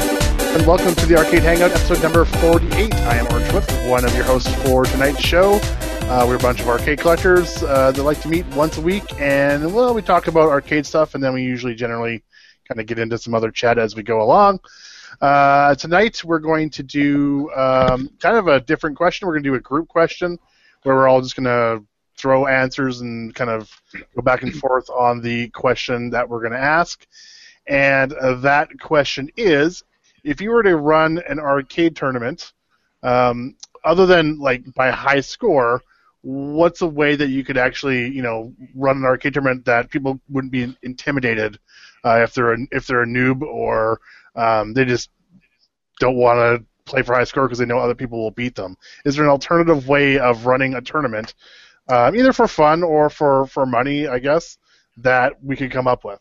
and welcome to the Arcade Hangout, episode number 48. I am Orange Swift, one of your hosts for tonight's show. Uh, we're a bunch of arcade collectors uh, that like to meet once a week, and, well, we talk about arcade stuff, and then we usually generally kind of get into some other chat as we go along. Uh, tonight, we're going to do um, kind of a different question. We're going to do a group question where we're all just going to throw answers and kind of go back and forth on the question that we're going to ask. And uh, that question is if you were to run an arcade tournament, um, other than like by high score, what's a way that you could actually, you know, run an arcade tournament that people wouldn't be intimidated uh, if they're a, if they're a noob or um, they just don't want to play for high score because they know other people will beat them. Is there an alternative way of running a tournament, um, either for fun or for for money, I guess, that we could come up with?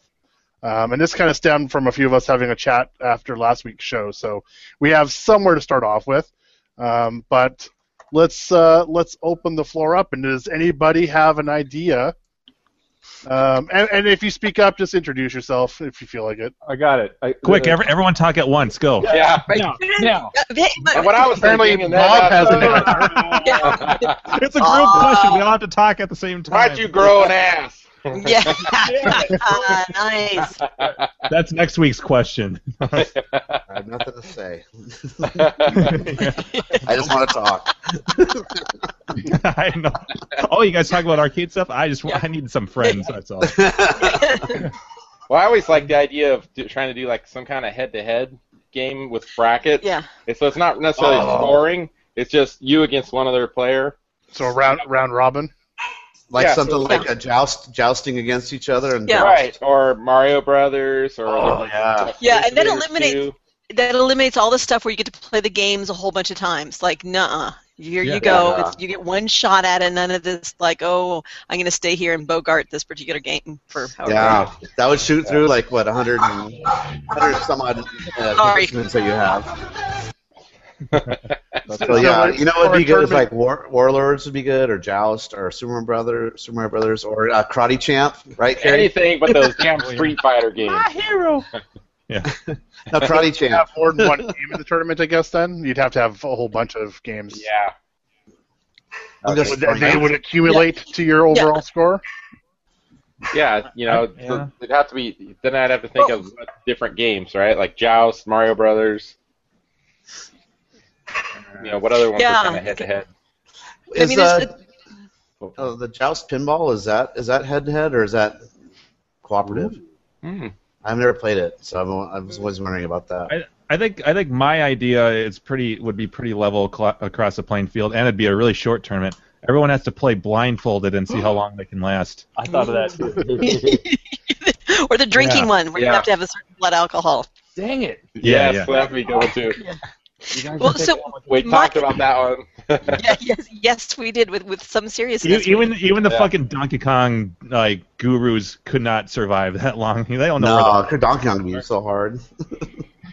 Um, and this kind of stemmed from a few of us having a chat after last week's show, so we have somewhere to start off with. Um, but let's uh, let's open the floor up. And does anybody have an idea? Um, and, and if you speak up, just introduce yourself if you feel like it. I got it. I, Quick, uh, every, everyone talk at once. Go. Yeah. No, no. And what I was Apparently, thinking, and then Bob has an uh, answer. It's a group Oh. question. We all have to talk at the same time. Why'd you grow an ass? Yeah. Ah, nice. That's next week's question. I have nothing to say. I I just want to talk. know. Oh, you guys talk about arcade stuff. I just I need some friends. That's all. well, I always like the idea of do, trying to do like some kind of head-to-head game with brackets. yeah. And so it's not necessarily Oh. scoring. It's just you against one other player. So round round robin. Like Yeah, something so- like a joust, jousting against each other, and Yeah. Right. Or Mario Brothers. Or Oh, like, yeah. Yeah, and that Terminator eliminates- 2. That eliminates all the stuff where you get to play the games a whole bunch of times. Like, nuh-uh. Here Yeah. you go. Yeah. It's, you get one shot at it. None of this, like, oh, I'm going to stay here and bogart this particular game for however long. yeah, that would shoot through like what 100, and, 100 some odd Sorry. uh, participants that you have. So, So yeah, like, you know what for would a be good is tournament- like War, Warlords would be good, or Joust, or Sumo Brother, Sumo Brothers, or uh, Karate Champ, right? Carrie? Anything but those damn Street Fighter games. No, Karate you'd Champ. have more than one game in the tournament, I guess. Then you'd have to have a whole bunch of games. Yeah. I'm just Would that- they throwing would accumulate to your overall score. Yeah, you know, Yeah. so it'd have to be. Then I'd have to think of what different games, right? Like Joust, Mario Brothers. You know, what other ones Yeah. are kind of head to head? out. I Is mean, there's- uh, oh, the Joust pinball is that is that head to head or is that cooperative? I've never played it, so I'm, I was always wondering about that. I think I think my idea is pretty would be pretty level cl- across the playing field, and it'd be a really short tournament. Everyone has to play blindfolded and see how long they can last. I thought of that too. or the drinking Yeah. one where you Yeah. have to have a certain blood alcohol. Dang it! Yeah, yeah. yes, that'd be good too. You guys Well, are so- taking on with- We My- talked about that one. Yeah, yes, yes, we did with, with some You, seriousness. E-, even even the Yeah. fucking Donkey Kong like gurus could not survive that long. They don't know where No, they because Donkey Kong would be so hard.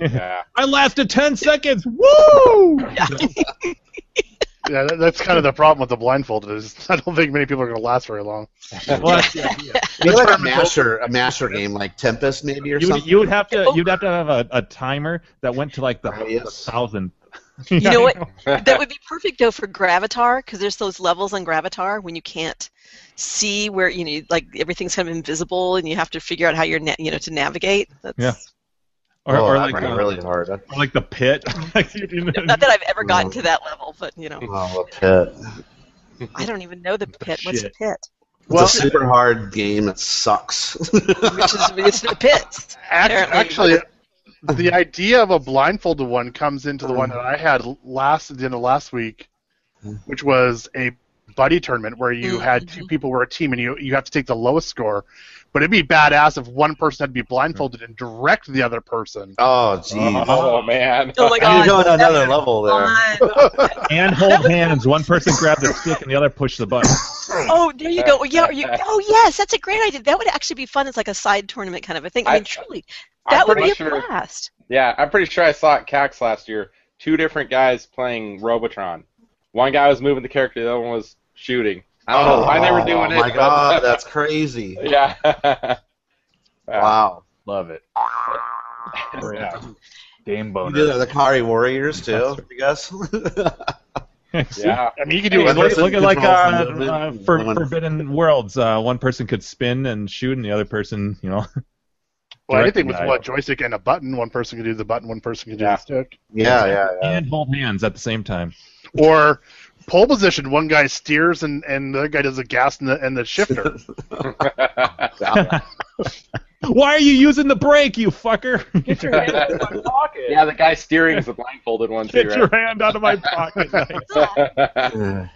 yeah. I lasted ten seconds. Woo! Yeah, that, that's kind of the problem with the blindfolded is I don't think many people are going to last very long. Well, that's the idea. Maybe like a masher, a masher game like Tempest, maybe or You would, something. you would have to you'd have to have a, a timer that went to like the Oh, yes. thousand. You know what? that would be perfect though for Gravatar because there's those levels on Gravatar when you can't see where you know like everything's kind of invisible and you have to figure out how you're na- you know to navigate. That's, Yeah. Or, oh, or that like might be uh, really hard. That- or like the pit. Like, you know, Not that I've ever gotten to that level, but you know Oh, a pit. I don't even know the pit. What's a Shit. pit? Well, it's a super hard game. It sucks. Which is it's no pits. act- apparently- actually, the idea of a blindfolded one comes into the one that I had last at the end of last week, which was a buddy tournament where you had two people were a team and you you have to take the lowest score. But it'd be badass if one person had to be blindfolded and direct the other person. oh, jeez. Oh man. Oh my You're god. going to another level there. Fun. and hold hands. One person grabbed the stick and the other pushed the button. Oh, there you go. Well, Yeah, or you, oh yes, that's a great idea. That would actually be fun. It's like a side tournament kind of a thing. I I- mean, truly, that I'm would pretty be a sure. blast. Yeah, I'm pretty sure I saw at CAX last year. Two different guys playing Robotron. One guy was moving the character, the other one was shooting. I don't know why they were doing oh, it. my but- god, that's crazy. yeah. Uh, Wow. Love it. Yeah. Game You boner. did the Kari Warriors too, I guess. Yeah. I mean, you could do Hey, it. One look, person look at like uh, controls a little bit. uh, for, One- Forbidden Worlds. Uh, one person could spin and shoot, and the other person, you know, Well, anything with Right. what joystick and a button, one person could do the button, one person could do Yeah. the stick, yeah, yeah, yeah. and hold hands at the same time. or pole position. One guy steers and, and the other guy does the gas and the, and the shifter. Why are you using the brake, you fucker? Get your hand, yeah, the guy steering is the blindfolded one too, get right? your hand out of my pocket. uh,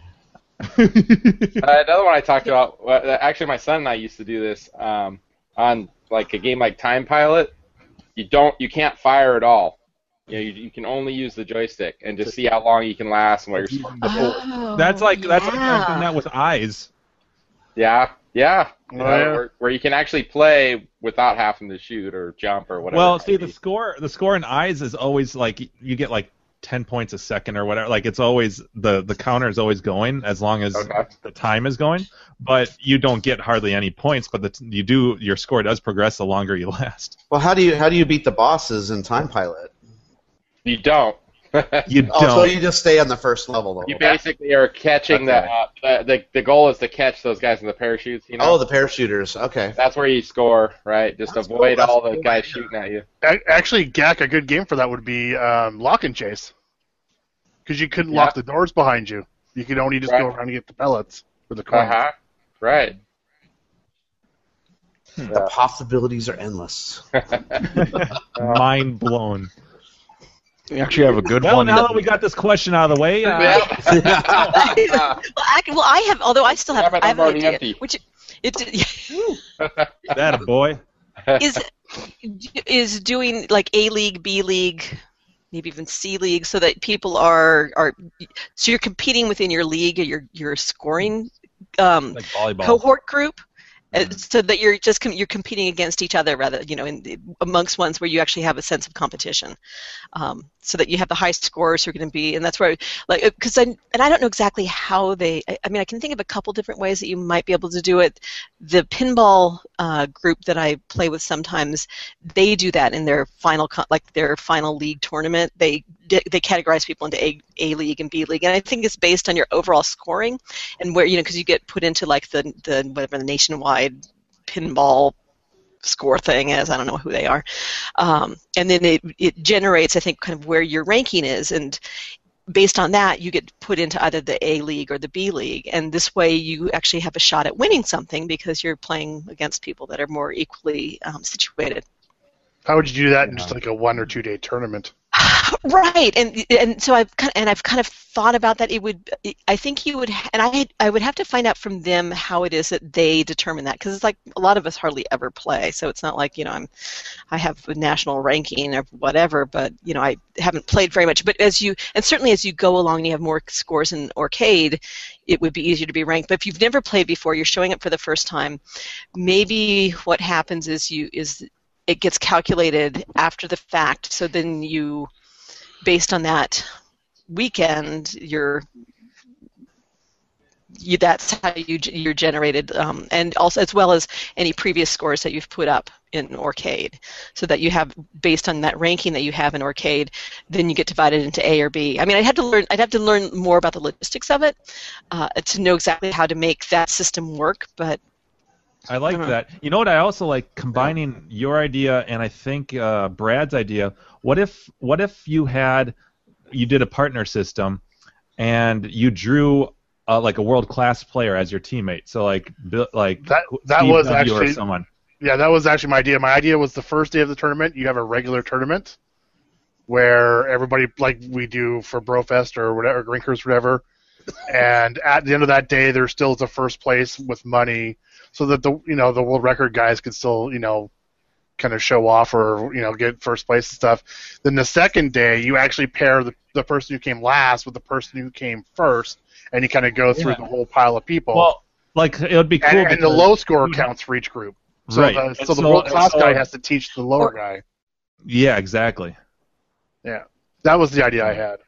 another one I talked about. well, uh, Actually, my son and I used to do this um, on like a game like Time Pilot. You don't, you can't fire at all. You, know, you, you can only use the joystick and just see how long you can last and what you're. Oh, that's like that's like yeah. doing that with eyes. Yeah, yeah. You know, Yeah. where, where you can actually play without having to shoot or jump or whatever. Well, it see might the be. score the score in eyes is always like you get like ten points a second or whatever. Like it's always the the counter is always going as long as Okay. the time is going. But you don't get hardly any points. But the, t- you do your score does progress the longer you last. Well, how do you how do you beat the bosses in Time Pilot? You don't. You Also, don't. you just stay on the first level. the whole you time. basically are catching the, uh, the the the goal is to catch those guys in the parachutes. You know, Oh, the parachuters. Okay. that's where you score, right? Just That's cool. avoid That's all a the cool guys idea. shooting at you. A- Actually, Gak, a good game for that would be um, lock and chase, because you couldn't lock the doors behind you. You could only just go Right. around and get the pellets or the Uh coins. huh. Right. The possibilities are endless. Mind blown. You actually have a good Well, one. now that we got this question out of the way, uh, Yeah. well, I, well, I have, although I still have, Yeah, but I have I'm an already idea, empty. which it uh, that a boy. is is doing like A league, B league, maybe even C league, so that people are are so you're competing within your league or your your scoring um, Like volleyball. Mm-hmm. cohort group, uh, so that you're just com- you're competing against each other rather you know in the, amongst ones where you actually have a sense of competition, um, so that you have the high scorers who are going to be and that's where like because I and I don't know exactly how they I, I mean I can think of a couple different ways that you might be able to do it. The pinball uh, group that I play with sometimes they do that in their final co- like their final league tournament they di- they categorize people into a, a league and b league and i think it's based on your overall scoring and where you know because you get put into like the the whatever the nationwide pinball score thing is i don't know who they are um, and then it, it generates i think kind of where your ranking is and based on that you get put into either the a league or the b league and this way you actually have a shot at winning something because you're playing against people that are more equally um, situated How would you do that in just like a one or two day tournament? Right, and and so I've kind and I've kind of thought about that. It would, I think you would, and I I would have to find out from them how it is that they determine that because it's like a lot of us hardly ever play, so it's not like you know I'm I have a national ranking or whatever, but you know I haven't played very much. But as you and certainly as you go along, and you have more scores in arcade, it would be easier to be ranked. But if you've never played before, you're showing up for the first time. Maybe what happens is you is it gets calculated after the fact, so then you based on that weekend, you're you, that's how you g- you're generated, um, and also as well as any previous scores that you've put up in Orcade, so that you have based on that ranking that you have in Orcade, then you get divided into A or B. I mean, I'd have to learn I'd have to learn more about the logistics of it uh, to know exactly how to make that system work, but I like Uh-huh. that. You know what? I also like combining your idea and I think uh, Brad's idea. What if what if you had you did a partner system and you drew uh, like a world class player as your teammate? So like Bill- like That that Steve was W. or actually someone. Yeah, that was actually my idea. My idea was the first day of the tournament, you have a regular tournament where everybody, like we do for Brofest or whatever, Grinkers, whatever. And at the end of that day, there's still the first place with money, so that the you know the world record guys could still you know kind of show off or you know get first place and stuff. Then the second day, you actually pair the, the person who came last with the person who came first, and you kind of go through Yeah. the whole pile of people. Well, like it would be cool. and, and the because- low score counts for each group. So right. the, And so the world class so- guy has to teach the lower Or- guy. Yeah, exactly. That was the idea I had.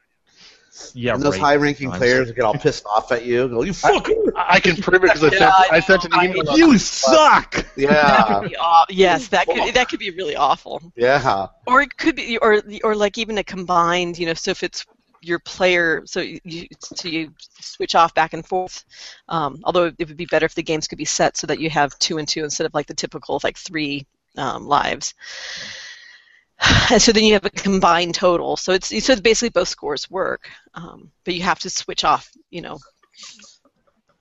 Yeah, and those right. high-ranking I'm players get all pissed off at you. Go, you fucker! I can prove it because I sent, I sent an email. You suck. That Yeah, would be aw- yes, that could that could be really awful. yeah. Or it could be, or or like even a combined, you know. So if it's your player, so you so you switch off back and forth. Um, although it would be better if the games could be set so that you have two and two instead of like the typical like three um, lives. And so then you have a combined total. So it's so it's basically both scores work, um, but you have to switch off. You know,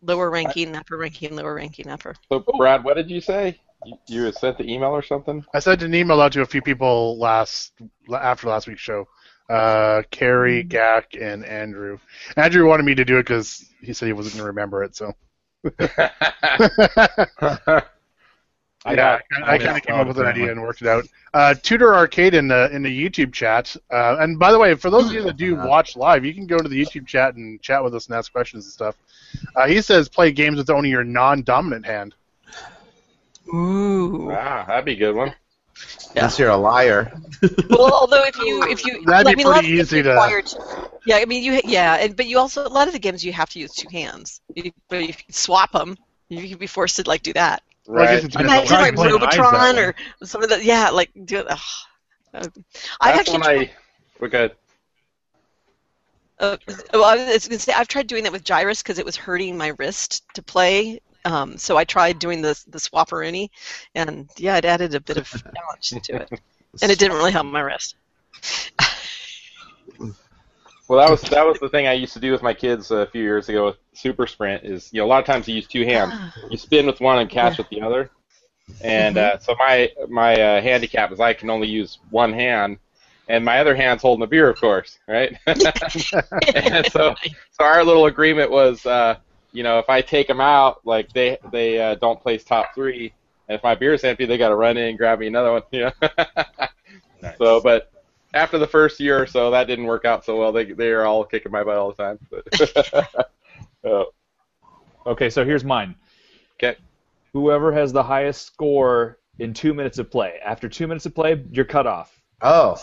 lower ranking, upper ranking, lower ranking, upper. So, Brad, what did you say? You, you had sent the email or something? I sent an email out to a few people last after last week's show. Uh, Carrie, Mm-hmm. Gak, and Andrew. Andrew wanted me to do it because he said he wasn't going to remember it. So I yeah, got- I, I kind of missed came out up with an apparently. idea and worked it out. Uh, Tudor Arcade in the in the YouTube chat. Uh, and by the way, for those of you that do Uh-huh. watch live, you can go to the YouTube chat and chat with us and ask questions and stuff. Uh, he says play games with only your non-dominant hand. Ooh. Ah, that'd be a good one. Unless you're a liar. well, although if you if you That'd be I mean, a lot pretty of games easy to- require two- yeah, I mean you yeah, and, but you also a lot of the games you have to use two hands. You, but you can swap them. You could be forced to like do that. Well, I guess Right. it depends on Imagine like what you're playing. Robot- eyes that Robotron way. or some of the yeah, like do it. ugh. I That's actually when I. We're good. Uh, well, I was going to say I've tried doing that with Gyrus because it was hurting my wrist to play. Um, so I tried doing the the swapperoonie, and yeah, it added a bit of challenge to it, and it didn't really help my wrist. Well, that was that was the thing I used to do with my kids a few years ago with Super Sprint. Is you know a lot of times you use two hands. You spin with one and catch with the other. And uh, so my my uh, handicap is I can only use one hand, and my other hand's holding the beer, of course, right? and so so our little agreement was, uh, you know, if I take them out, like they they uh, don't place top three, and if my beer's empty, they got to run in and grab me another one. You know. So, but after the first year or so, that didn't work out so well. They they are all kicking my butt all the time. But oh, Okay, so here's mine. 'Kay. Whoever has the highest score in two minutes of play. After two minutes of play, you're cut off. Oh,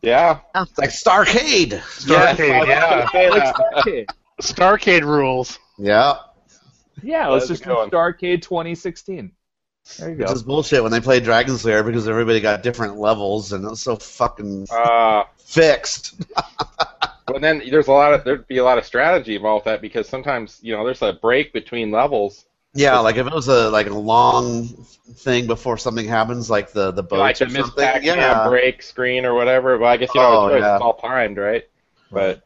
yeah, it's like Starcade. Starcade, yeah. yeah. yeah, Starcade rules. Yeah, let's That's a just do good one. Starcade 2016. There you go. which is bullshit when they played Dragon Slayer because everybody got different levels and it was so fucking Uh, fixed. but then there's a lot of there'd be a lot of strategy involved with that because sometimes you know there's a break between levels, Yeah, like if it was a like a long thing before something happens, like the the boats like or the Miss something. Pac yeah, break screen or whatever. But I guess you don't have Oh, a choice. yeah. It's all timed, right? But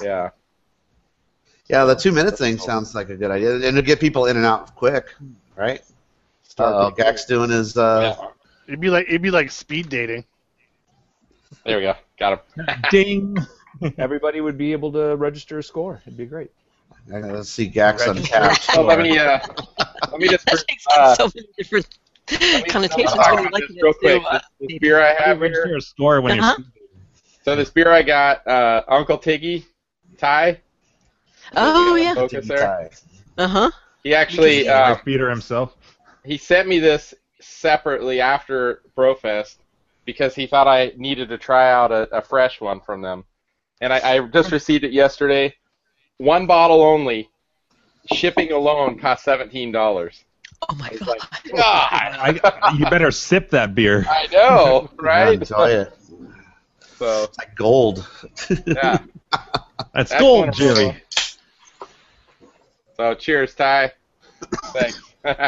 yeah, yeah, the two minute thing sounds like a good idea, and it'll get people in and out quick, right? Uh, Gax doing his uh, Yeah. It'd be like it'd be like speed dating. there we go. Got him. Ding. Everybody would be able to register a score. It'd be great. I gotta see Gax uncapped. So let me uh, let me just That takes uh, on so many different let me- connotations uh, when you like just real quick. to, uh, This, this beer I You have here. register a score when Uh-huh. So this beer I got, uh, Uncle Tiggy, Ty. Oh yeah. Focus there. Uh huh. He actually you're uh, a beater himself. he sent me this separately after Brofest because he thought I needed to try out a, a fresh one from them, and I, I just received it yesterday. One bottle only. Shipping alone cost seventeen dollars. Oh my god. God, I, you better sip that beer. I know, Yeah, right? enjoy it. So It's like gold. yeah, That's, that's gold, what I'm rolling. Jerry. So cheers, Ty. Thanks.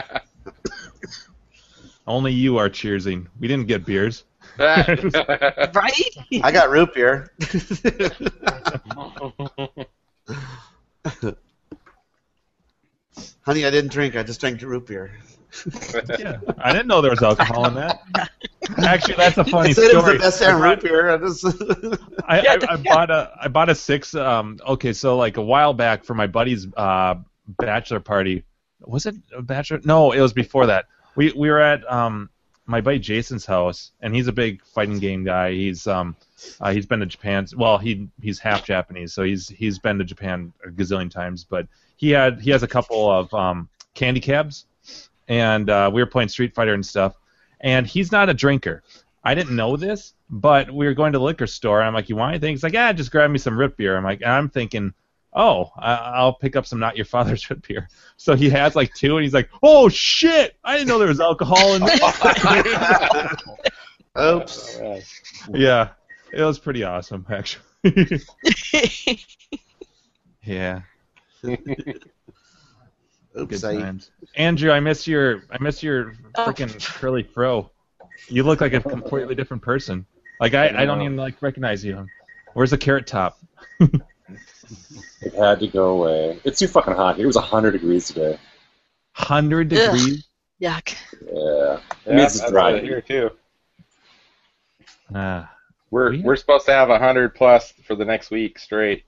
Only you are cheersing. We didn't get beers. That- Right? I got root beer. Honey, I didn't drink. I just drank root beer. Yeah. I didn't know there was alcohol in that. Actually, that's a funny I said it was story. the best I damn brought- root beer. I just I, I, I bought a I bought a six. Um, okay, so like a while back for my buddy's uh, bachelor party, was it a bachelor? No, it was before that. We we were at um, my buddy Jason's house, and he's a big fighting game guy. He's um, uh, he's been to Japan. Well, he he's half Japanese, so he's he's been to Japan a gazillion times. But he had he has a couple of um, candy cabs, and uh, we were playing Street Fighter and stuff. And he's not a drinker, I didn't know this, but we were going to the liquor store. And I'm like, you want anything? He's like, yeah, just grab me some root beer. I'm like, and I'm thinking, oh, I- I'll pick up some not your father's root beer. So he has like two, and he's like, oh shit, I didn't know there was alcohol in this. Oh, Oops. yeah, it was pretty awesome actually. yeah. Oops. Good I, times. Andrew, I miss your I miss your Oh. freaking curly fro. You look like a completely different person. Like I, I don't even like recognize you. Where's the carrot top? It had to go away. It's too fucking hot here. It was 100 degrees today. Hundred Ugh. degrees. Yuck. Yeah. I mean, Yeah, it's that's dry. what I hear too. Ah. We're Yeah. we're supposed to have hundred plus for the next week straight.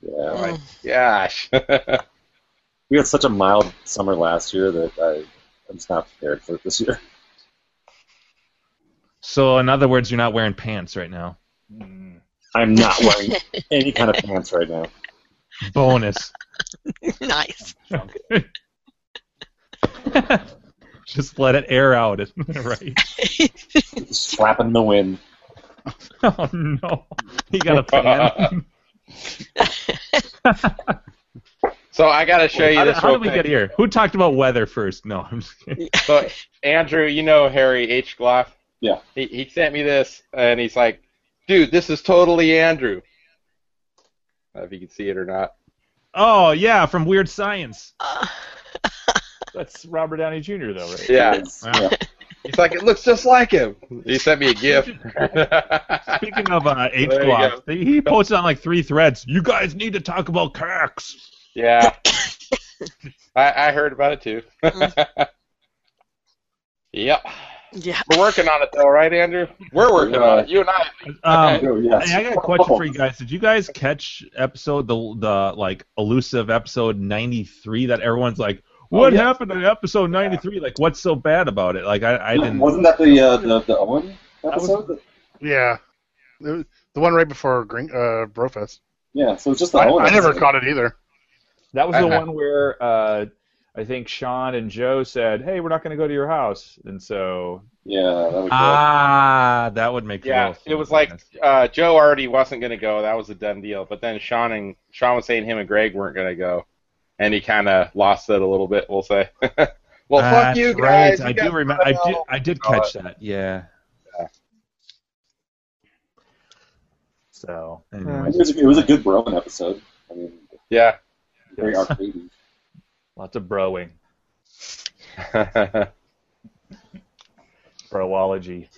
Yeah. Oh my gosh. yeah, We had such a mild summer last year that I, I'm just not prepared for it this year. so in other words, you're not wearing pants right now. Mm. I'm not wearing any kind of pants right now. Bonus. nice. Just let it air out. right. Just flapping in the wind. Oh no. You got a fan. so I gotta show you how, did- this how real did we quick. get here? Who talked about weather first? No, I'm just kidding. So Andrew, you know Harry H. Gloff. Yeah. He he sent me this and he's like, dude, this is totally Andrew. I don't know if you can see it or not. Oh yeah, from Weird Science. Uh, That's Robert Downey Jr. though, right? Yeah. Wow. Yeah. He's like, it looks just like him. He sent me a GIF. Speaking of uh, H There you Block, he posted on like three threads. You guys need to talk about cocks. yeah. I, I heard about it too. yep. yeah. We're working on it though, right, Andrew? We're working on it. You and I. Um, Oh, yes. hey, I got a question for you guys. Did you guys catch episode the the like elusive episode ninety three that everyone's like, what yeah. happened to episode ninety three? Like, what's so bad about it? Like, I, I didn't. Wasn't that the, uh, the, the Owen episode? Yeah. The the one right before Green, uh, Brofest. yeah, so it's just the I, Owen I never episode. caught it either. That was the Uh-huh. one where uh, I think Sean and Joe said, "Hey, we're not going to go to your house," and so Yeah, that was Ah, that would make Yeah, real sense, it was I like guess. uh, Joe already wasn't going to go. That was a done deal. But then Sean and Sean was saying him and Greg weren't going to go, and he kind of lost it a little bit. We'll say. well, fuck That's you right. guys. I you do guys remember. I did. know. I did Oh, catch that. Yeah. Yeah. so good. Anyways. It was, a, it was a good Rowan episode. I mean, Yeah. very arcadey. lots of broing, broology.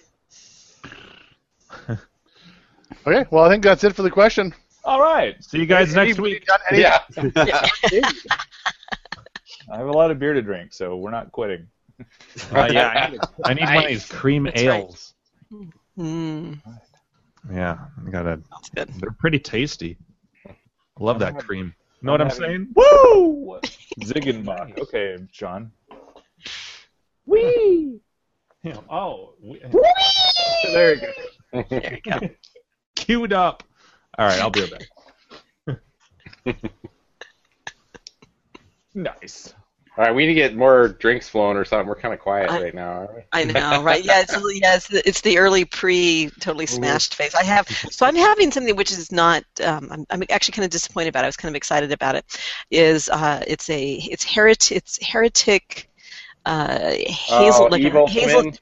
Okay, well, I think that's it for the question. All right, See you guys next Anybody week. got any- yeah. I have a lot of beer to drink, so we're not quitting. Uh, yeah, I need, I need one of these cream That's right. ales. Mm, Yeah, I gotta. that's good. They're pretty tasty. I Love that cream. Know what I'm having- saying? Woo! Ziggenbach. Okay, Sean. Yeah. Oh, we, There you go. queued up. All right, I'll be right back. Nice. All right, we need to get more drinks flowing or something. We're kind of quiet I- right now, aren't we? I know, right? Yeah, it's, yeah, it's, the, it's the early pre totally smashed phase. I have so I'm having something which is not. Um, I'm, I'm actually kind of disappointed about. It. I was kind of excited about it. Is uh, it's a it's heretic it's heretic uh, hazelnut oh, evil hazel. twin.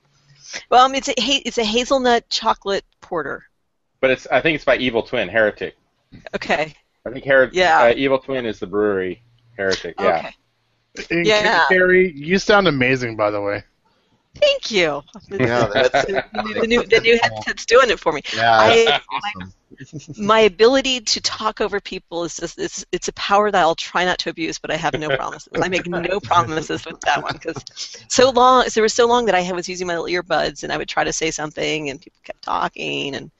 Well, um, it's a ha- it's a hazelnut chocolate porter. But it's I think it's by Evil Twin Heretic. Okay. I think Her- Yeah. uh, Evil Twin is the brewery. Heretic. Yeah. Okay. in- Yeah. Carrie, you sound amazing, by the way. Thank you. yeah, that's, the, new, the, new, the new headset's doing it for me. yeah. I, my ability to talk over people is just it's, it's a power that I'll try not to abuse, but I have no promises. I make no promises with that one because so long there was so long that I was using my little earbuds and I would try to say something and people kept talking and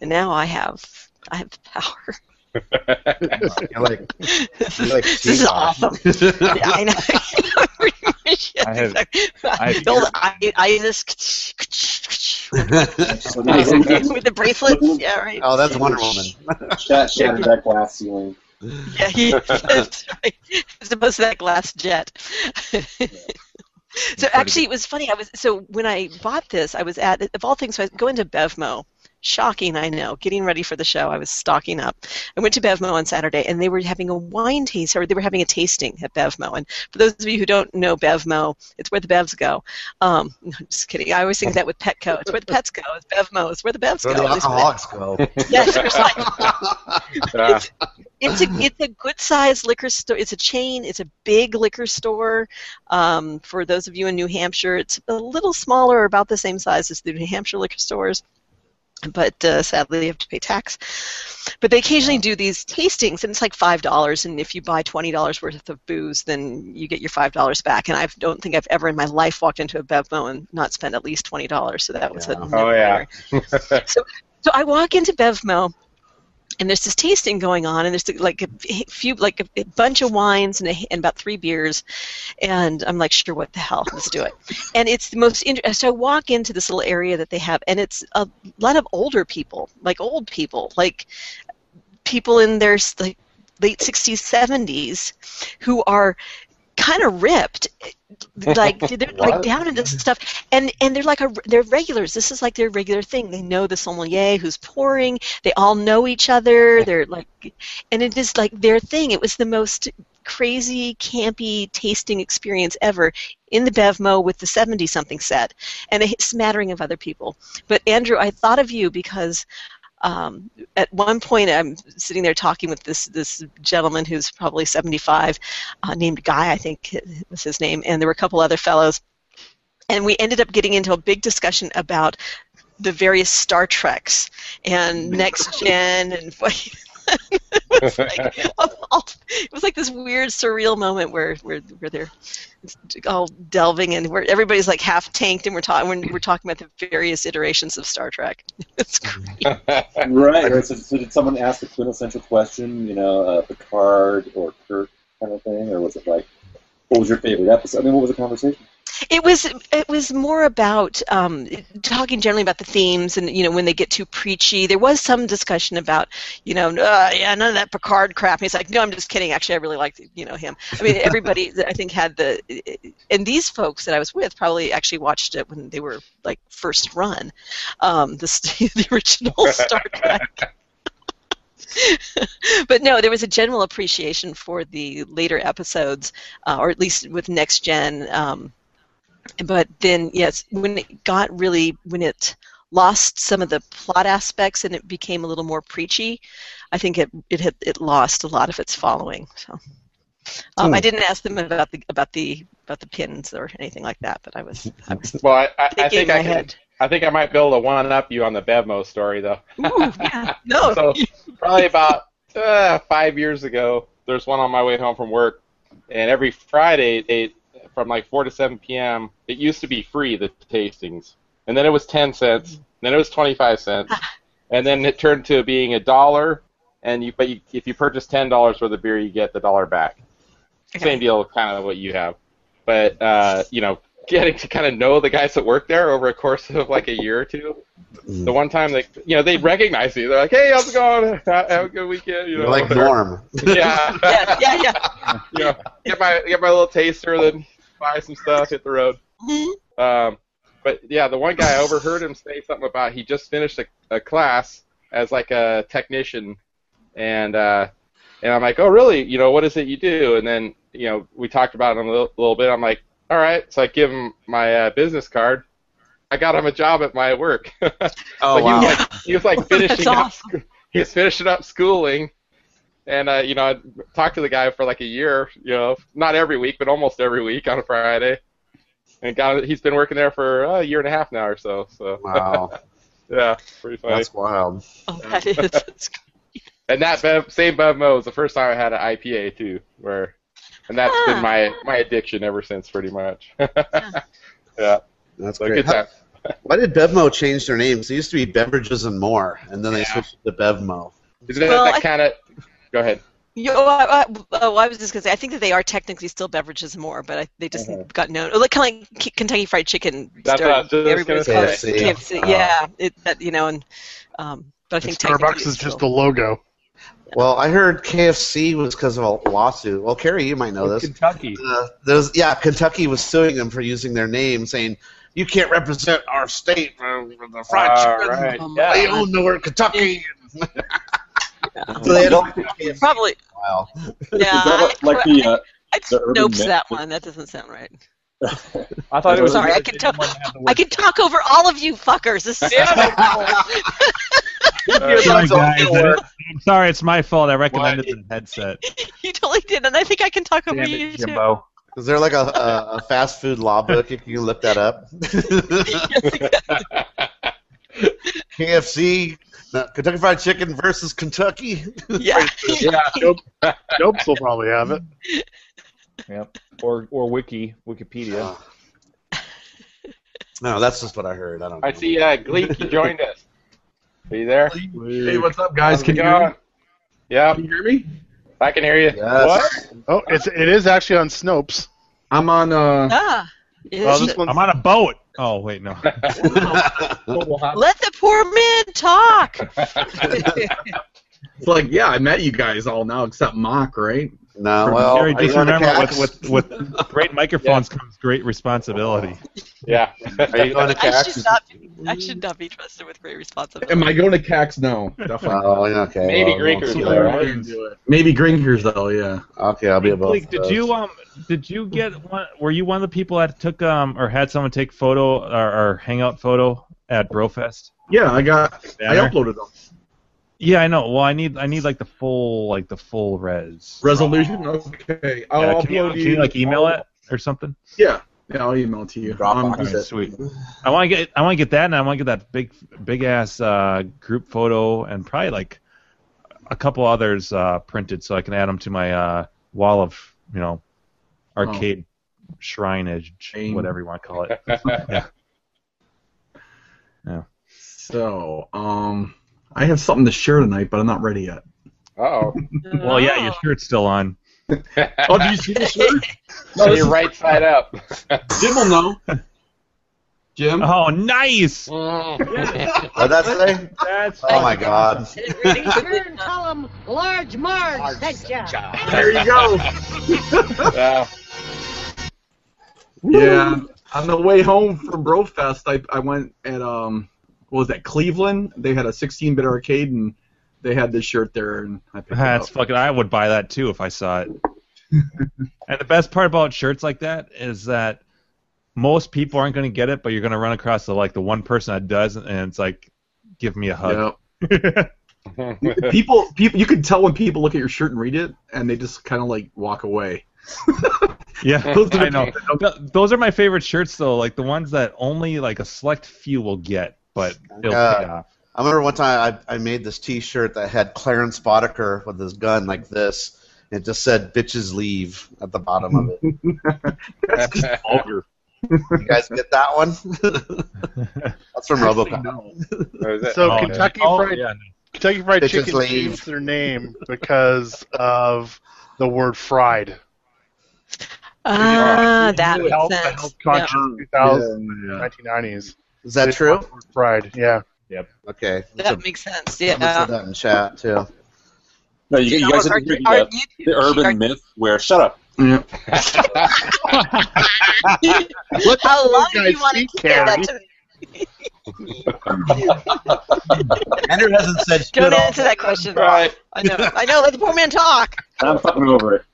and now I have I have the power. You're like, this you're is, like this is awesome. Yeah, I know. I have- I have- Build I, I just So with the bracelets. Yeah, right. oh, that's Wonder Woman. that shattered that glass ceiling. Yeah, he, that's right. As opposed to that glass jet. so actually, it was funny. I was so when I bought this, I was at of all things. So I go into Bevmo. Shocking, I know. Getting ready for the show, I was stocking up. I went to Bevmo on Saturday, and they were having a wine taste, or they were having a tasting at Bevmo. And for those of you who don't know Bevmo, it's where the bevs go. Um, no, just kidding. I always think that with Petco, it's where the pets go. It's Bevmo. It's where the bevs Where go. the At least where alcoholics go. they- yeah, seriously. it's, it's a it's a good sized liquor store. It's a chain. It's a big liquor store. Um, for those of you in New Hampshire, it's a little smaller, about the same size as the New Hampshire liquor stores. But uh, sadly, you have to pay tax. But they occasionally do these tastings, and it's like five dollars. And if you buy twenty dollars worth of booze, then you get your five dollars back. And I don't think I've ever in my life walked into a Bevmo and not spent at least twenty dollars. So that was a Oh yeah. so I walk into Bevmo, and there's this tasting going on, and there's like a few, like a bunch of wines and, a, and about three beers, and I'm like, sure, what the hell, let's do it. And it's the most interesting. So I walk into this little area that they have, and it's a lot of older people, like old people, like people in their s- like late 60s, 70s, who are kind of ripped like they're like What? down into stuff and and they're like a, they're regulars this is like their regular thing they know the sommelier who's pouring they all know each other they're like and it is like their thing it was the most crazy campy tasting experience ever in the bevmo with the 70 something set and a smattering of other people but andrew i thought of you because um, at one point I'm sitting there talking with this this gentleman who's probably 75, uh, named Guy, I think was his name, and there were a couple other fellows, and we ended up getting into a big discussion about the various Star Treks and next gen and. what- it, was like, it was like this weird surreal moment where where, where they're all delving in where everybody's like half tanked and we're talking we're, we're talking about the various iterations of Star Trek. it's great. right. right. So, so did someone ask the quintessential question? You know, uh, Picard or Kirk kind of thing, or was it like, what was your favorite episode? I mean, what was the conversation? It was it was more about um, talking generally about the themes and you know when they get too preachy. There was some discussion about you know uh, yeah none of that Picard crap. And he's like no I'm just kidding. Actually I really liked you know him. I mean everybody that I think had the and these folks that I was with probably actually watched it when they were like first run, um, the st- the original Star Trek. but no, there was a general appreciation for the later episodes, uh, or at least with next gen. Um, but then yes when it got really when it lost some of the plot aspects and it became a little more preachy i think it it had, it lost a lot of its following so um, i didn't ask them about the about the about the pins or anything like that but i was i was Well, I, I, I thinking in think my I can, head I think I might be able to one up you on the Bevmo story though. Ooh, yeah. no so probably about uh, five years ago, there's one on my way home from work, and every Friday they from like four to seven p.m. It used to be free the tastings, and then it was ten cents, then it was twenty-five cents, and then it turned to being a dollar. And you, but you, if you purchase ten dollars worth of beer, you get the dollar back. Okay. Same deal, kind of what you have, but uh, you know, getting to kind of know the guys that work there over a course of like a year or two, Mm. the one time they, you know, they recognize you. They're like, "Hey, how's it going? Have have a good weekend." You know, You're like whatever. Norm. Yeah, yeah yeah yeah you know, get my get my little taster, then buy some stuff, hit the road. Mhm. Um, but yeah, the one guy I overheard him say something about he just finished a, a class as like a technician, and uh, and I'm like, oh really? You know, what is it you do? And then you know, we talked about it a little, little bit. I'm like, all right. So I give him my uh, business card. I got him a job at my work. oh Oh wow. He was like, he was like That's finishing up awesome. he was finishing up schooling, and uh, you know I talked to the guy for like a year, you know, not every week, but almost every week on a Friday, and got he's been working there for uh, a year and a half now or so. So wow. yeah, pretty funny. That's wild. Oh, that is that's great. and that Bev, same Bevmo was the first time I had an IPA too, where, and that's Ah. been my my addiction ever since, pretty much. yeah, That's so great. good time. Why did Bevmo change their names? It used to be Beverages and More, and then they Yeah. switched to Bevmo. Isn't it Well, I- that kind of? Go ahead. You know, I, I, oh, I was just gonna say. I think that they are technically still beverages and more, but I, they just Mm-hmm. got known. Like kind of like K- Kentucky Fried Chicken. That's what I was started- Oh, just everybody's gonna called say. it KFC. KFC, yeah, it, that, you know, and um, but I think Starbucks technically is it's just the still- logo. Well, I heard KFC was because of a lawsuit. Well, Carrie, you might know In this. Kentucky. Uh, there's, yeah, Kentucky was suing them for using their name, saying you can't represent our state for, for the fried All chicken. right. Um, Yeah. I own the word Kentucky. so they had to KFC for Probably. a while. Yeah. Is that like, like I, the uh, I the urban nopes myth? that one. That doesn't sound right. I thought it I'm was. sorry, I can tell- I can talk over all of you fuckers. This is Sorry, That's all guys, it'll I work. didn't- I'm sorry, it's my fault. I recommended What? the headset. you totally did, and I think I can talk over Damn you it, too. Jimbo. Is there like a, a, a fast food law book if you look that up? KFC, no, Kentucky Fried Chicken versus Kentucky. Yeah. yeah. Dopes will probably have it. Yep. Or or wiki Wikipedia. No, that's just what I heard. I don't. Know. I see uh, Gleek, you joined us. Are you there? Hey, what's up, guys? How's Can it you, hear me? going? Yep, can you hear me? I can hear you. Yes. Oh, it's it is actually on Snopes. I'm on. Uh, Ah. Yes. Oh, this one's I'm on a boat. Oh wait, no. Let the poor man talk. it's like, yeah, I met you guys all now except Mock, right? no, well, Gary, are you just on the remember Cax? with, with, with great microphones comes great responsibility. Yeah. Are you going to I CAX? should not. I should not be trusted with great responsibility. Am I going to CAX? No, definitely. Oh, okay. Maybe well, Greekers, we'll see though, there. right? Maybe Grinkers though, yeah. Okay, I'll be above. Blake, did you um did you get one? Were you one of the people that took um or had someone take photo or, or hangout photo at Brofest? Yeah, I got. I Banner? uploaded them. Yeah, I know. Well, I need I need like the full like the full res. Resolution. Okay. I'll Yeah, upload can, you, can you you like email it or something? Yeah. Yeah, I'll email it to you. Dropbox Um, it. just- Alright, sweet. I want to get I want to get that, and I want to get that big big ass uh, group photo, and probably like a couple others uh, printed, so I can add them to my uh, wall of you know arcade shrineage, Shame. whatever you want to call it. So, um, I have something to share tonight, but I'm not ready yet. Uh-oh. well, yeah, your shirt's still on. Oh, do you see the shirt? So No, this you're is- right side up. Jim will know. Jim. Oh, nice! What that say? That's Oh my God. Turn column, large Marge said ya. There you go. Yeah. Yeah. On the way home from Brofest, I, I went at um, what was that Cleveland? They had a 16-bit arcade and they had this shirt there, and I picked That's it up. fucking. I would buy that too if I saw it. and the best part about shirts like that is that most people aren't going to get it, but you're going to run across the like the one person that does, and it's like, give me a hug. Yeah. people, people, you could tell when people look at your shirt and read it, and they just kind of like walk away. Yeah, Those are the I know. people that Th- Those are my favorite shirts though, like the ones that only like a select few will get, but it'll Yeah. pay off. I remember one time I, I made this T-shirt that had Clarence Boddicker with his gun like this. and It just said "bitches leave" at the bottom of it. That's just vulgar. You guys get that one? That's from RoboCop. No. That was it. so Oh, Kentucky oh, Fried yeah. Kentucky Fried Bitches Chicken leave. changed their name because of the word fried. Ah, that Really health, makes sense. health conscious Yeah. 2000, Yeah. 1990s. Is that They true? fought for Pride, yeah. Okay. Yeah, that makes sense. Someone said Yeah. that in chat too. No, you, you guys didn't hear the, Our- uh, our YouTube- the our- urban myth where shut up. Yeah. How long do guys you want to speak, keep that Karen? to me? Andrew hasn't said shit Don't all- answer that question. Right. I know. I know. Let the poor man talk. I'm fucking over it.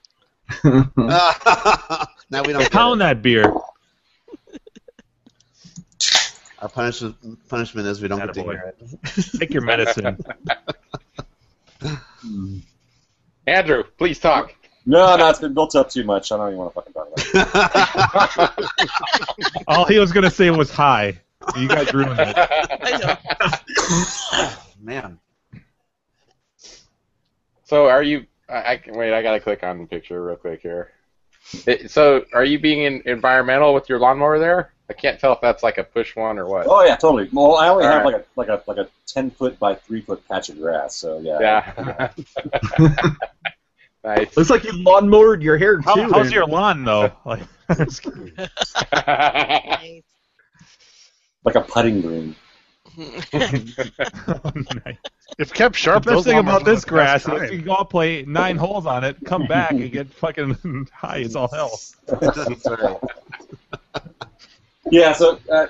Ah. now we don't. get Pound it. that beer. Our punishment punishment is we don't get to Attaboy. hear it. Take your medicine. Andrew, please talk. No, no, it's been built up too much. I don't even want to fucking talk about it. All he was gonna say was hi. You guys ruined it. I know. Man, so are you? I, I can wait. I gotta click on the picture real quick here. It, so are you being in, environmental with your lawnmower there? I can't tell if that's like a push one or what. Oh yeah, totally. Well, I only All have right. like a like a like a ten foot by three foot patch of grass. So yeah. Yeah. nice. Looks like you lawnmowered your hair How, too. how's your lawn though? Like, Nice. Like a putting green. Oh, If kept sharp, Sharp. The those best thing llamas about would this last grass time. is you can all play nine holes on it, come back, and get fucking high as all hell. Yeah, so uh,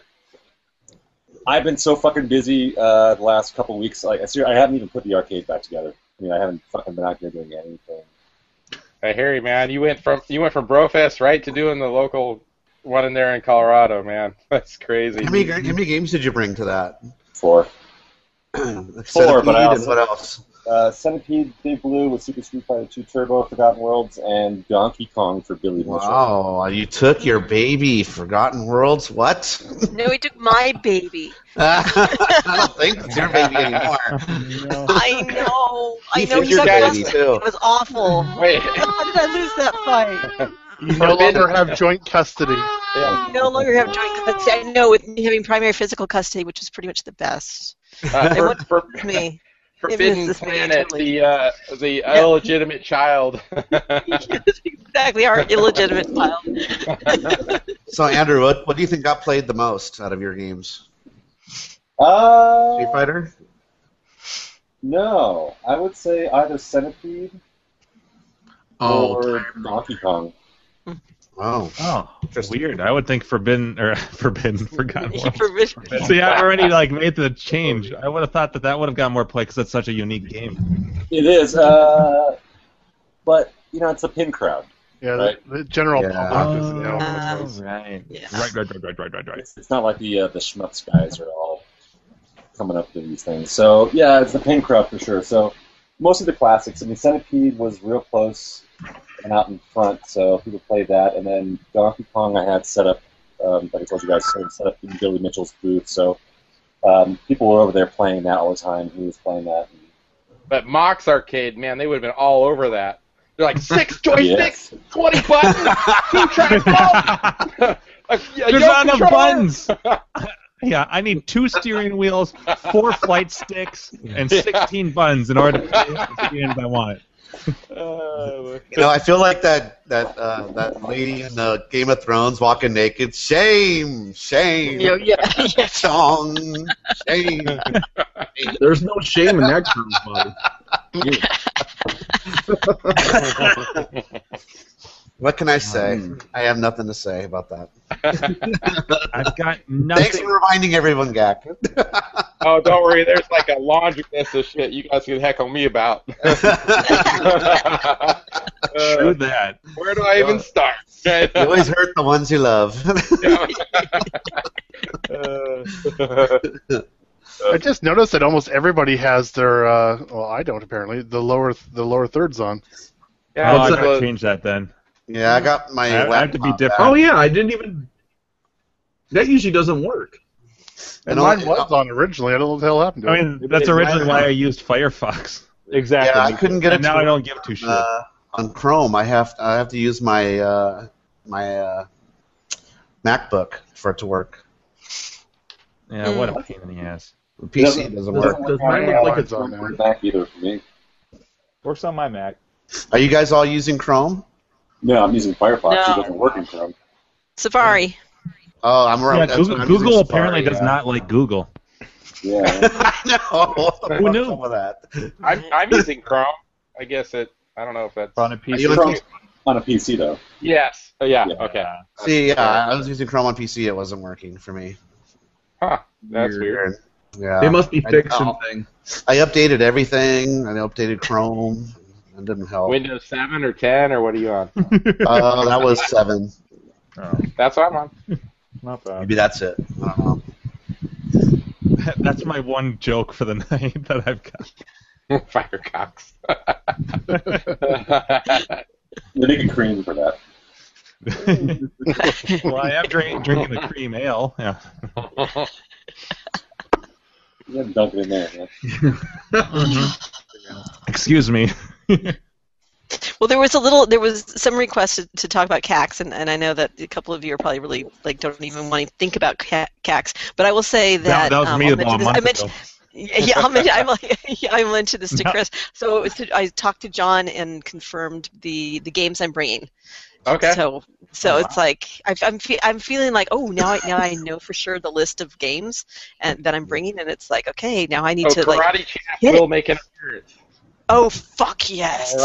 I've been so fucking busy uh, the last couple weeks. Like, I, ser- I haven't even put the arcade back together. I mean, I haven't fucking been out there doing anything. I hear you, man. You went from you went from Brofest right to doing the local one in there in Colorado, man. That's crazy. How many, how many games did you bring to that? Four. Four, Centipede but I and also what else? uh, Centipede, Big Blue with Super Street Fighter 2 Turbo, Forgotten Worlds, and Donkey Kong for Billy Mitchell. Wow, you took your baby, Forgotten Worlds. What? No, he took my baby. I don't think it's your baby anymore. I know. I Oh. He know took he your took baby us. too. It was awful. Wait, How did I lose that fight? You no longer have joint custody. I no longer have joint custody. I know with me having primary physical custody, which is pretty much the best. uh, for, for, It's me. Forbidden this man, Planet, totally. the uh, the Yeah. illegitimate child. Yes, exactly, our illegitimate child. So Andrew, what, what do you think got played the most out of your games? Uh, Street Fighter? No, I would say either Centipede Oh, or Donkey Kong. Oh. Oh, weird. I would think forbidden or forbidden, forgotten. Worlds. Forbidden- See, I've already like made the change. I would have thought that that would have gotten more play because it's such a unique game. It is, uh, but you know, it's a pin crowd. Yeah, the, the general Yeah. public is you know, Uh, right. Yeah. Right, right, right, right, right, right, right. It's, it's not like the uh, the schmutz guys are all coming up to these things. So yeah, it's the pin crowd for sure. So most of the classics. I mean, Centipede was real close and out in front, so people played that. And then Donkey Kong, I had set up. Um, like I told you guys, sort of set up in Billy Mitchell's booth. So um, people were over there playing that all the time. He was playing that. And, but Mox Arcade, man, they would have been all over that. They're like six joysticks, Yes. twenty buttons, two tripods. a- a There's yoke not enough controller. buttons. yeah, I need two steering wheels, four flight sticks, and Yeah. 16 buttons in order to play the games I want. Uh, You know, I feel like that that uh, that lady in uh, Game of Thrones walking naked. Shame, shame, you know, yeah, yes. song, shame. there's no shame in that group, buddy. What can I say? Um, I have nothing to say about that. I've got Thanks nothing. for reminding everyone, Gak. oh, don't worry. There's like a laundry list of shit you guys can heckle me about. Uh, True that. where do I even start? You always hurt the ones you love. Uh, I just noticed that almost everybody has their. Uh, well, I don't apparently. The lower the lower thirds on. yeah, oh, I it's gotta a- change that then. yeah, I got my. I, I have to laptop be back. different. Oh yeah, I didn't even. That usually doesn't work. And know mine what? was on originally. I don't know what the hell happened to I it. mean, that's originally why I used Firefox. Exactly. Yeah, I couldn't get it. And now to I don't give two shit. uh, on Chrome. I have I have to use my uh, my uh, MacBook for it to work. Yeah, what a pain in the ass. The PC doesn't, work. Does on mine look like Mine's it's on Word there. back either for me. Works on my Mac. Are you guys all using Chrome? No, I'm using Firefox. No. It doesn't work in Chrome. Safari. Oh, I'm wrong. Yeah, That's Google, what I'm using Google Safari, apparently does yeah. not like Google. Yeah. no. Who knew? Some of that. I'm, I'm using Chrome. I guess it. I don't know if that's. On a Are PC. you Chrome looking- on a PC though. Yes. Oh, yeah. Yeah. Okay. See, yeah, I was using Chrome on PC. It wasn't working for me. Huh. That's weird. Yeah. They must be I fixing know. thing. I updated everything. I updated Chrome. It didn't help. Windows 7 or 10 or what are you on? Uh, that was seven. Oh. That's what I'm on. Not bad. Maybe that's it. I don't know. That's my one joke for the night that I've got. Firecox. They're making cream for that. well, I am drink, drinking the cream ale. Yeah. You gotta dunk it in there. Man. Excuse me. Well, there was a little. There was some request to, to talk about CACs, and, and I know that a couple of you are probably really like don't even want to think about ca- CACs. But I will say that That, that was um, me I'll about mention a this- month I mentioned, ago. Yeah, yeah, I'll mention, I'm like, yeah, I mentioned this to No. Chris. So it was to, I talked to John and confirmed the the games I'm bringing, Okay. Oh, So so it's like I've, I'm fe- I'm feeling like oh now I now I know for sure the list of games and that I'm bringing and it's like okay now I need oh, to Karate like Champ hit will make an appearance. oh fuck yes All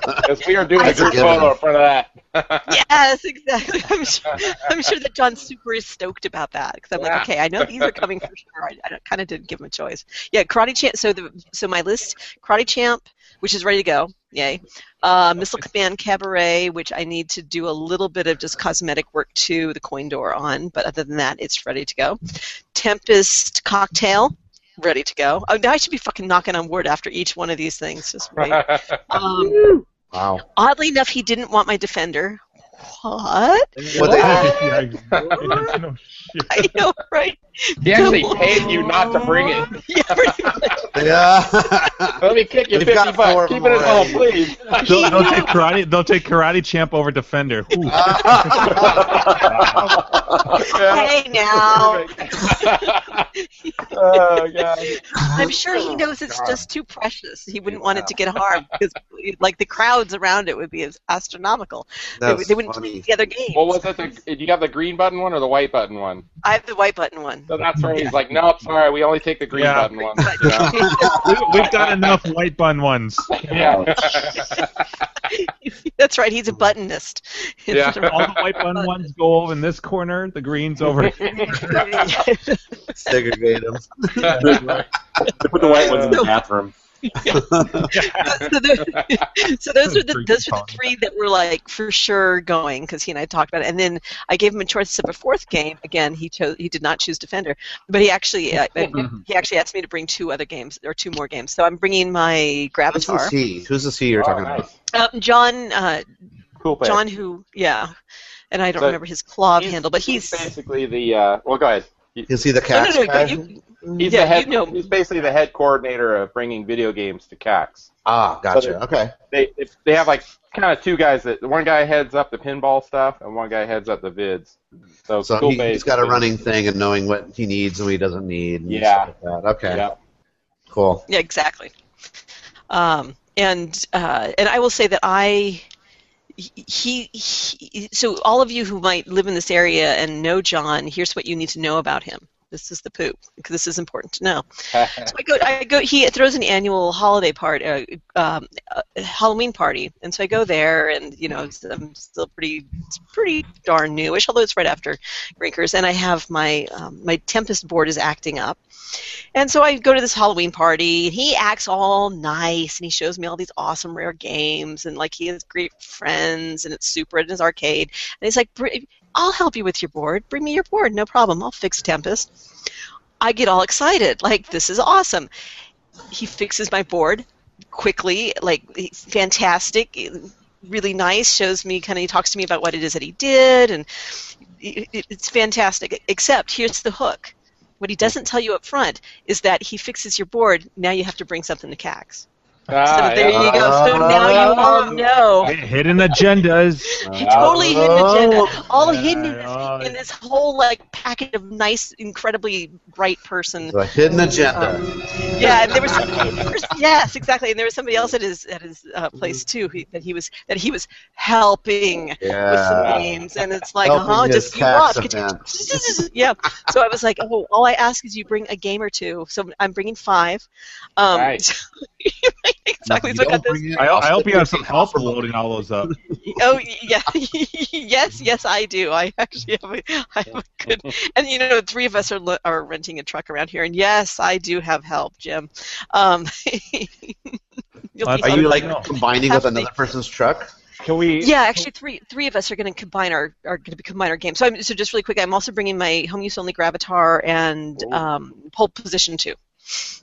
Because we are doing I a group forgive him. photo in front of that. yes exactly I'm sure I'm sure that John Super is stoked about that because I'm Yeah. like okay I know these are coming for sure I, I kind of didn't give him a choice yeah Karate Champ so the so my list Karate Champ which is ready to go yay uh, Missile Command Cabaret, which I need to do a little bit of just cosmetic work to the coin door on, but other than that, it's ready to go. Tempest Cocktail, ready to go. Oh, now I should be fucking knocking on wood after each one of these things. Just wait. Um, Wow. oddly enough, he didn't want my Defender. What? What they, Yeah, no shit. I know, right? he actually paid you not to bring it. Yeah, pretty much. yeah. Let me kick you We've 50 got four bucks. of Keep it them at home, already. please. They'll, they'll take karate. They'll take karate champ over defender. Ooh. Hey, now. oh, God. I'm sure he knows it's God. just too precious. He wouldn't want it to get harmed because, like, the crowds around it would be astronomical. They, That's would- they wouldn't funny. play the other games. What was it? The, did you have the green button one or the white button one? I have the white button one. So that's where he's like, nope, sorry, we only take the green Yeah. button one. But- you know? We, we've got enough white bun ones. yeah. That's right. He's a buttonist. Yeah. All the white bun ones go over in this corner. The greens over. Segregate them. They put the white ones in the bathroom. so, there- so those were the Freaking those were punk. the three that were like for sure going because he and I talked about it. And then I gave him a choice of a fourth game. Again, he chose he did not choose Defender, but he actually uh, he actually asked me to bring two other games or two more games. So I'm bringing my Who's this Gravatar. he? Who's this he you're talking Oh, about? nice. Uh, John uh, Cool pick. John who yeah, and I don't So remember his claw He's- handle, but he's basically the. Uh, well, go ahead. Is he the no cat no no. guy? You, He's Yeah, the head. you know- He's basically the head coordinator of bringing video games to CAX. Ah, gotcha. Okay. They they- they have like kind of two guys. That one guy heads up the pinball stuff, and one guy heads up the vids. So, So cool he, base has got a is- running thing and knowing what he needs and what he doesn't need. And Yeah. Stuff like that. Okay. Yeah. Cool. Yeah, exactly. Um, and uh, and I will say that I he, he so all of you who might live in this area and know John, here's what you need to know about him. This is the poop because this is important to know. So I go, I go. He throws an annual holiday part, uh, um, uh, Halloween party, and so I go there, and you know, it's- I'm still pretty, it's pretty darn newish, although it's right after Grinkers, and I have my um, my Tempest board is acting up, and so I go to this Halloween party, and he acts all nice, and he shows me all these awesome rare games, and like he has great friends, and it's super in his arcade, and he's like, "Br- "I'll help you with your board. Bring me your board, no problem. I'll fix Tempest." I get all excited, like this is awesome. He fixes my board quickly, like fantastic, really nice. Shows me kind of he talks to me about what it is that he did, and it, it- it's fantastic. Except here's the hook. What he doesn't tell you up front is that he fixes your board. Now you have to bring something to CAX. So Ah, there yeah. you go. So now Oh, you all know. Hidden agendas. Totally hidden agenda. Oh, All Yeah, hidden in this, in this whole like packet of nice, incredibly bright person uh, The hidden agenda. Oh. yeah, and there was somebody, there was- yes, exactly, and there was somebody else at his at his uh, place too who, that he was that he was helping with yeah. some games, and it's like, Helping uh-huh, his just you tax watch, could you- event. yeah. So I was like, oh, all I ask is you bring a game or two. So I'm bringing five. Um, Nice. exactly. You So I got don't this. bring in- I, I hope you have some help loading all those up. Oh yeah, yes, yes, I do. I actually have a, I have a good, and you know, three of us are lo- are renting a truck around here, and yes, I do have help, Jim. Um, you'll Are see Are some- you like No. combining with another person's truck? Can we? Yeah, actually, three three of us are going to combine our are going to combine our games. So, I'm, so just really quick, I'm also bringing my home use only Gravatar and um, Pole Position too. Oh.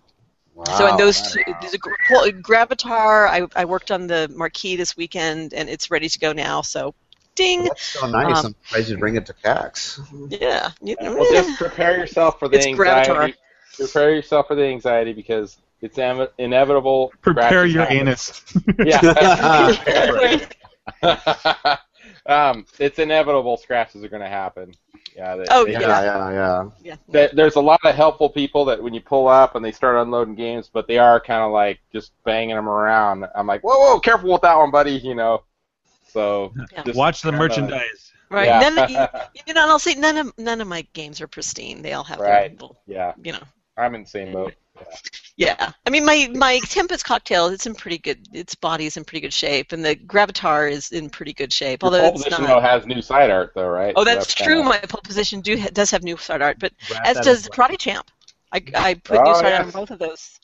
Wow. So in those two, there's a gr- Pole- Gravatar. I I worked on the marquee this weekend, and it's ready to go now. So, ding. That's so Oh, nice. Um, I'm surprised you bring it to CAX. Yeah. You- Well, just prepare yourself for the It's anxiety. Gravatar. Prepare yourself for the anxiety because it's am- inevitable. Prepare Scratches your happen. anus. Yeah. Right. um, it's inevitable. Scratches are going to happen. Yeah. They, Oh, they- Yeah, Yeah. yeah, yeah. Yeah. there- there's a lot of helpful people that when you pull up and they start unloading games, but they are kind of like just banging them around. I'm like, whoa, whoa, careful with that one, buddy. You know. So Yeah. just Watch the kinda- merchandise. Right. Yeah. None of, you, you know, and I'll say none of none of my games are pristine. They all have their Right. little, Yeah, you know. I'm in the same boat. Yeah. I mean, my my Tempest cocktail, it's in pretty good. Its body's in pretty good shape, and the Gravatar is in pretty good shape. Although Your pole it's position not. though has new side art though, right? oh, So that's, true. kinda- My pole position do ha- does have new start art, but Wrap as that does up. Karate Champ. I, I put new Oh, start yes. art on both of those.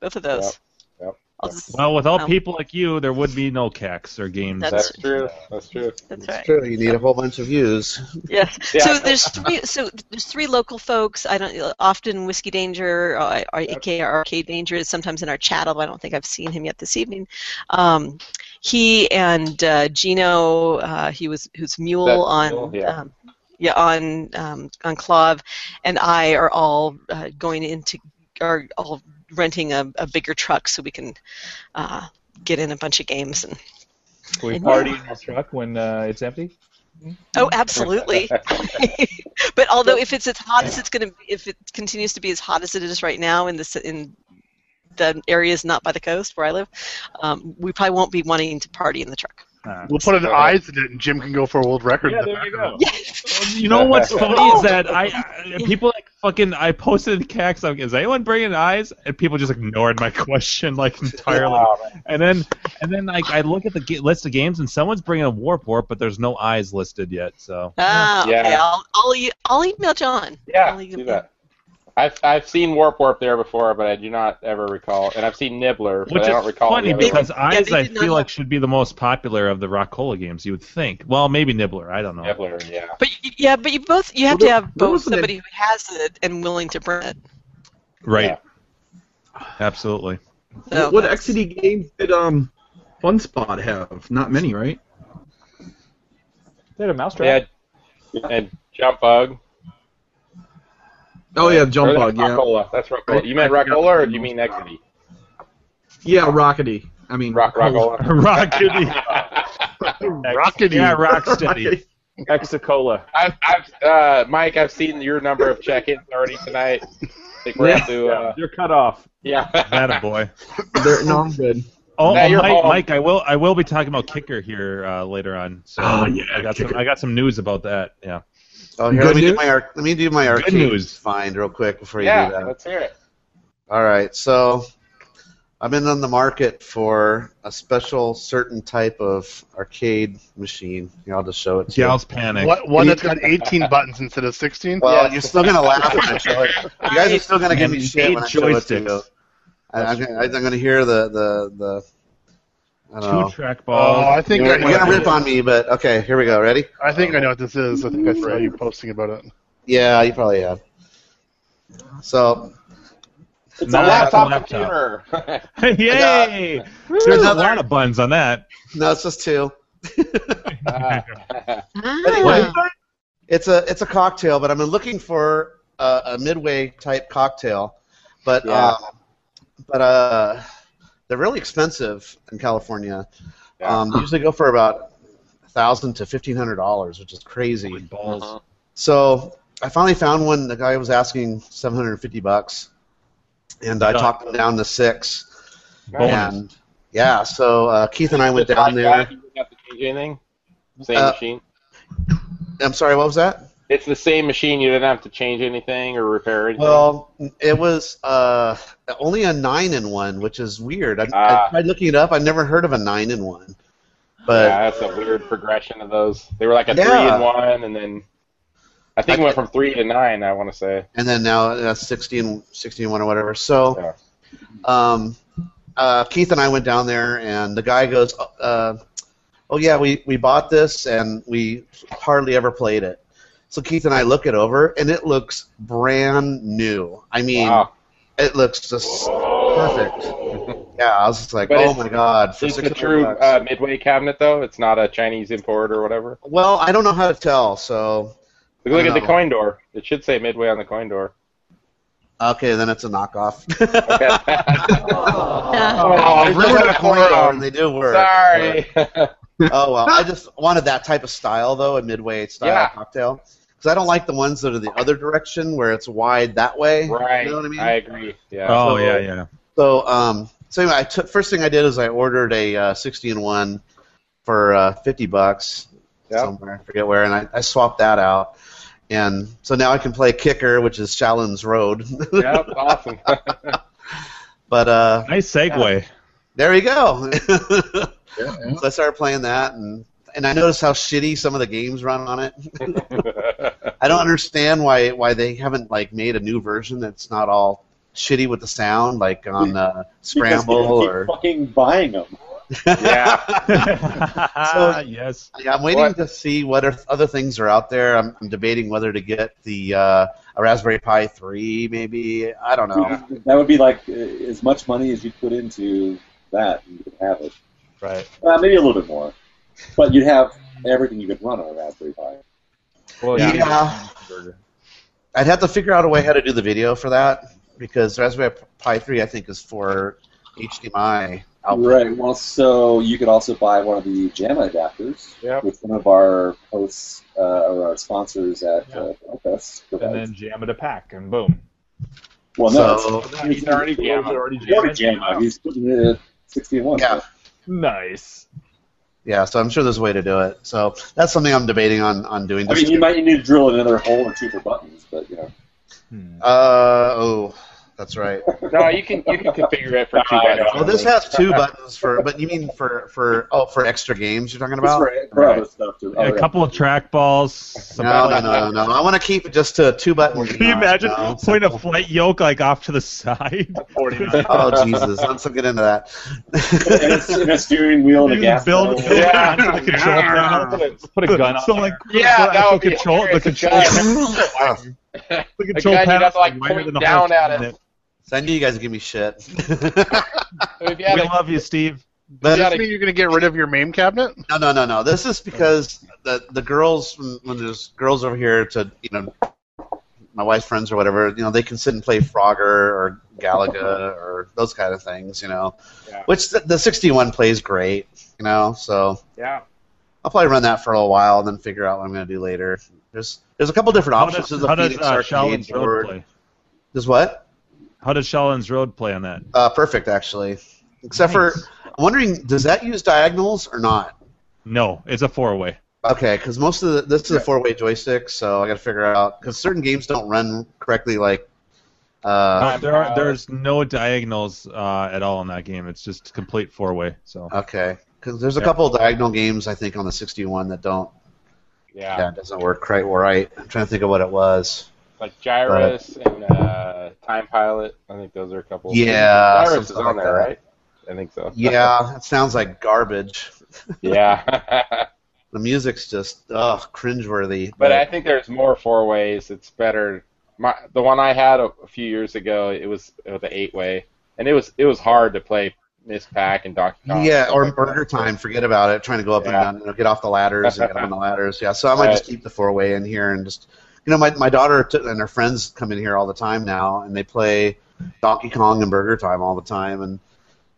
Both of those. Yep, yep, I'll yep. just- Well, without Um, people like you, there would be no CACs or games. That's- That's true. That's true. that's It's right. true. You need a whole bunch of views. Yes. Yeah. So there's three. So there's three local folks. I don't often Whiskey Danger, uh, or AKA Arcade Danger is sometimes in our chattel. But I don't think I've seen him yet this evening. Um, he and uh, Gino, uh, he was who's Mule That's on. Mule, yeah. Um, yeah, on um, on Clav, and I are all uh, going into are all renting a, a bigger truck so we can uh, get in a bunch of games and Can we And- party in the truck when uh, it's empty? Oh, absolutely. but although if it's as hot as it's going to if it continues to be as hot as it is right now in this in the areas not by the coast where I live, um, we probably won't be wanting to party in the truck. We'll put an eyes in it, and Jim can go for a world record. in the background. You know what's funny is that I, I people like fucking I posted CACs like is anyone bringing eyes and people just ignored my question like entirely Wow, man. and then and then like I look at the ga- list of games and someone's bringing a Warp Warp but there's no eyes listed yet so Ah, Yeah. okay. I'll I'll, e- I'll email John. Yeah, I'll e, email- do that. I've I've seen Warp Warp there before, but I do not ever recall. And I've seen Nibbler, but which I don't is recall. funny the other because one. eyes they I did feel not have- like should be the most popular of the Rockola games you would think well maybe Nibbler I don't know Nibbler, yeah. But y- yeah, but you both you have Well, to there- have there both wasn't somebody who has it and willing to bring it. right absolutely So what that's- XCD games did um, FunSpot have? Not many, right? They had a mousetrap. They had and Jump Bug. Oh yeah, Or Jump that's Bug. Yeah, Rockola. That's Rockola. You meant I forgot Rockola, or the do you most mean Exity? yeah, Rockety. I mean, oh. Rock Rockola. Rockety Rockety. yeah Rocksteady Exicola. I've, I've, uh, Mike, I've seen your number of check-ins already tonight. I think we're up to uh, You're cut off. yeah. that a boy. They're- no, I'm good. Oh, Matt, oh, you're Mike, home. Mike, I will I will be talking about kicker here uh, later on. So Oh, yeah, I got some kicker. I got some news about that. Yeah. Oh, here, Good let me, do news? my arc- let me do my Good arcade news. find real quick before you yeah. do that. Let's hear it. All right, so I've been on the market for a special certain type of arcade machine. Here, I'll just show it to you. Gals panic. What, one that's got 18 buttons instead of 16? Well, Yeah. you're still gonna laugh when I show it. You guys are still gonna give me And shit when I eight show it to joysticks. you. I- I'm, gonna- I'm gonna hear the the the. I don't Two know. track oh, I balls. think you're, I, know you're gonna what rip on me, but okay, here we go. Ready? this- I think I know what this is. I think I saw you posting about it. Yeah, you probably have. So It's Not a laptop, laptop. computer. Yay! There's a Another- lot of buns on that. no, it's just two. Ah. Ah. It's a it's a cocktail, but I'm looking for a, a midway type cocktail, but Yeah. um, but uh, they're really expensive in California. Yeah. Um, they usually go for about thousand to fifteen hundred dollars, which is crazy. Balls. So I finally found one. The guy was asking seven hundred and fifty bucks, and I Done. talked him down to six. Bonus. And yeah, so uh, Keith and I went Just down like there. that, You didn't have to change anything. Same Uh, machine. I'm sorry, what was that? It's the same machine. You didn't have to change anything or repair anything. Well, it was uh, only a nine in one, which is weird. I, Ah. I tried looking it up. I've never heard of a nine in one, but yeah, that's a weird progression of those. They were like a Yeah. three and one, and then I think it went from three to nine. I want to say. and then now that's 60 and 60 and one or whatever. So Yeah. um, uh, Keith and I went down there, and the guy goes, uh, "Oh yeah, we we bought this, and we hardly ever played it." So Keith and I look it over, and it looks brand new. I mean, Wow. it looks just perfect. Yeah, I was just like, But "Oh it's- my god!" For It's a 600 true bucks." uh, Midway cabinet, though. It's not a Chinese import or whatever. Well, I don't know how to tell. So Look, look at the No. coin door. It should say Midway on the coin door. okay, then it's a knockoff. Okay. Oh, There's ruined no a coin coin. door, and they do work. Sorry. But- oh well, I just wanted that type of style though, a midway style Yeah. cocktail, because I don't like the ones that are the other direction where it's wide that way. right. You know what I mean? agree. Yeah. Oh yeah, yeah. So um, so anyway, I took first thing I did is I ordered a uh, sixty and one for uh, 50 bucks Yep. somewhere. I forget where. And I, I swapped that out. And so now I can play kicker, which is Shaolin's Road. Yep, awesome. but uh, Nice segue. there you go. so Yeah, yeah. I started playing that, and and I noticed how shitty some of the games run on it. I don't understand why why they haven't like made a new version that's not all shitty with the sound, like on uh, Scramble Because or. people keep fucking buying them. yeah. yes. Yeah, I'm waiting What? to see what are- other things are out there. I'm, I'm debating whether to get the uh, a Raspberry Pi 3, maybe. I don't know. That would be like uh, as much money as you put into that, you could have it. Right. Uh, maybe a little bit more, but you'd have everything you could run on a Raspberry Pi. Well, Oh, Yeah. you- I'd have to figure out a way how to do the video for that because Raspberry Pi 3, I think, is for HDMI output. Right. Well, so you could also buy one of the JAMA adapters, Yep. which one of our hosts uh, or our sponsors at uh, Belfast and provides. then jam it a pack, and boom. well, no, it's- So, he's already Yeah. he's already JAMA. He's putting it at 61. Yeah. Nice. yeah, so I'm sure there's a way to do it. So that's something I'm debating on, on doing. I mean, you might need to drill another hole or two for buttons, but you know. uh, oh, that's right. No, you can you can configure it for two buttons. Well, this has two buttons for, but you mean for, for oh for extra games you're talking about? That's right, for other stuff too. a couple of track balls. Some Oh, No, no, no, no, no. I want to keep it just to two buttons. Can you imagine No. putting a flight yoke like off to the side? Oh Jesus! Let's not get into and, that. it's, and a steering wheel and a You gas build, pedal. build Yeah. onto the control panel. Put a, put a gun on so there. like Yeah, the that actual would be control the hilarious. control Yeah. the The control gun, you'd have panel to, like, point down at it. so I knew you guys would give me shit. If you had We a- love you, Steve. but Does this mean you're going to get rid of your MAME cabinet? no, no, no, no. This is because the the girls when- when there's girls over here to you know my wife's friends or whatever you know they can sit and play Frogger or Galaga or those kind of things you know, Yeah. which the, the 61 plays great you know so. yeah. I'll probably run that for a little while and then figure out what I'm going to do later. There's there's a couple different How options. does, There's a how does Phoenix uh, Arcade Shaolin's Road board. play? There's what? How does Shaolin's Road play on that? Uh, perfect, actually. Except Nice. for, I'm wondering, does that use diagonals or not? No, it's a four-way. Okay, because most of the, this is a four-way joystick, so I got to figure out because certain games don't run correctly. Like, uh, No, there are there's no diagonals uh, at all in that game. It's just complete four-way. So okay, because there's a Yeah. couple of diagonal games I think on the 61 that don't. Yeah. Yeah, it doesn't work quite right. I'm trying to think of what it was. Like Gyrus and uh, Time Pilot. I think those are a couple. Yeah, Gyrus is something on like there, that. right? I think so. Yeah, it sounds like garbage. yeah. The music's just ugh cringeworthy. but I think there's more four ways. It's better. My the one I had a, a few years ago. It was it was an eight way, and it was it was hard to play Miss Pack and Donkey Kong. yeah, or Like, Burger Time. Forget about it. Trying to go up Oh, Yeah. and down, you know, get off the ladders and get on the ladders. Yeah, so I might just keep the four way in here and just, you know, my my daughter t- and her friends come in here all the time now, and they play Donkey Kong and Burger Time all the time, and,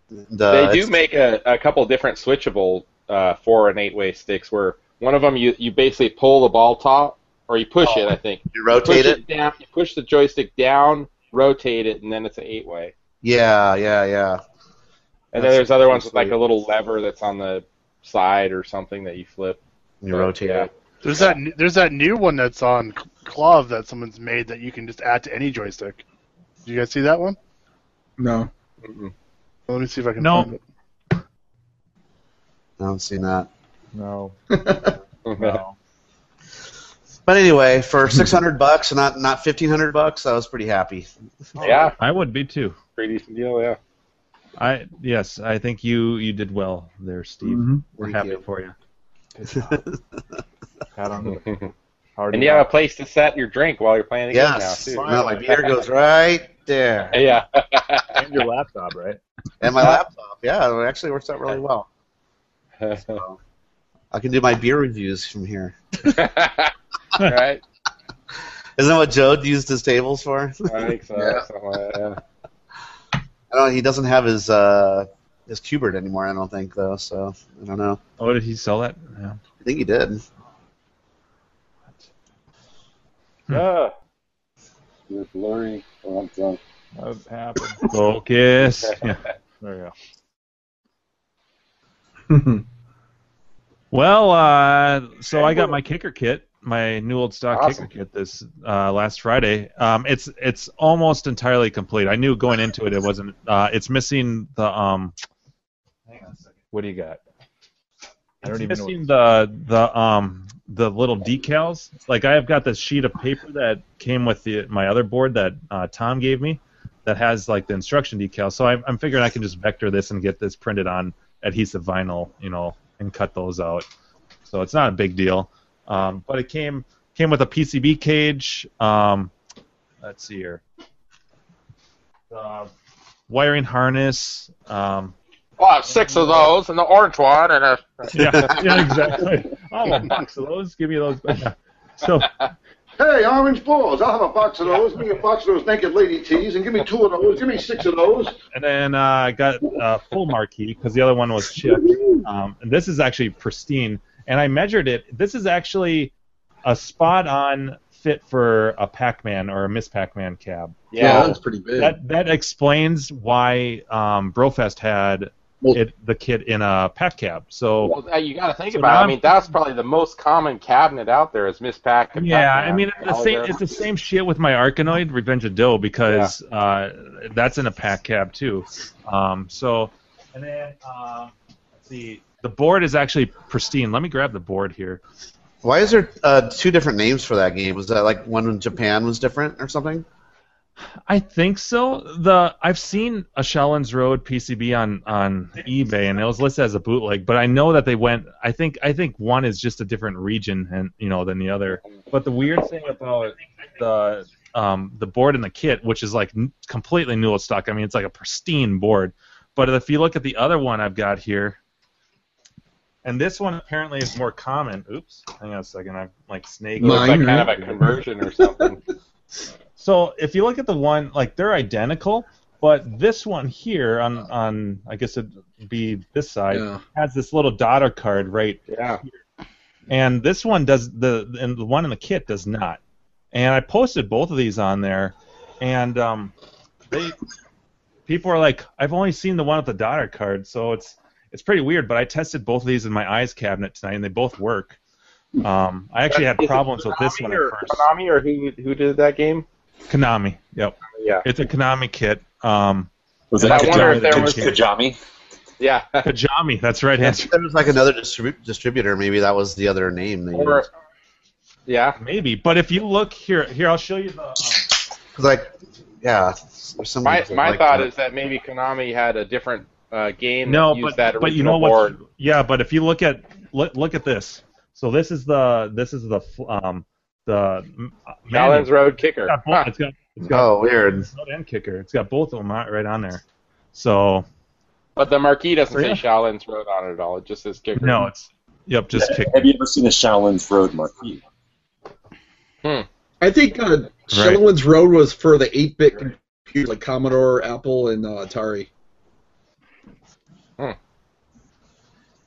and, uh, They do it's- make a, a couple different switchable uh, four and eight way sticks where one of them you, you basically pull the ball top or you push it I think Oh. you rotate push it. down you push the joystick down rotate it and then it's an eight way Yeah, yeah, yeah. and That's then there's other ones with like a sweet. little lever that's on the side or something that you flip You But, rotate yeah. it. There's that n- there's that new one that's on C- Clove that someone's made that you can just add to any joystick. Did you guys see that one? No. Mm-mm. Let me see if I can No. find it. I haven't seen that. No. But anyway, for six hundred bucks, and not not fifteen hundred bucks, I was pretty happy. yeah I would be too. pretty decent deal yeah I yes, I think you you did well there, Steve. Mm-hmm. Mhm. We're Thank happy you. for you. Pat on the and hard you have a place to set your drink while you're playing the Yes. game now too Now my beer goes right there. yeah and your laptop, right? and my laptop. Yeah, it actually works out really well. So, I can do my beer reviews from here. right Isn't that what Joe used his tables for? I think so Yeah. something like that, I don't. He doesn't have his uh, his Cubert anymore. I don't think though. So I don't know. Oh, did he sell that? Yeah. I think he did. Yeah. Uh, You're blurry or I'm drunk. that happened. Focus. Yeah. There you go. Well, uh, so I got my kicker kit, my new old stock Awesome. kicker kit this uh, last Friday. Um, it's it's almost entirely complete. I knew going into it it wasn't. Uh, it's missing the um. Hang on a second. What do you got? It's I don't even know. missing the the um the little decals. Like I've got this sheet of paper that came with the my other board that uh, Tom gave me that has like the instruction decals. So I'm, I'm figuring I can just vector this and get this printed on adhesive vinyl, you know, and cut those out. So it's not a big deal. Um, but it came came with a PCB cage. Um, let's see here. Uh, The wiring harness. Um, Well, six of those, and the orange one, and a. yeah, yeah, exactly. Oh, a box of those. Give me those. So Hey, orange balls. I'll have a box of those. Give me a box of those naked lady tees, and give me two of those. Give me six of those. and then uh, I got uh, full marquee because the other one was chipped. Um, and this is actually pristine. And I measured it. This is actually a spot on fit for a Pac-Man or a Miss Pac-Man cab. Yeah, Yeah. that's pretty big. That that explains why um, Brofest had Well- it, the kit in a Pac cab. So Well, uh, you got to think So now about. it. I I'm- mean, that's probably the most common cabinet out there is Miss Pac. and Yeah, Pac-Man. I mean it's the All same. there. It's the same shit with my Arkanoid Revenge of Doe because uh, that's in a pack cab too. Um, so, and then um, let's see, the board is actually pristine. Let me grab the board here. Why is there uh, two different names for that game? Was that like one in Japan was different or something? I think so. The I've seen a Shellens Road PCB on on eBay and it was listed as a bootleg, but I know that they went. I think I think one is just a different region and you know than the other. But the weird thing about the um, the board and the kit, which is like n- completely new old stock. I mean, it's like a pristine board. But if you look at the other one I've got here, and this one apparently is more common. Oops, hang on a second. I'm like snake. It looks like Mine, kind of right? a conversion or something. So if you look at the one, like they're identical, but this one here on on I guess it'd be this side Yeah. has this little daughter card right, yeah. and this one does the and the one in the kit does not. And I posted both of these on there, and um, they people are like, I've only seen the one with the daughter card, so it's it's pretty weird. But I tested both of these in my eyes cabinet tonight, and they both work. Um, I actually had Is it problems with this Konami one at or- first. Konami or who who did that game? Konami, yep, Yeah. it's a Konami kit. Um, Was And it I wonder if there Kajami? was- Kajami? Yeah. Kajami, that's right answer. There was like another distribu- distributor. Maybe that was the other name. They or, yeah. Maybe, but if you look here, here I'll show you the. Um, Because like, yeah. there's some My games that my like thought that. is that maybe Konami had a different uh, game no, that but used that but you original know what? board. Yeah, but if you look at look, look at this. So this is the this is the um the m- Allen's manual. Road Kicker. It's got, both, Huh. it's got it's got Oh, weird. it's not end kicker. It's got both of them right right on there. So But the marquee doesn't say Yeah. Shaolin's Road on it at all. It just says Kicker. no, it's yep, just kick. Have you ever seen a Shaolin's Road marquee? Hmm. I think uh, Shillingwood's Road was for the 8-bit computers like Commodore, Apple, and uh, Atari. Hmm.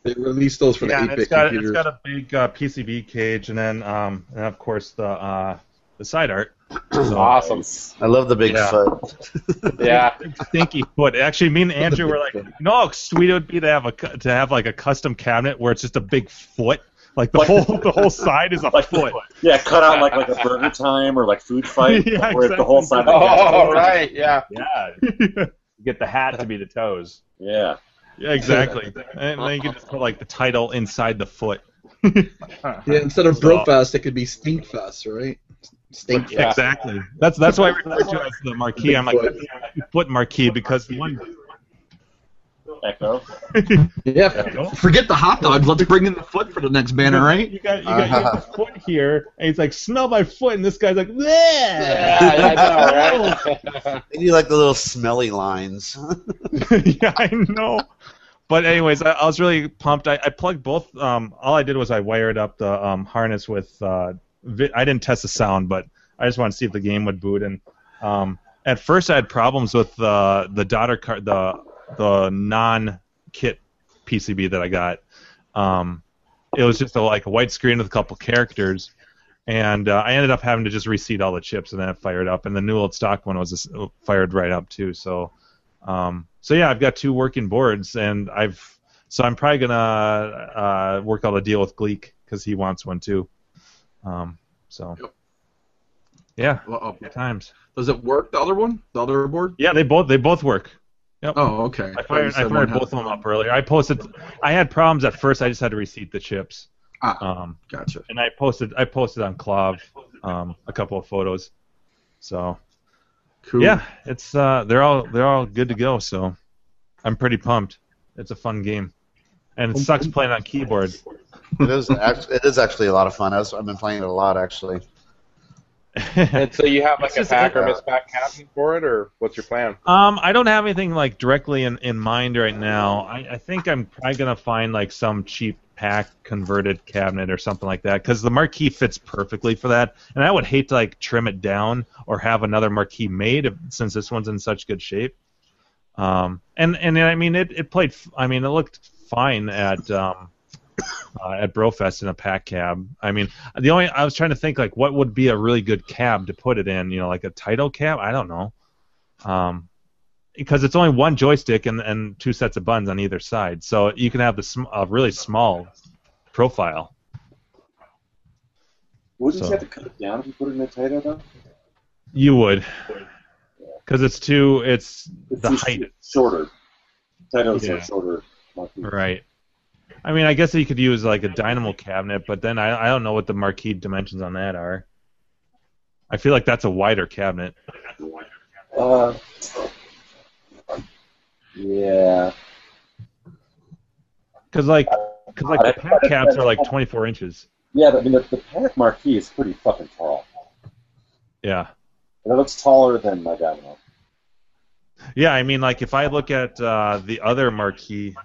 They released those for Yeah, the and 8-bit it's got computers. it's got a big uh, PCB cage, and then um and of course the uh the side art. So- Awesome. I love the big Yeah. foot. Yeah. stinky foot. Actually, me and Andrew were like, no, sweet it would be to have a cu- to have like a custom cabinet where it's just a big foot, like the whole the whole side is a foot. Yeah, cut out like like a Burger Time or like Food Fight, Yeah, where it's the whole side. exactly. of the cabinet. Oh, right. Yeah. Yeah, get the hat to be the toes. Yeah. yeah, exactly. And then you can just put like the title inside the foot. yeah, instead of So- Brofest, it could be Stinkfest, right? Stinkfest. Yeah. Exactly. That's that's why I refer to it as the marquee. I'm like Big foot marquee because one. Echo. Yeah, Yeah. forget the hot dogs. Let's bring in the foot for the next banner, right? Uh-huh. You got you got, you got the foot here, and he's like, smell my foot, and this guy's like, yeah. Yeah, I know, right? They do like the little smelly lines. yeah, I know. But anyways, I, I was really pumped. I, I plugged both. Um, all I did was I wired up the um, harness with. Uh, vi- I didn't test the sound, but I just wanted to see if the game would boot. And um, at first, I had problems with uh, the daughter card, the the non kit PCB that I got. Um, it was just a, like a white screen with a couple characters, and uh, I ended up having to just reseat all the chips and then it fired up. And the new old stock one was uh, just fired right up too. So. Um, so yeah, I've got two working boards, and I've So I'm probably gonna uh, work out a deal with Gleek because he wants one too. Um, so yeah, Uh-oh. good times. oh, Does it work? The other one, the other board? Yeah, they both they both work. Oh, okay. I fired, thought you I said fired one both of had- them up earlier. I posted. I had problems at first. I just had to reseat the chips. Ah. Um, Gotcha. and I posted. I posted on Clove um, a couple of photos. So Cool. yeah, it's uh, they're all they're all good to go. So I'm pretty pumped. It's a fun game, and it sucks playing on keyboard. it is. act- It is actually a lot of fun. I was, I've been playing it a lot actually. And so you have like It's a just pack or like a- miss pack captain for it, or what's your plan? Um, I don't have anything like directly in, in mind right now. I, I think I'm probably gonna find like some cheap pack converted cabinet or something like that because the marquee fits perfectly for that. And I would hate to like trim it down or have another marquee made if, since this one's in such good shape. Um, and and I mean it, it played. f- I mean it looked fine at um, uh, at Brofest in a pack cab. I mean the only I was trying to think like what would be a really good cab to put it in. You know like a title cab. I don't know. Um, because it's only one joystick and, and two sets of buttons on either side, so you can have the sm- a really small profile. Wouldn't So- you have to cut it down if you put it in a title though? You would, because it's too it's It's the just height, shorter. Titles Yeah. are shorter. marquee. right? I mean, I guess you could use like a dynamo cabinet, but then I I don't know what the marquee dimensions on that are. I feel like that's a wider cabinet. Uh, yeah. Because like, cause like the pack cabs are like 24 inches. Yeah, but, I mean, the, the pack marquee is pretty fucking tall. Yeah. And it looks taller than my domino. Yeah, I mean, like if I look at uh, the other marquee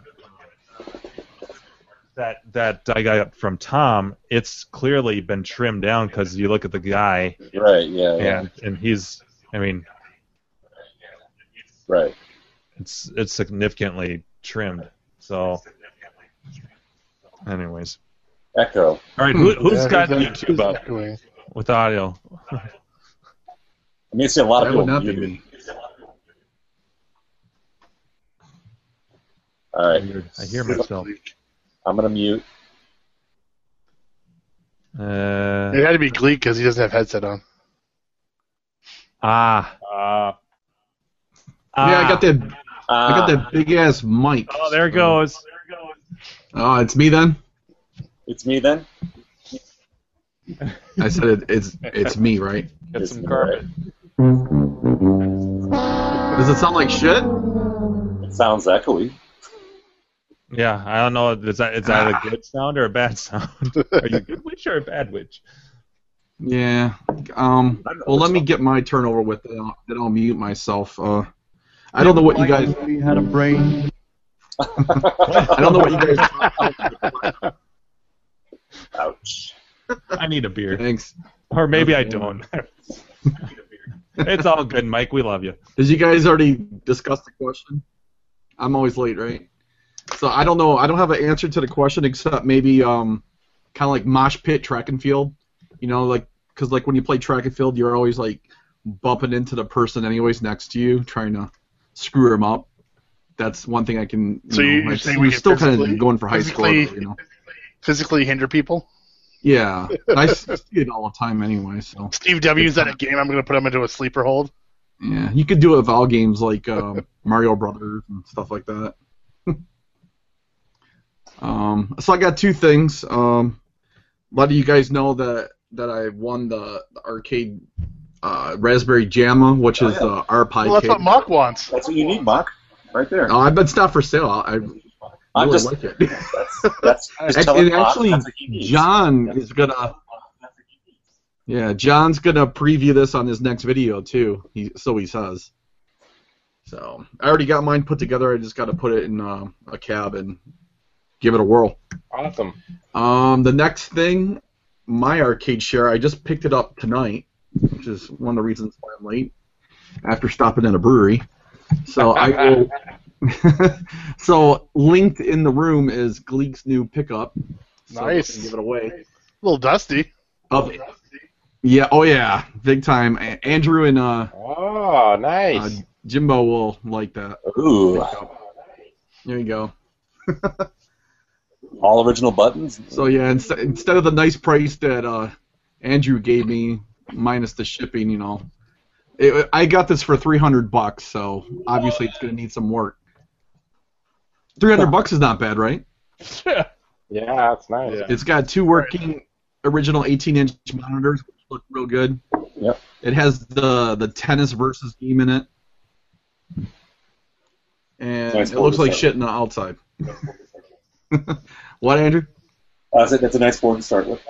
that that I got from Tom, it's clearly been trimmed down because you look at the guy, Right, yeah, yeah. and and he's, I mean, Right. it's it's significantly trimmed. So, anyways, Echo. all right, who, who's Hmm. Yeah, got who's- YouTube who's up echoing? with audio? I mean, I see a lot of That would people not be muted. me. All I right. hear, I hear myself. I'm going to mute. Uh, It had to be Gleek because he doesn't have headset on. ah, Uh, Yeah, I got the. that. Ah, I got that big ass mic. Oh, there it goes. Oh, it's me then. It's me then? I said it, it's it's me, right? got It's some me, carpet. Does it sound like shit? right? It sounds echoey. Yeah, I don't know. Is that is that a good sound or a bad sound? Are you a good witch or a bad witch? Yeah. Um. I don't know Well, let what's me up. get my turnover with it. I'll- Then I'll mute myself. Uh. I don't know what you guys. We had a brain. I don't know what you guys. Ouch. I need a beer, Thanks. or maybe I don't. it's all good, Mike. We love you. Did you guys already discuss the question? I'm always late, right? So I don't know. I don't have an answer to the question except maybe um, kind of like mosh pit track and field. You know, like because like when you play track and field, you're always like bumping into the person anyways next to you, trying to screw them up. That's one thing I can. You So know, you- I- you're saying I'm we can still kind physically- of going for high score. physically- You know? Physically hinder people. Yeah, I s- see it all the time anyway. So Steve W's at a game. I'm going to put him into a sleeper hold. yeah, you could do it with all games like um, Mario Brothers and stuff like that. um, so I got two things. Um, a lot of you guys know that that I won the, the arcade uh, Raspberry Jamma, which is Oh, the R Pie Well, that's cake. what Mock wants. That's what you need, Mark. Right there. Oh, I bet it's not for sale. I I really I'm just, like it. that's, that's, just Ac- tell and him, Mark, actually, that's what he needs. John That's is what gonna. That's what he needs. Yeah, John's gonna preview this on his next video too. He so he says. So I already got mine put together. I just got to put it in uh, a cab and give it a whirl. Awesome. Um, the next thing, my arcade share. I just picked it up tonight, which is one of the reasons why I'm late. After stopping at a brewery, so I will. so linked in the room is Gleek's new pickup. So we Nice. can Give it away. A little dusty. Of yeah, oh yeah, big time. A- Andrew and uh, Oh, uh, nice. Jimbo will like that. Ah. Ooh. There you go. All original buttons. So yeah, inst- instead of the nice price that uh, Andrew gave me minus the shipping, you know, it, I got this for 300 bucks. So obviously it's gonna need some work. 300 bucks is not bad, right? Yeah, that's nice. It's got two working original 18-inch monitors, which look real good. Yep. It has the the tennis versus game in it, and Nice it looks like cul-de-sac. shit on the outside. What, Andrew? Uh, so that's a nice board to start with.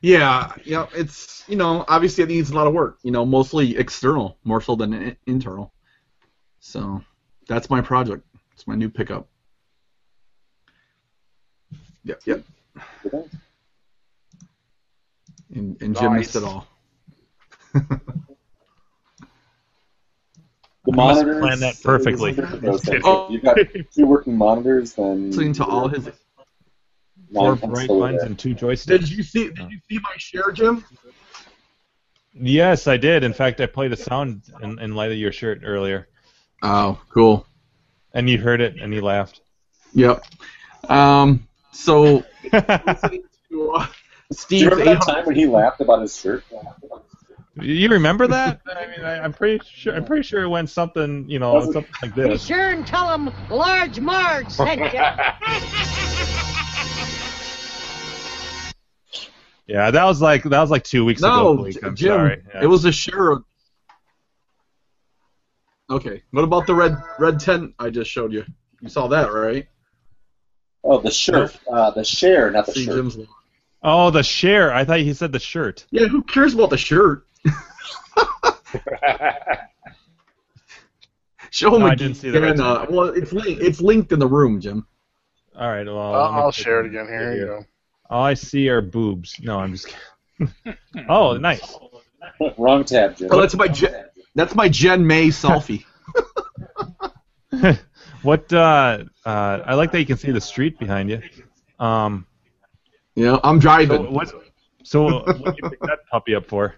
Yeah, yeah. It's you know obviously it needs a lot of work. You know, mostly external, more so than i- internal. So that's my project. It's my new pickup. Yep, yep. And, and Jim Nice. missed it all. The must have monitors. planned that perfectly. Those things. Oh. If You've got two working monitors, then Listening to all his. Four nine bright pencil buttons there. and two Did joysticks. Oh. you see? Did you see my share, Jim? Yes, I did. In fact, I played a sound in, in light of your shirt earlier, Oh, cool. and you heard it, and you laughed. Yep. Um. So Do you Steve's remember that 800 time when he laughed about his shirt? you remember that? I mean, I, I'm pretty sure. I'm pretty sure it went something, you know, Was it- something like Be this. sure and tell him Large Marge sent you. Yeah, that was like that was like two weeks ago. No, Blake, J- I'm Jim, sorry. Yeah. it was a sure. Okay, what about the red red tent I just showed you? You saw that, right? Oh, the shirt. Uh, the share, not the See shirt. Jim's. Oh, the share. I thought he said the shirt. Yeah, who cares about the shirt? Show him No, I again. didn't see the red uh, well, it's linked. It's linked in the room, Jim. All right. Well, I'll, let me I'll check share it again. Here you go. All I see are boobs. No, I'm just kidding. oh, nice. Wrong tab, Jim. Oh, that's my Jen, that's my Jen May selfie. What? Uh, uh, I like that you can see the street behind you. Um, yeah, I'm driving. so what? So what did you pick that puppy up for?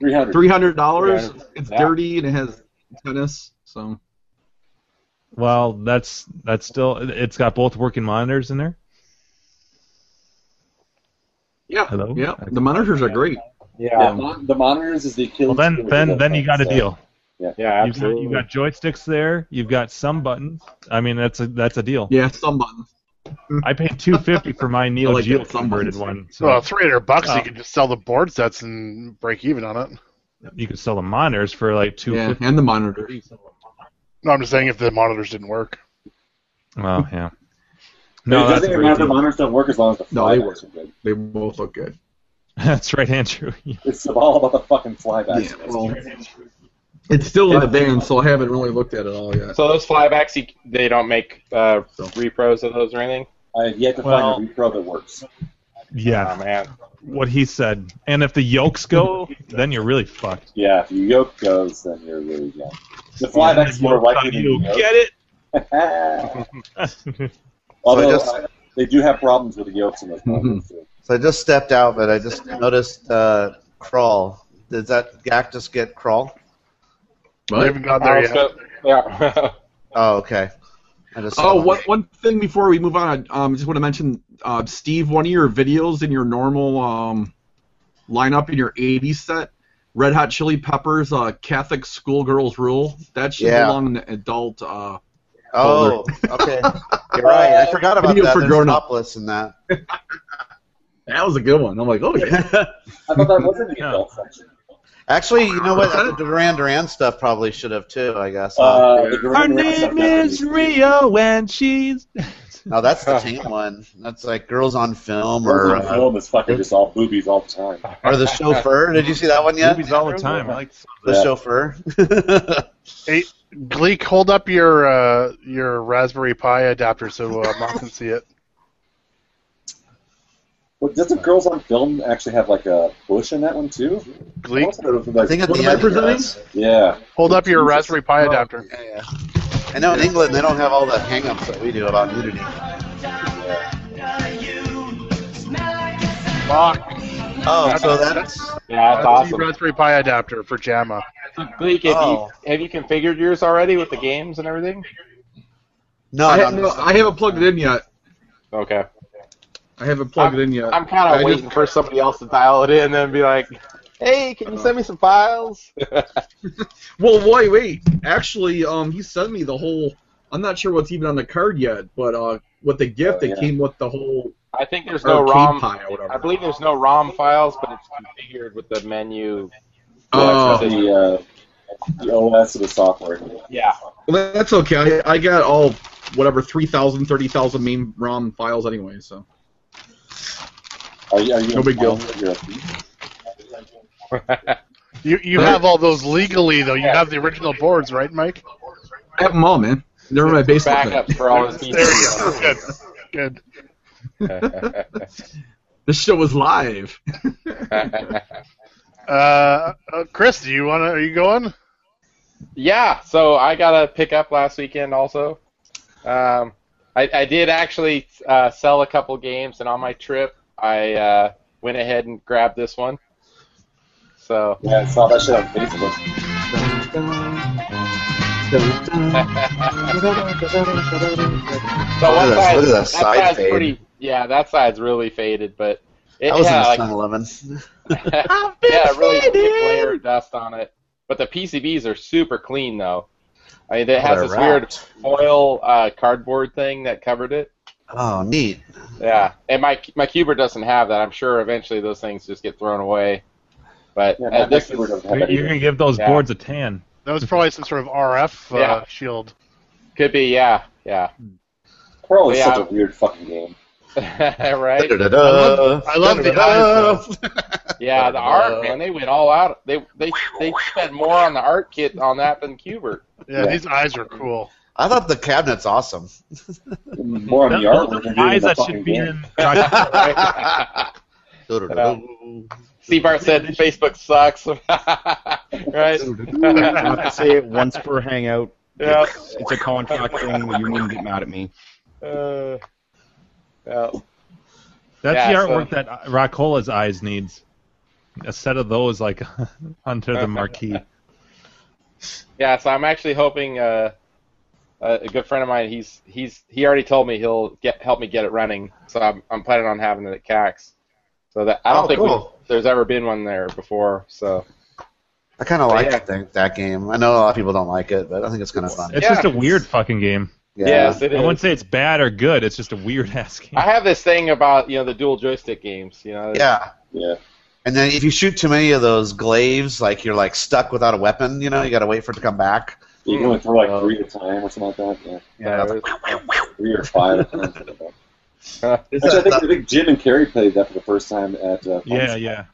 300. Three hundred dollars. Yeah. It's Yeah. dirty and it has tennis. So Well, that's that's still. It's got both working monitors in there. yeah, Hello? yeah. The monitors are great. Yeah, Yeah, mon- the monitors is the Well, Achilles. heel then of then that then you thing, got a so- deal. yeah, You've got, absolutely. you've got joysticks there. You've got some buttons. I mean, that's a that's a deal. Yeah, some buttons. I paid two fifty for my Neo I like Geo that some converted buttons. one. So Well, three hundred bucks, Oh. you could just sell the board sets and break even on it. you could sell the monitors for like two Yeah, fifty. and the monitors. No, I'm just saying if the monitors didn't work. Well, yeah. it No, that's doesn't a even great matter. The deal. monitors don't work as long as the No, they flybacks are good. They both look good. That's right, Andrew. It's all about the fucking flybacks. Yeah, well, it's still in advance, so I haven't really looked at it all yet. So those flybacks, you, they don't make uh, repros of those or anything. I have yet Uh, to Well- find a repro that works. Oh yeah, man, what he said. And if the yolks go, then you're really fucked. Yeah, if your yoke goes, then you're really young. The flybacks more likely than you the yoke. get it. Although So I just- uh, they do have problems with the yolks in those Hmm. monitors. too. So I just stepped out, but I just noticed uh, crawl. Does that Gactus get crawl? We But haven't got there yet. Also- yeah. Oh, okay. I just oh, one one thing before we move on, I um, just want to mention, uh, Steve, one of your videos in your normal um, lineup in your '80s set, Red Hot Chili Peppers, uh, Catholic Schoolgirls Rule, that should Yeah. belong in the adult. Uh, Oh, okay. You're right. I forgot about Video that. for There's grown-up. topless in that. that was a good one. I'm like, oh yeah. I thought that was in the Yeah. adult section. Actually, you know what? What's The Duran Duran stuff probably should have too. I guess. Uh, the Duran Duran Her stuff name definitely is Rio, and she's. no, Oh, that's the tame one. That's like girls on film Or, or the uh, film is fucking just all boobies all the time. or the chauffeur. Did you see that one yet? Movies all the time. I like The Yeah. chauffeur. Gleek, hold up your uh, your Raspberry Pi adapter so uh, mom can see it. Well, doesn't Girls on Film actually have like a bush in that one too? Gleek, Also, it was, like- I think at What the am I end. presenting? yes. yeah. hold up your Jesus. Raspberry Pi adapter. Yeah, yeah. I know in England they don't have all the hang-ups that we do about nudity. Fuck. Oh, so that's yeah, that's That's the awesome. Raspberry Pi adapter for JAMA. Bleak, have, Oh. you, have you configured yours already with the games and everything? No, I, no, ha- I'm no, just- I haven't plugged it in yet. Okay. I haven't plugged it in yet. I'm kind of I just- waiting for somebody else to dial it in and then be like, hey, can you send me some files? Well, wait, wait. Actually, um, he sent me the whole. I'm not sure what's even on the card yet, but uh, with the gift, Oh, it yeah. came with the whole I think there's no arcade ROM. pie or whatever. I believe there's no ROM files, but it's configured with the menu. Oh. access. the, uh, the OS of the software. Yeah. Well, that's okay. I, I got all whatever 3,000, 30,000 main ROM files anyway. So Are you, are you No big deal. implying that you're a thief? You you have all those legally though. You have the original boards, right, Mike? I have them all, man. They're in my basement. Backup for all his There you go. Good. Good. This show is live. Uh, uh, Chris, do you wanna? Are you going? Yeah, so I got a pickup last weekend also. Um, I, I did actually uh, sell a couple games, and on my trip, I uh, went ahead and grabbed this one. So Yeah, I saw that shit on Facebook. So Look one at this- side, look at that that side side's fade. pretty. Yeah, that side's really faded, but it That was yeah, in like, the 7-Eleven. yeah, a really thick layer of dust on it. But the PCBs are super clean though. I Oh, mean, it has they're this weird foil uh, cardboard thing that covered it. Oh, neat. Yeah, and my my cuber doesn't have that. I'm sure eventually those things just get thrown away. But Yeah, uh, Matt this Dixon is would have had You're, that you're either. gonna give those Yeah. boards a tan. That was probably some sort of RF uh, Yeah. shield. could be yeah yeah Pearl is Yeah. such a weird fucking game. right I love, I love the eyes. though. yeah the art man they went all out they they they spent more on the art kit on that than Cuber. Yeah, these eyes are cool. I thought the cabinet's awesome. More on the Those artwork are than doing eyes the that fucking should be game. in. Doc- Seabart said Facebook sucks. right? I have to say it once per hangout. Yeah. It's a contract thing. You wouldn't get mad at me. Uh, yeah. That's Yeah, the so- artwork that Rockola's eyes needs. A set of those, like under the marquee. Yeah, so I'm actually hoping uh, a a good friend of mine. He's he's he already told me he'll get help me get it running. So I'm I'm planning on having it at CAX. So that I don't Oh, think cool. we've- there's ever been one there before. So I kind of like yeah. that, that game. I know a lot of people don't like it, but I think it's kind of fun. It's Yeah, just a it's- weird fucking game. yeah. yes, it I is. wouldn't say it's bad or good. It's just a weird ass game. I have this thing about you know the dual joystick games. You know, yeah. Yeah. And then if you shoot too many of those glaives, like you're like stuck without a weapon, you know, you got to wait for it to come back. You can only throw like three at a time or something like that. Yeah. it was- Yeah. Three or five at a time. something like that. Is Actually, I that- think, I think Jim and Carrie played that for the first time at uh, Yeah, yeah,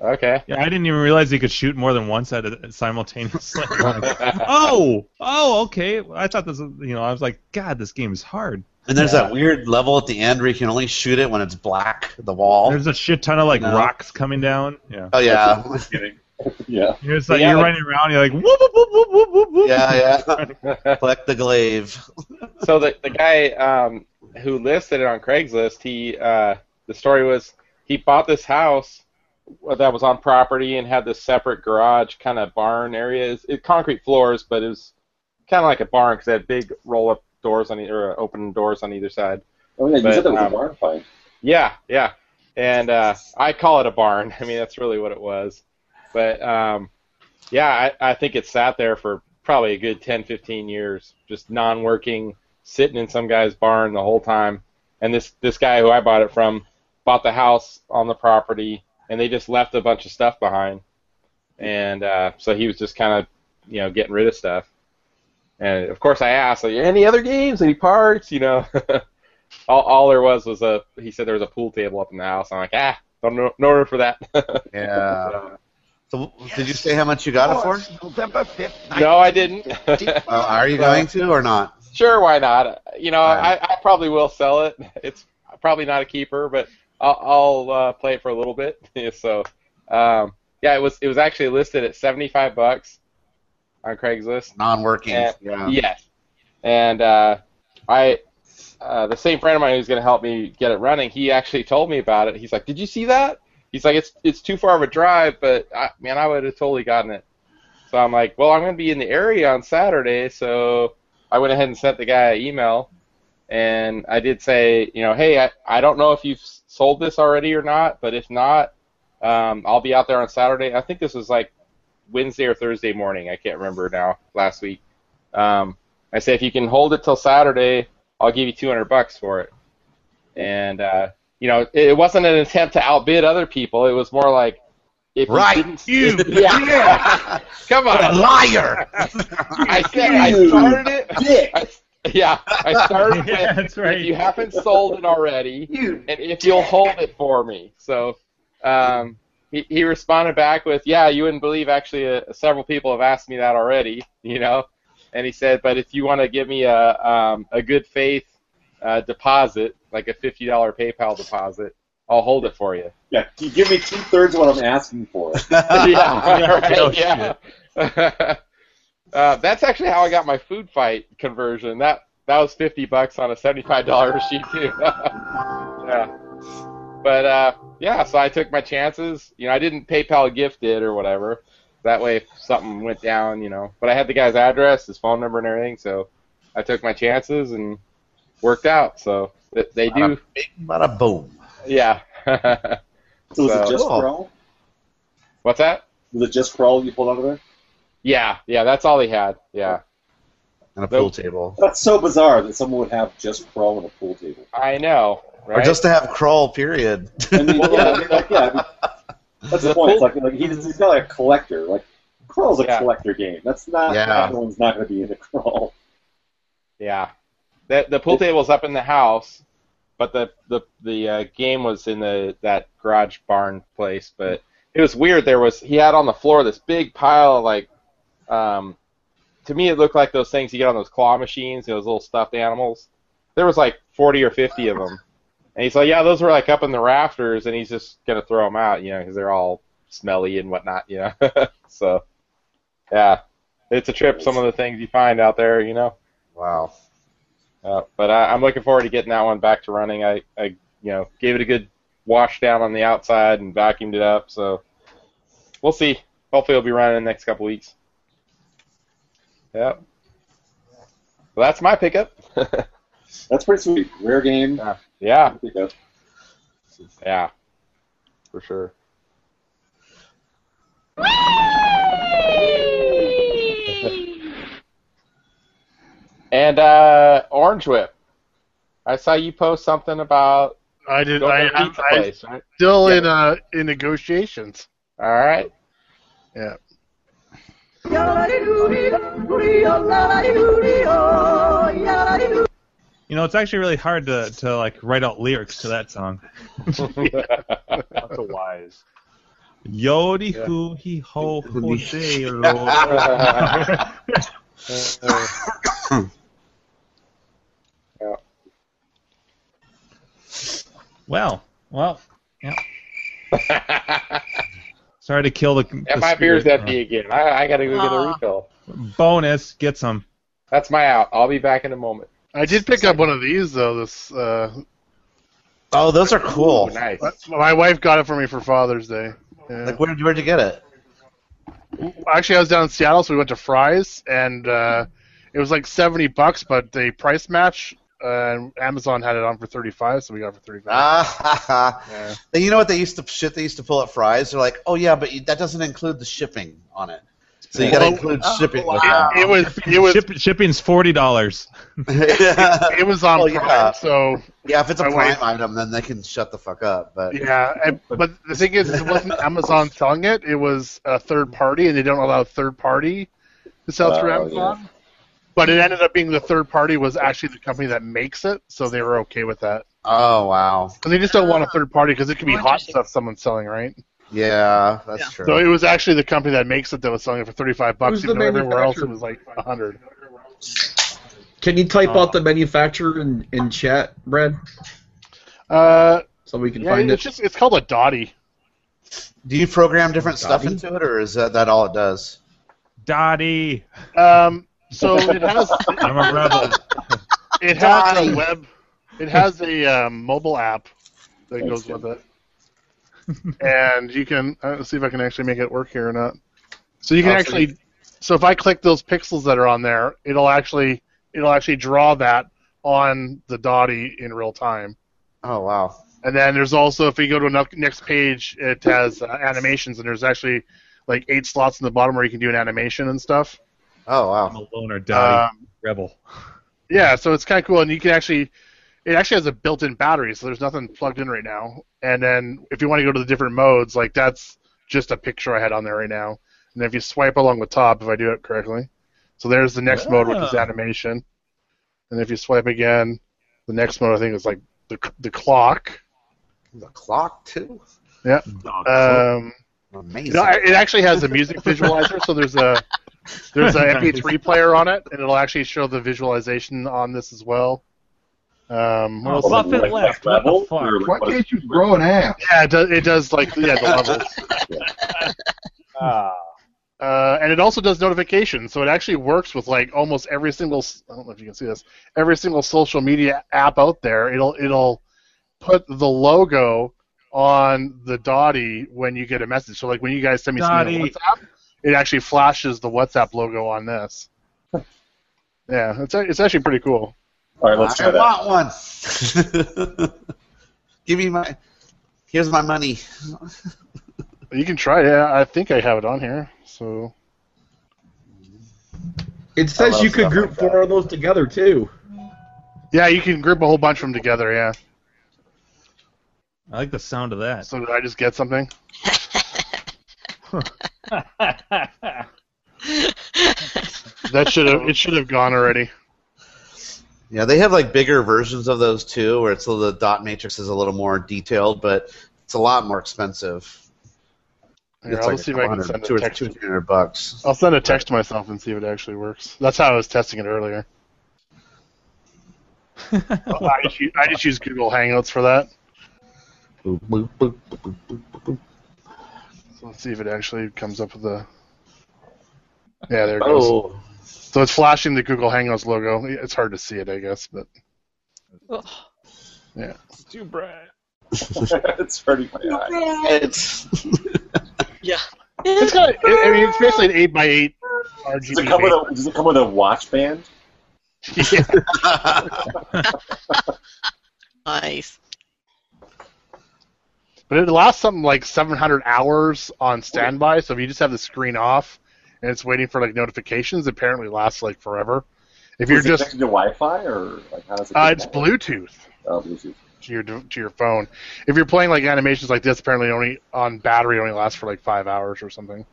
okay. yeah. I didn't even realize you could shoot more than once at a, simultaneously. Like, oh, oh, okay. I thought this, was, you know, I was like, God, this game is hard. And there's that weird level at the end where you can only shoot it when it's black, the wall. There's a shit ton of like No. rocks coming down. Yeah, oh yeah, Yeah. you're just like Yeah, you're but- running around. You're like, whoop, whoop, whoop, whoop, whoop, whoop, whoop. yeah, yeah. Collect the glaive. so the the guy um, who listed it on Craigslist, he uh, the story was he bought this house that was on property and had this separate garage kind of barn area. It's it, concrete floors, but it was kind of like a barn because it had big roll up doors on e- or open doors on either side. Oh, yeah, you But, said that was um, a barn fight. Yeah, yeah. And uh, I call it a barn. I mean, that's really what it was. But um, yeah, I, I think it sat there for probably a good 10, 15 years, just non working, sitting in some guy's barn the whole time. And this, this guy who I bought it from bought the house on the property, and they just left a bunch of stuff behind. And uh, so he was just kind of, you know, getting rid of stuff. And of course, I asked, like, any other games, any parts, you know? all, all there was was a he said there was a pool table up in the house. I'm like, ah, don't know, no order for that. Yeah. So did you say how much you got it for? November 5th. no, I didn't. Uh, are you Well- going to or not? sure, why not? You know, Alright. I, I probably will sell it. It's probably not a keeper, but I'll, I'll uh, play it for a little bit. so, um, yeah, it was it was actually listed at 75 bucks on Craigslist. Non-working. Yeah. yeah. Yes. And uh, I, uh, the same friend of mine who's going to help me get it running, he actually told me about it. He's like, "Did you see that?" He's like, "It's it's too far of a drive, but I, man, I would have totally gotten it." So I'm like, well, I'm going to be in the area on Saturday, so I went ahead and sent the guy an email, and I did say, you know, hey, I, I don't know if you've s- sold this already or not, but if not, um, I'll be out there on Saturday. I think this was like Wednesday or Thursday morning. I can't remember now. Last week, um, I said if you can hold it till Saturday, I'll give you 200 bucks for it. And uh, you know, it, it wasn't an attempt to outbid other people. It was more like if Right, you, didn't- you, yeah. yeah. come on, What a liar. I said I started it. I- yeah, I started with. Yeah, that's right. If you haven't sold it already, and if you'll hold it for me, so um, he he responded back with, "Yeah, you wouldn't believe. Actually, uh, several people have asked me that already. You know." And he said, "But if you want to give me a um, a good faith uh, deposit, like a fifty dollar PayPal deposit, I'll hold it for you." Yeah, you give me two thirds of what I'm asking for. yeah, right, No yeah. uh, that's actually how I got my food fight conversion. That that was fifty bucks on a seventy-five dollar machine too. yeah, but uh, yeah, so I took my chances. You know, I didn't PayPal gift it or whatever. That way, if something went down, you know. But I had the guy's address, his phone number, and everything. So I took my chances and worked out. So th- they do. Bada boom. Yeah. So was it just Cool. crawl? What's that? Was it just crawl you pulled out of there? Yeah, yeah, that's all he had. Yeah. And a pool table. That's so bizarre that someone would have just crawl and a pool table. I know, right? Or just to have crawl, period. I mean, yeah, I mean, like, yeah, I mean, that's the point. It's like, like he's, he's not a collector. Like crawl's a Yeah. collector game. That's not Yeah. everyone's not going to be into crawl. Yeah, the the pool table's up in the house, but the the the uh, game was in the that garage barn place. But it was weird. There was he had on the floor this big pile of like, um, to me it looked like those things you get on those claw machines, you know, those little stuffed animals. There was like forty or fifty of them, and he's like, yeah, those were like up in the rafters, and he's just gonna throw them out, you know, because they're all smelly and whatnot, you know. so, yeah, it's a trip. Some of the things you find out there, you know. Wow. Uh, but I, I'm looking forward to getting that one back to running. I, I, you know, gave it a good wash down on the outside and vacuumed it up. So we'll see. Hopefully, it'll be running in the next couple weeks. Yep. Well, that's my pickup. That's pretty sweet. Rare game. yeah. Pickup. Yeah. For sure. And uh, Orange Whip, I saw you post something about. I did. Go I, to I, pizza I- place, right? still Yeah. in uh in negotiations. All right. Yeah. You know, it's actually really hard to, to like write out lyrics to that song. That's a wise. Yodi hoo hee ho ho day, Yeah. Well, well, yeah. Sorry to kill the. And the my beer's spirit. uh, empty again. I, I gotta go get a Aw. refill. Bonus, get some. That's my out. I'll be back in a moment. I did pick up one of these though. This uh, Oh, those are cool. Ooh, nice. my wife got it for me for Father's Day. Yeah. Like, where did where'd you get it? Actually, I was down in Seattle, so we went to Fry's, and uh, it was like seventy bucks, but they price match. Uh, and Amazon had it on for thirty-five, so we got it for thirty-five. Ah, ha, ha. Yeah. And you know what they used to shit they used to pull at fries? They're like, oh yeah, but you, that doesn't include the shipping on it. So you got to Well, include oh, shipping. with wow. It was it was Ship, shipping's forty dollars. that. it was on Oh, Prime, yeah. so yeah, if it's a My prime wife- item, then they can shut the fuck up. But yeah. And, but the thing is, it wasn't Amazon selling it; it was a third party, and they don't allow third party to sell through Oh, Amazon. But it ended up being the third party was actually the company that makes it, so they were okay with that. oh wow, Ah. And they just don't want a third party because it could be More hot interesting. stuff someone's selling, right? yeah, that's Yeah. true. So it was actually the company that makes it that was selling it for thirty-five bucks, Who's even the though everywhere else it manufacturer? was like a hundred. Can you type Uh, Oh. out the manufacturer in, in chat, Brad, Uh, so we can yeah, find it's it? just it's called a Dottie. Do you program different stuff Dottie? into it, or is that, that all it does? Dottie, Um, so it has I'm a rebel. it has Dottie. a web, it has a um, mobile app that Thanks, goes Jim. with it, and you can uh, let's see if I can actually make it work here or not. So you can Oh, so actually So if I click those pixels that are on there, it'll actually it'll actually draw that on the Dotty in real time. Oh wow! And then there's also if we go to the next page, it has uh, animations, and there's actually like eight slots in the bottom where you can do an animation and stuff. Oh wow! I'm a loner, Dotty Um, rebel. Yeah, so it's kind of cool, and you can actually, it actually has a built-in battery, so there's nothing plugged in right now. And then if you want to go to the different modes, like that's just a picture I had on there right now. And if you swipe along the top, if I do it correctly, so there's the next mode, which is Ah. animation. And if you swipe again, the next mode I think is like the the clock. The clock too. Yeah. Um, Amazing. no, I- it actually has a music visualizer, so there's a there's an MP3 player on it, and it'll actually show the visualization on this as well. Um, what Oh, else? Muffin left. What the fuck? Why can't you grow an ass? Yeah, it does, it does like yeah the levels. Ah. Uh, and it also does notifications, so it actually works with like almost every single. s- I don't know if you can see this. Every single social media app out there, it'll it'll put the logo on the Dotty when you get a message. So like when you guys send me something on Dotty. WhatsApp, it actually flashes the WhatsApp logo on this. Yeah, it's a- it's actually pretty cool. All right, let's try I that. want one. Give me my. Here's my money. You can try it. Yeah, I think I have it on here. So It says you could group four of those together too. yeah, you can group a whole bunch of them together. Yeah. I like the sound of that. So did I just get something? That should have it should have gone already. Yeah, they have like bigger versions of those too, where it's a little, the dot matrix is a little more detailed, but it's a lot more expensive. Here, it's I'll like see if I can 100 send a two or text. two hundred bucks. I'll send a text to myself and see if it actually works. That's how I was testing it earlier. I, just use, I just use Google Hangouts for that. Boop, boop, boop, boop, boop, boop, boop, boop. So let's see if it actually comes up with the. Yeah, there it goes. Oh, So it's flashing the Google Hangouts logo. It's hard to see it, I guess, but yeah. It's too bright. it's hurting my eye. it's Yeah. It's got. I- I mean, it's basically an eight by eight Does it come with RGB. a Does it come with a watch band? Yeah. Nice. But it lasts something like 700 hours on standby. So if you just have the screen off and it's waiting for like notifications, apparently it lasts like forever. If you're Is it just connected to Wi-Fi or like how does it? Uh, connect? it's Bluetooth Oh, Bluetooth. to your to your phone. If you're playing like animations like this, apparently it only on battery it only lasts for like five hours or something.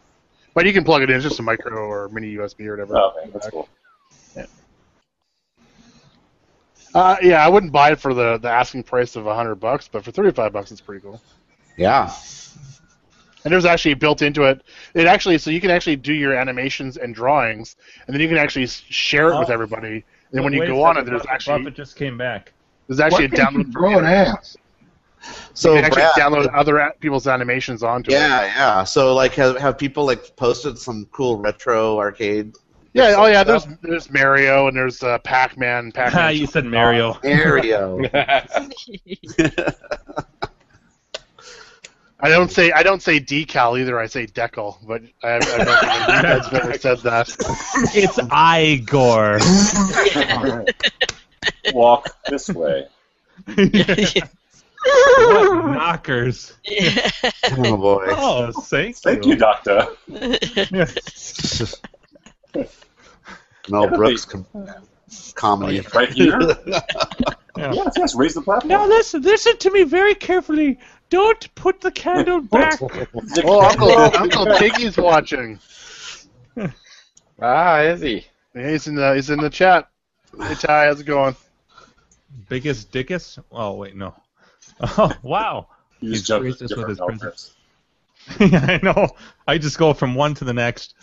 But you can plug it in. It's just a micro or mini USB or whatever. Oh, okay, that's cool. Uh, yeah, I wouldn't buy it for the, the asking price of hundred bucks, but for thirty five bucks, it's pretty cool. yeah. And there's actually built into it. It actually so you can actually do your animations and drawings, and then you can actually s- share it with Oh. everybody. And when Wait you a go on it, second, there's Muffin- actually Muffin just came back. there's actually a Why can't you download. grow an ass? So you can actually Brad, download other a- people's animations onto it. yeah, yeah. So like, have have people like posted some cool retro arcade? Yeah, oh yeah, there's stuff? there's Mario and there's uh, Pac-Man, Ah, Pac-Man. you said Mario. Mario. I don't say I don't say decal either. I say decal, but I, I don't think that's never said that. it's Igor. Walk this way. what knockers? oh boy. Oh, thank you. Thank you, Doctor. Mel Brooks com- comedy. Right here. Yes, yes. Raise the platform. listen, listen to me very carefully. Don't put the candle back. Oh, Uncle Uncle Piggy's watching. Ah, is he? Yeah, he's in the he's in the chat. Hey Ty, how's it going? Biggest dickus? Oh wait, no. Oh wow. He's He's jumping racist with different his outfits. yeah, I know. I just go from one to the next.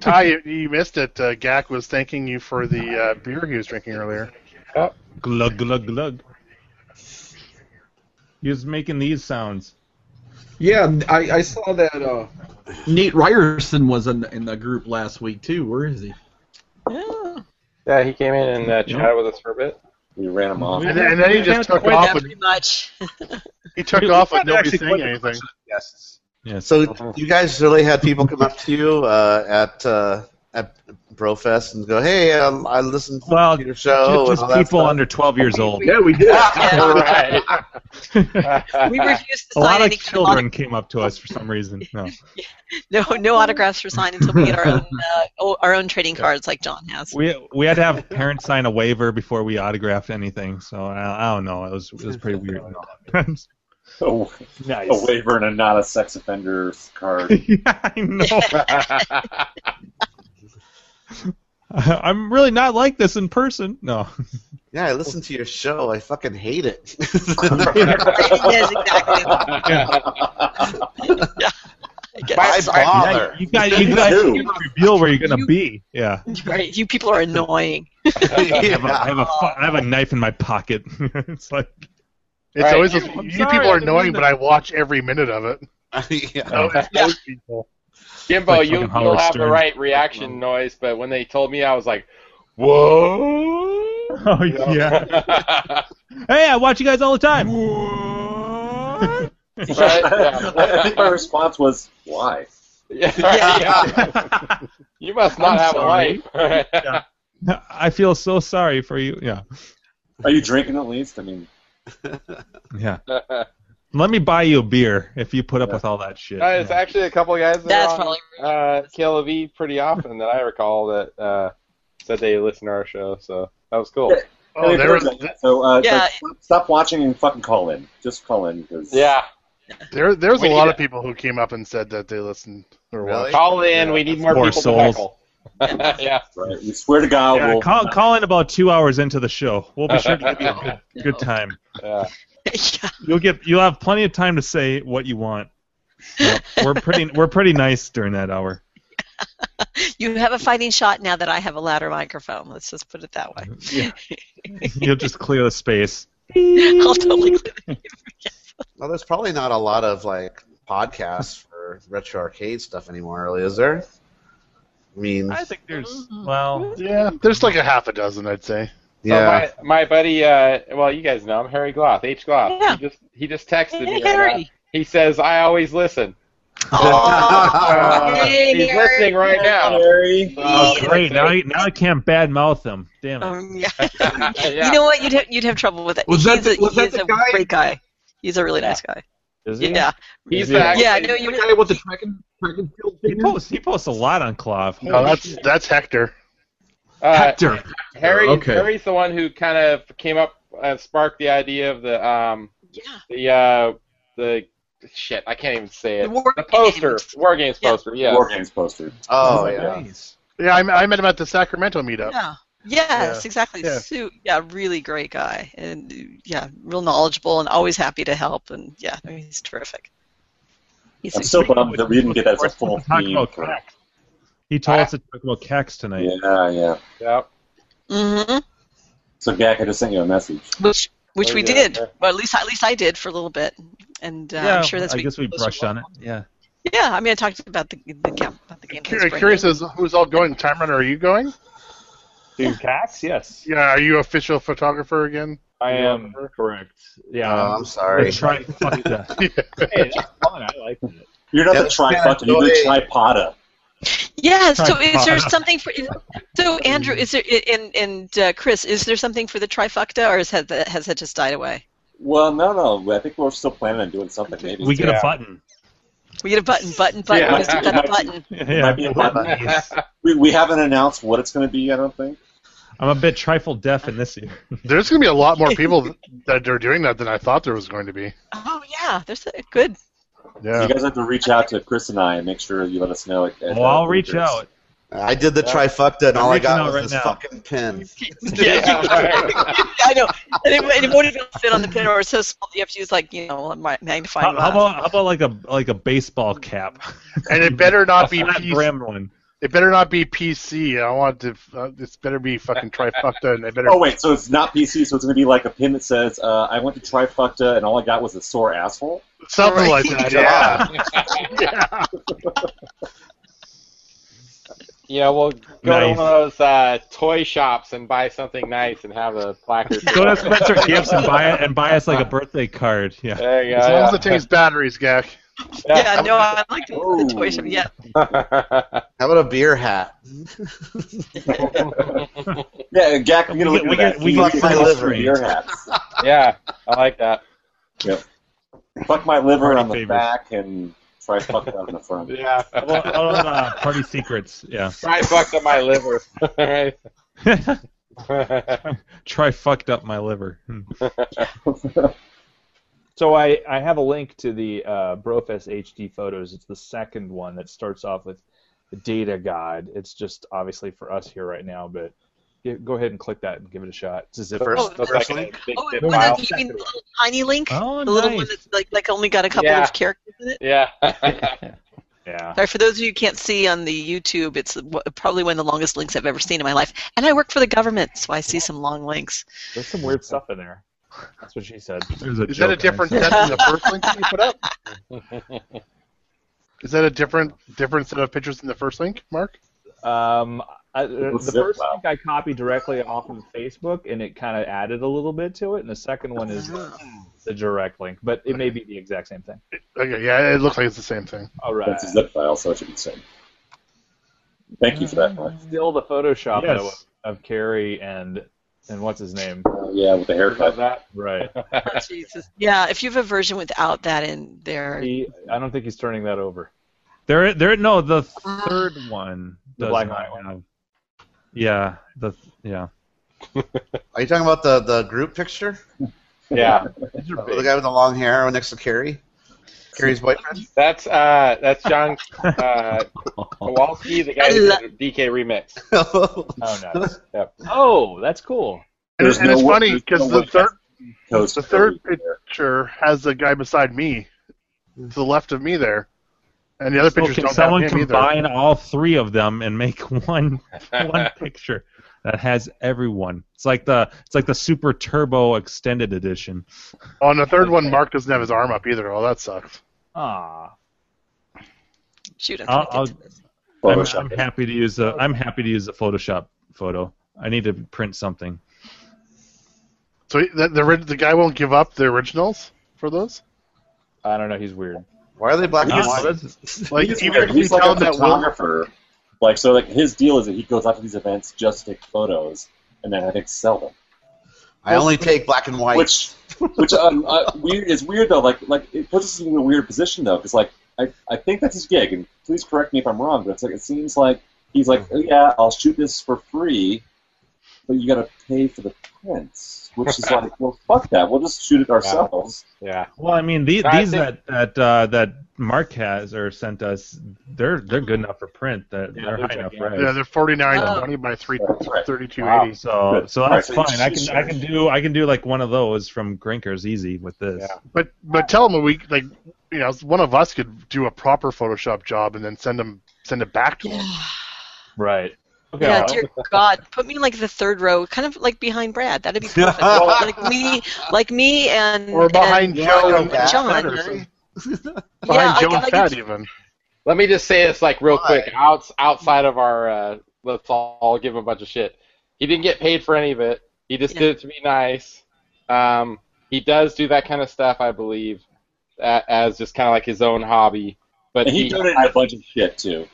Ty, you, you missed it. Uh, Gak was thanking you for the uh, beer he was drinking earlier. Oh. Glug glug glug. He was making these sounds. Yeah, I, I saw that. Uh, Nate Ryerson was in, in the group last week too. Where is he? Yeah, he came in and uh, chatted with us for a bit. We ran him off. And then, and then he just took Not off. With, pretty much. he took off with Actually, nobody quite saying the anything. collection of Guests. Oh. So you guys really had people come up to you uh, at uh, at Brofest and go, "Hey, I, I listened to well, your Oh, show." just and all that people stuff." under 12 years old. Yeah, we did. right. We refused to A lot sign of any children came up to us for some reason. No. no no autographs were signed until we get our own uh, o- our own trading cards like John has. We we had to have parents sign a waiver before we autographed anything. So I, I don't know. It was it was pretty weird. A, a waiver and a not a sex offender card. I know. I'm really not like this in person. No. Yeah, I listened to your show. I fucking hate it. yes, exactly. Why Yeah, bother? you got you got to reveal where you're gonna be. Yeah. Right, you people are annoying. I have a I have a, fu- I have a knife in my pocket. it's like It's Right. always those, I'm you sorry, people I are didn't annoying, mean but I watch every minute of it. So it's those people. Jimbo, Like you, fucking Howard you'll have Stern. the right reaction noise, but when they told me, I was like, whoa. Oh yeah. hey, I watch you guys all the time. I think my response was, why? Yeah. you must not I'm have sorry. a life. I feel so sorry for you. Yeah. Are you drinking at least? I mean, Yeah. Let me buy you a beer if you put up with all that shit. Uh, it's actually a couple of guys that That's are on, uh, KLV pretty often that I recall that uh, said they listen to our show, so that was cool. Oh, Oh, Hey, Thursday. so uh, it's Yeah. like, stop- stop watching and fucking call in. Just call in because Yeah. There, there's We a need lot it. of people who came up and said that they listened or watched. Call in. we need more Poor people souls. to heckle. yeah. Right. We swear to God, Yeah, we'll call, call in about two hours into the show. We'll be sure to give you a good, good time. Yeah. You'll get you'll have plenty of time to say what you want. Yep, we're pretty we're pretty nice during that hour. You have a fighting shot now that I have a louder microphone. Let's just put it that way. You'll just clear the space. I'll totally Well, there's probably not a lot of like podcasts for retro arcade stuff anymore, really, is there? I mean, I think there's well, yeah, there's like a half a dozen, I'd say. yeah. So Oh, my, my buddy, uh, well, you guys know him, Harry Gloth, H. Gloth. He just he just texted me. right Harry. now. he says, "I always listen." Oh, hey, Uh, he's Harry. listening right now. Uh, Harry. Oh, great! Now you- now I can't badmouth them. Damn it! Um, yeah. You know what? You'd have, you'd have trouble with it. Was that he's the- a, was that he's the a great guy. He's a really nice guy. Is he? Yeah. He's the yeah. actually- yeah no, you guy with the Dragon, dragon field He posts he posts a lot on Clav. No, that's that's Hector. Uh, Hector. Harry, Okay. Harry's the one who kind of came up and sparked the idea of the um, the uh, the shit. I can't even say it. The, poster, War Games poster. Yeah, War Games poster. Oh yeah. Yeah, I, I met him at the Sacramento meetup. Yeah. Yes, Yeah. exactly. Yeah. Sue, yeah, really great guy, and uh, yeah, real knowledgeable, and always happy to help, and yeah, I mean, he's terrific. He's I'm so bummed that we didn't get that as a full Talk theme. about for- cacks. He told us to talk about cacks tonight. Yeah, yeah. Yep. hmm So Gak, I just sent you a message. Which which Oh, we yeah, did. yeah. Well, at least at least I did for a little bit, and uh, I'm sure that's. I what- guess we brushed on it. Yeah. Yeah, I mean, I talked about the the game. About the game Cur- curious as who's all going. Time Runner, are you going? Dude, Cax, yes. Yeah, are you official photographer again? I am correct. Yeah. Oh, I'm sorry. Try fuck that. Hey, that's fun. I like it. You're not Yeah, the that's kinda trifucking, you're the silly. tripoda. Yeah. So is there Trifecta. something for? So Andrew, is there and and uh, Chris, is there something for the trifecta, or has that has that just died away? Well, no, no. I think we're still planning on doing something. Maybe We get a button. We get a button, button, button. Yeah. Let's get that button. It might be a button. we, we haven't announced what it's going to be. I don't think. I'm a bit trifle deaf in this year. There's going to be a lot more people that are doing that than I thought there was going to be. Oh yeah, there's a good. Yeah. You guys have to reach out to Chris and I and make sure you let us know. At, at, Oh, I'll reach out. I did the trifecta, and I'm all I reaching got out was right this now. fucking pin. I know. And it, and it won't even fit on the pin, or it's so small you have to use like you know a mi- magnifying How, how glass. about how about like a like a baseball cap? And it better not be A flat PC. gremlin. It better not be PC. I want it to. Uh, it's better be fucking trifecta, and it better. Oh wait, so it's not PC, so it's going to be like a pin that says, uh, "I went to trifecta and all I got was a sore asshole." something like that. Yeah. Yeah, we'll go Nice. to one of those uh, toy shops and buy something nice and have a placard. Go to Spencer Gifts and buy it and buy us like a birthday card. Yeah. There you go. As long as yeah. it takes batteries, Gak. Yeah, no, I like the, the toy shop. Yeah. How about a beer hat? yeah, Jack, I'm gonna We look get- at we get- we that. You get fuck my my liver. liver in your hats. yeah, I like that. Yep. Fuck my liver Party on the favors. back and try fuck it on the front. Yeah. Well, all of, uh, party secrets. Yeah. I fucked up my liver. All right. Try fucked up my liver. Hmm. So I, I have a link to the uh, Brofest HD photos. It's the second one that starts off with the data god. It's just obviously for us here right now, but yeah, go ahead and click that and give it a shot. It's a zip First- file. first Looks like link? Big Oh, dip and what file. else? you mean the little tiny link? Oh, the little nice. one that's like, like only got a couple Yeah. of characters in it? Yeah. Yeah. Sorry, for those of you who can't see on the YouTube, it's w- probably one of the longest links I've ever seen in my life. And I work for the government, so I see some long links. There's some weird stuff in there. That's what she said. There's a Is that a joke on different it. set than the first link that you put up? Is that a different different set of pictures than the first link, Mark? Um, I, the Zip first file. link I copied directly off of Facebook, and it kind of added a little bit to it. And the second one is the direct link, but it may be the exact same thing. Okay, yeah, it looks like it's the same thing. All right. That's a zip file, so it should be the same. Thank you for that, Mark. Still the Photoshop Yes. though, of Carrie and and what's his name? Uh, yeah, with the Love haircut. that. Right. Oh, Jesus. Yeah, if you have a version without that in there, He, I don't think he's turning that over. There, there. No, the third one. The does black not and white have- Yeah. The yeah. Are you talking about the, the group picture? Yeah. The guy with the long hair next to Carrie? Carrie's boyfriend? That's uh that's John uh, Kowalski, the guy who I did DK remix. Oh no. Oh, that's cool. And, There's and no it's wa- funny there's because no the way- third Coast the third Guard there. picture has the guy beside me, to the left of me there, and the other So pictures can don't someone have him either. combine all three of them and make one one picture that has everyone? It's like the it's like the Super Turbo Extended Edition. On the third one, Mark doesn't have his arm up either. Oh, that sucks. Ah. shoot, I'm trying I'll, to I'll, get to this. I'm, Photoshop. I'm happy to use the I'm happy to use the Photoshop photo. I need to print something. So the, the ri- the guy won't give up the originals for those. I don't know. He's weird. Why are they black and white? Like He's even weird. if you He's like tell a him that Will, photographer. Like so, like his deal is that he goes out to these events just to take photos, and then I think sell them. I only take black and white. Which, which um, uh, weird is weird though. Like, like it puts us in a weird position though, because like I, I think that's his gig, and please correct me if I'm wrong, but it's like it seems like he's like, oh yeah, I'll shoot this for free, but you got to pay for the prints, which is like, well, fuck that, we'll just shoot it ourselves. Yeah. Well, I mean, the, I these think- that that uh, that Mark has or sent us, they're they're good enough for print. That Yeah, they're they're high enough gigantic. yeah, res. they're forty nine Oh. twenty by three Right. thirty two Wow. eighty. So so Right, that's so you fine. I should can I can do I can do like one of those from Grinkers easy with this. Yeah. But but tell him we like you know one of us could do a proper Photoshop job and then send him send it back to him. Right. Okay. Yeah, well, dear God, put me in, like the third row, kind of like behind Brad. That'd be perfect. like me, like me, and uh, Or behind and Joe and John. uh, Fat or John. something. yeah, Behind Joe I, and I, Fat even. Let me just say this like real Why? quick, outs outside of our uh, let's all, all give him a bunch of shit. He didn't get paid for any of it. He just Yeah. did it to be nice. Um, he does do that kind of stuff, I believe, a as just kind of like his own hobby. But And he donated a bunch of shit too.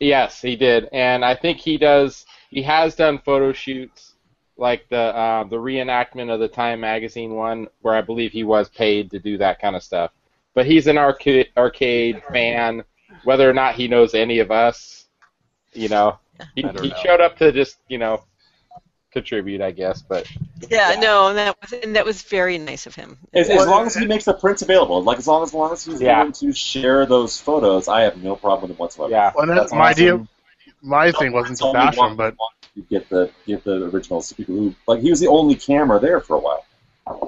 Yes, he did, and I think he does. He has done photo shoots like the uh, the reenactment of the Time magazine one, where I believe he was paid to do that kind of stuff. But he's an arcade arcade fan, whether or not he knows any of us, you know, he, I don't he know. showed up to just you know contribute, I guess. But yeah, no, and that was and that was very nice of him. As, as long as he makes the prints available, like as long as, long as he's Yeah. willing to share those photos, I have no problem with it whatsoever. yeah, Well, that's That's my awesome. idea. My thing wasn't It's to only bash one- him, but you get the get the originals to people who like he was the only camera there for a while.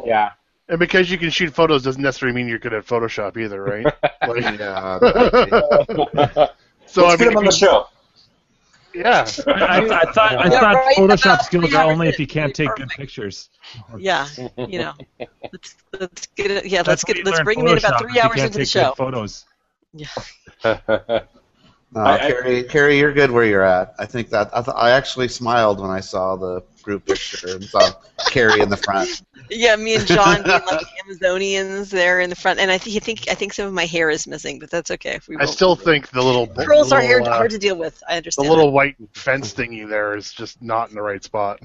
yeah, and because you can shoot photos doesn't necessarily mean you're good at Photoshop either, right? Like, yeah. so I Let's get mean, him on the show. yeah, I, I- I thought I Yeah, thought right, Photoshop about skills three are only hours if you can't is take good perfect. pictures. Yeah, you know, let's let's get it. Yeah, That's let's what get you let's learn bring him in Photoshop, about three if you hours can't into the take good show. Photos. Yeah. No, I- I- Carrie, Carrie, you're good where you're at. I think that I, th- I actually smiled when I saw the group picture and saw Carrie in the front. Yeah, me and John being like Amazonians there in the front, and I think I think I think some of my hair is missing, but that's okay. If we I won't. still think the little girls are little, hard, uh, hard to deal with. I the understand. little white fence thingy there is just not in the right spot.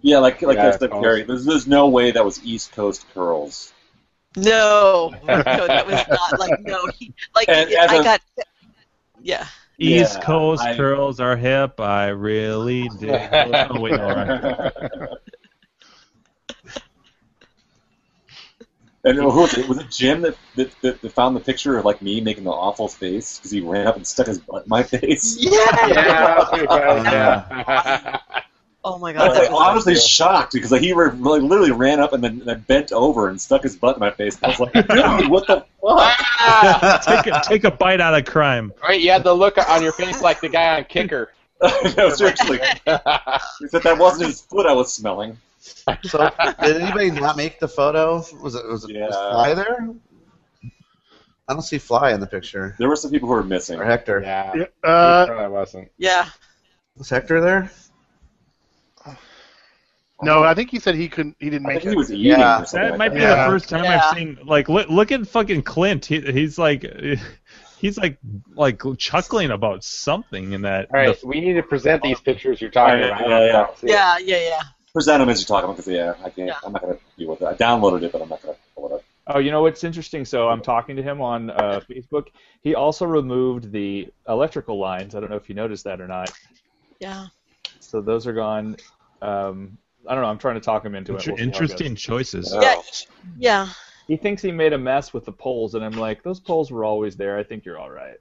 Yeah, like like Yeah, I said, it's Gary, there's there's no way that was East Coast curls. that. No, no, that was not like no. He, like And as I a- got. Yeah. East Yeah, Coast I- curls are hip. I really dig. Oh, wait, no, right. And who was it? Was it Jim that, that, that, that found the picture of like me making the awful face because he ran up and stuck his butt in my face? Oh my I god. was That was like honestly shocked because like he re- like, literally ran up and then then bent over and stuck his butt in my face. I was like, dude, what the Ah! take, a, take a bite out of crime. Right, you had the look on your face like the guy on Kicker. no, seriously. he said that wasn't his foot I was smelling. So did anybody not make the photo? Was it was it was Fly there? I don't see Fly in the picture. There were some people who were missing. Or Hector. Yeah. Uh, I wasn't. Yeah. Was Hector there? No, I think he said he couldn't. He didn't make it. Yeah. That might be the first time Yeah. I've seen. Like, look, look at fucking Clint. He, he's like, he's like, like chuckling about something in that. All right, the- we need to present these pictures you're talking Yeah, about. yeah, yeah. Yeah, yeah, yeah. Present them as you're talking about because yeah, I can't. I'm not gonna deal with it. I downloaded it, but I'm not gonna pull it up. Oh, you know what's interesting? So I'm talking to him on uh, Facebook. He also removed the electrical lines. I don't know if you noticed that or not. Yeah. So those are gone. Um, I don't know. I'm trying to talk him Inter- into it. We'll see how it interesting goes. choices. Yeah. Yeah. He thinks he made a mess with the polls, and I'm like, those polls were always there. I think you're all right.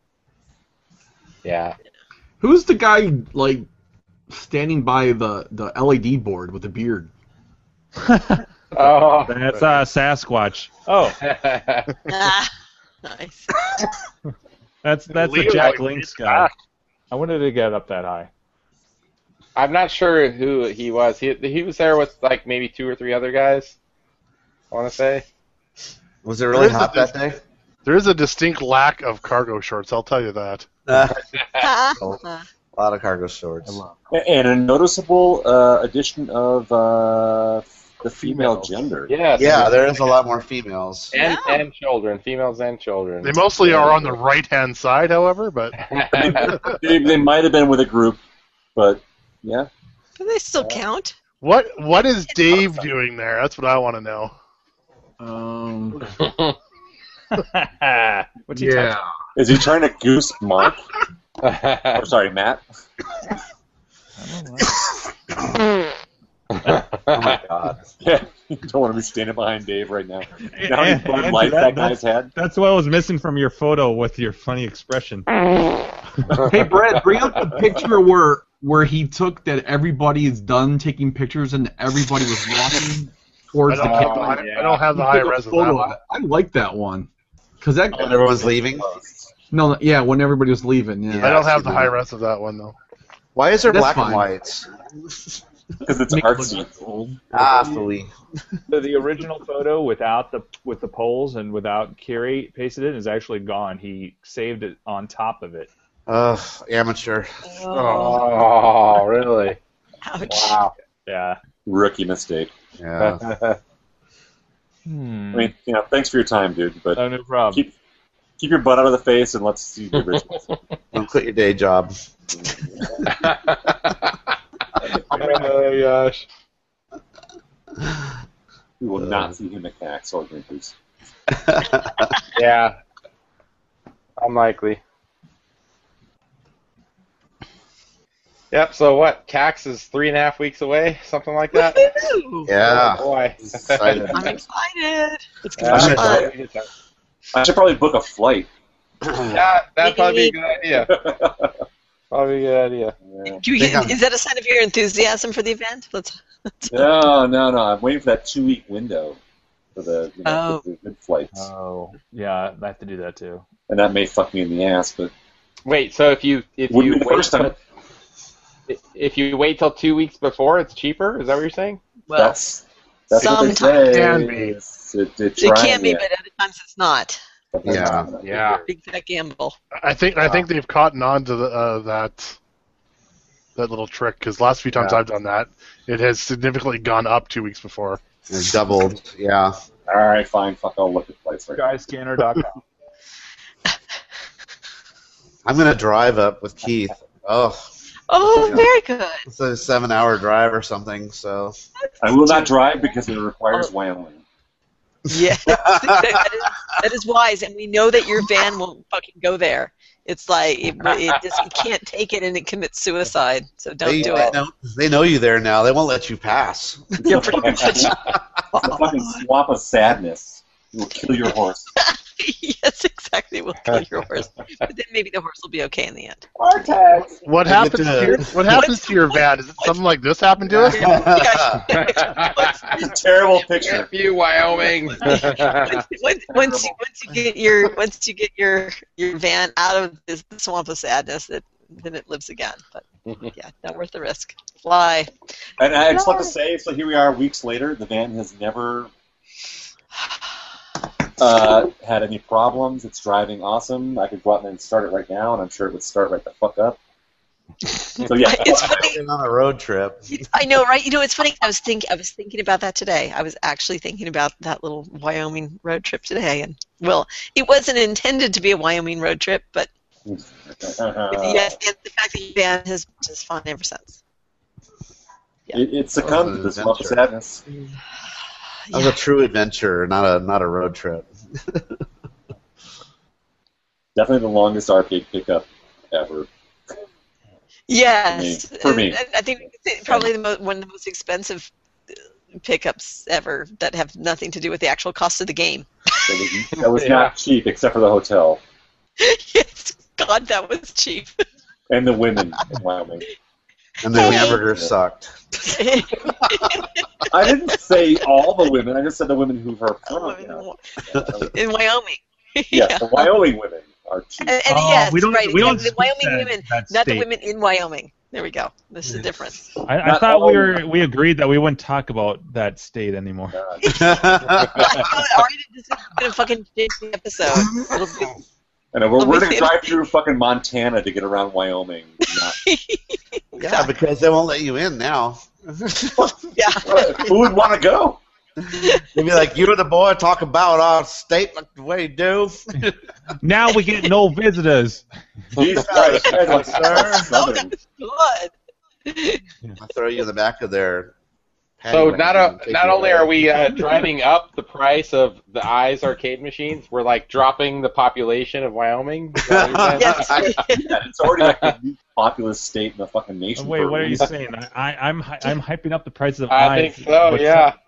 Yeah. Who's the guy like standing by the the LED board with the beard? oh, That's uh, Sasquatch. Oh. Ah, nice. That's that's the Leo, Jack like, Links guy. I wanted to get up that high. I'm not sure who he was. He he was there with like maybe two or three other guys. I want to say. Was it really There is a hot that day? There is a distinct lack of cargo shorts. I'll tell you that. Uh, a lot of cargo shorts. A- And a noticeable uh, addition of uh, the female gender. Yeah. yeah, there is a lot more females. And and children, females and children. They mostly are on the right hand side, however, but they, they might have been with a group, but yeah. Do they still count? what what is Dave doing there? That's what I want to know. Um. What's he Yeah. Is he trying to goose Mark? I'm sorry, Matt. oh my god. Yeah, you don't want to be standing behind Dave right now. Now he's blowing Andrew, lights that- that guy's that's- head. That's what was missing from your photo with your funny expression. hey, Brad, bring up the picture where where he took that everybody is done taking pictures and everybody was walking towards I the don't have the camera. high- I don't have the He took high a res of photo. that one. I, I like that one because that When everyone's leaving. No, no, yeah, when everybody was leaving. Yeah, I don't have the high res of that one though. Why is there That's black fine. and whites? Because it's artsy. Ah, fooey. So the original photo without the with the polls and without Carrie pasted in is actually gone. He saved it on top of it. Ugh, amateur. Oh, really? Wow. Yeah. Rookie mistake. Yeah. Hmm. I mean, you know, thanks for your time, dude. But no problem. Keep, keep your butt out of the face and let's see the originals. Don't quit your day job. Oh my gosh. we will not see him at Cax or Green Goose. Yeah. Unlikely. Yep. So what? Cax is three and a half weeks away, something like that. Yeah. Oh, boy. Excited. I'm excited. Uh, It's Yeah, gonna be fun. I should- I should probably book a flight. Yeah, that'd probably be a good idea. Probably a good idea. Do you, is that a sign of your enthusiasm for the event? Let's. No, no, no. I'm waiting for that two week window for the, you Oh. know, the, the good flights. Oh. Yeah, I have to do that too. And that may fuck me in the ass, but Wait, so if you if Wouldn't you be the wait first time. till- if you wait till two weeks before, it's cheaper. Is that what you're saying? Well, that's that's what they say. sometimes. It's- It, it It try can be, me. but other times it's not. Yeah. Yeah. Big fat gamble. I think I think they've caught on to the, uh, that that little trick because last few times Yeah. I've done that, it has significantly gone up two weeks before. It doubled. Yeah. All right, fine. Fuck, I'll look at place right Skyscanner.com. I'm gonna drive up with Keith. Oh, Oh, Yeah. very good. it's a seven-hour drive or something. So I will not drive because it requires whaling. Yeah. that, is, that is wise, and we know that your van won't fucking go there. It's like it, it just it can't take it, and it commits suicide. So don't they, do they it. know, they know you there now. They won't let you pass. Yeah, pretty much. it's Oh, a fucking swamp of sadness. It will kill your horse. yes, exactly. We'll kill your horse, but then maybe the horse will be okay in the end. Artax! What I get happens? to- To your, what happens to your van? Is it something like this happened to it? Terrible picture. View Wyoming. once, once, you, once you get your once you get your your van out of this swamp of sadness, it, then it lives again. But yeah, not worth the risk. Fly. And I just want to say, so here we are weeks later. The van has never uh, had any problems. It's driving awesome. I could go out and start it right now, and I'm sure it would start right the fuck up. So yeah, It's funny. Been on a road trip. I know, right? You know, it's funny. I was think I was thinking about that today. I was actually thinking about that little Wyoming road trip today, and well, it wasn't intended to be a Wyoming road trip, but Uh. yes, and the fact that your van has been just fine ever since. it, it succumbed to this love of sadness. That was a true adventure, not a not a road trip. Definitely the longest arcade pickup ever. Yes, For me. For me. and- and I think it's probably the mo- one of the most expensive uh, pickups ever that have nothing to do with the actual cost of the game. That was, that was not cheap, except for the hotel yes, God, that was cheap. and the women in Wyoming. And the hamburger sucked. I didn't say all the women. I just said the women who are from. you know. in Wyoming. Yeah, the Wyoming women are cheap. And, and Oh, yes, we don't- right. we don't exactly. the speak Wyoming that- women, that not the state. women in Wyoming. There we go. This is the difference. I, I Not thought all we of were we agreed that we wouldn't talk about that state anymore. Uh, Already, this is gonna fucking change the episode. It'll be- I know, we're, Let me we're going see. to drive through fucking Montana to get around Wyoming. Not- yeah, because they won't let you in now. yeah. Who would want to go? They'd be like, "You and the boy talk about our state like the way you do." Now we get no visitors. Jesus Christ, you guys are Sir. Southern. Good. I'll throw you in the back of their. paddy So wagon not and a, take not you only away. are we uh, driving up the price of the eyes arcade machines, we're like dropping the population of Wyoming. Is that what you're saying? Yes. Yeah, it's already like the least populous state in the fucking nation. Wait, for a what are you reason. saying? I, I, I'm hy- I'm hyping up the prices of I eyes. think so. What's Yeah. up?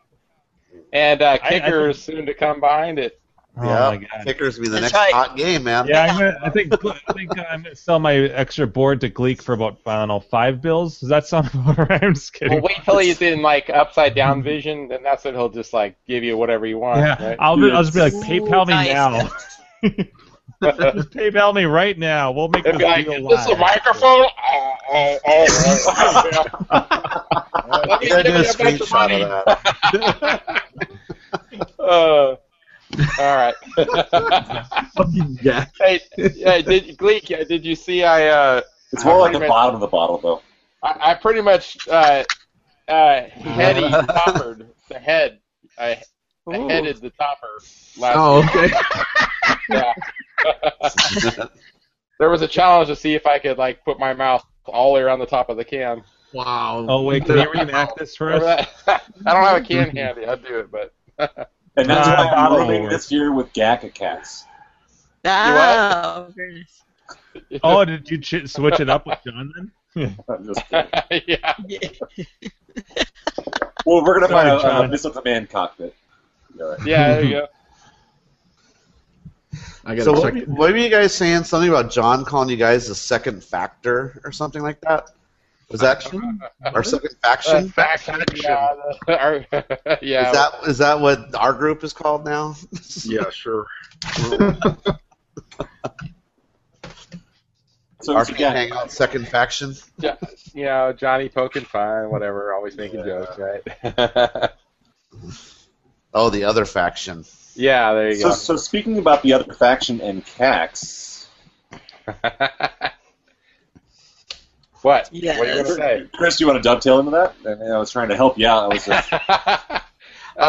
And uh, I- I think- kicker is soon to come behind it. Oh Yeah, my god. kickers be the That's next right. hot game, man. Yeah, I'm gonna, I think I think uh, I'm gonna sell my extra board to Gleek for about I don't know five bills. Does that sound about right? I'm just Well, kidding. wait till he's in like upside down vision, and that's when he'll just like give you whatever you want. yeah, right? I'll, be, I'll just be like Ooh, PayPal me nice. now. just PayPal me right now. We'll make It'd this be like, deal is live. this a microphone? Oh, oh, oh, oh. Let me You gotta give do you a a bunch of screenshot money. of that. Uh, all right. Fucking yeah. hey, yeah, did, Gleek, yeah, did you see I, uh, It's more like the Pretty much- bottom of the bottle, though. I, I pretty much uh, uh, heady toppered the head. I, I headed the topper last Oh, okay. Yeah. there was a challenge to see if I could like put my mouth all the way around the top of the can. Wow. Oh wait, can you reenact this for Remember us? that? I don't have a can handy. I'd do it, but And that's Ah, why I'm bottle rooming word. this year with Gaka Cats. Ah. Oh, very nice. Oh, did you ch- switch it up with John then? I'm just kidding. yeah. Yeah. well, we're going to buy Sorry, uh, a, a John. Missile Command cockpit. Yeah, right. Yeah, there you go. I gotta So what, check. were- what were you guys saying? Something about John calling you guys the second factor or something like that? Was that our second Uh, faction? fact Yeah. the- our- yeah. Is that is that what our group is called now? Yeah, sure. So, Our so yeah, hangout second faction. you know, Johnny poking fun, whatever, always making Yeah. jokes, right? Oh, the other faction. Yeah, there you So, go. so speaking about the other faction and Cax. what? What are you gonna say? Chris, you want to dovetail into that? I, mean, I was trying to help you out. I was just, Oh, Uh,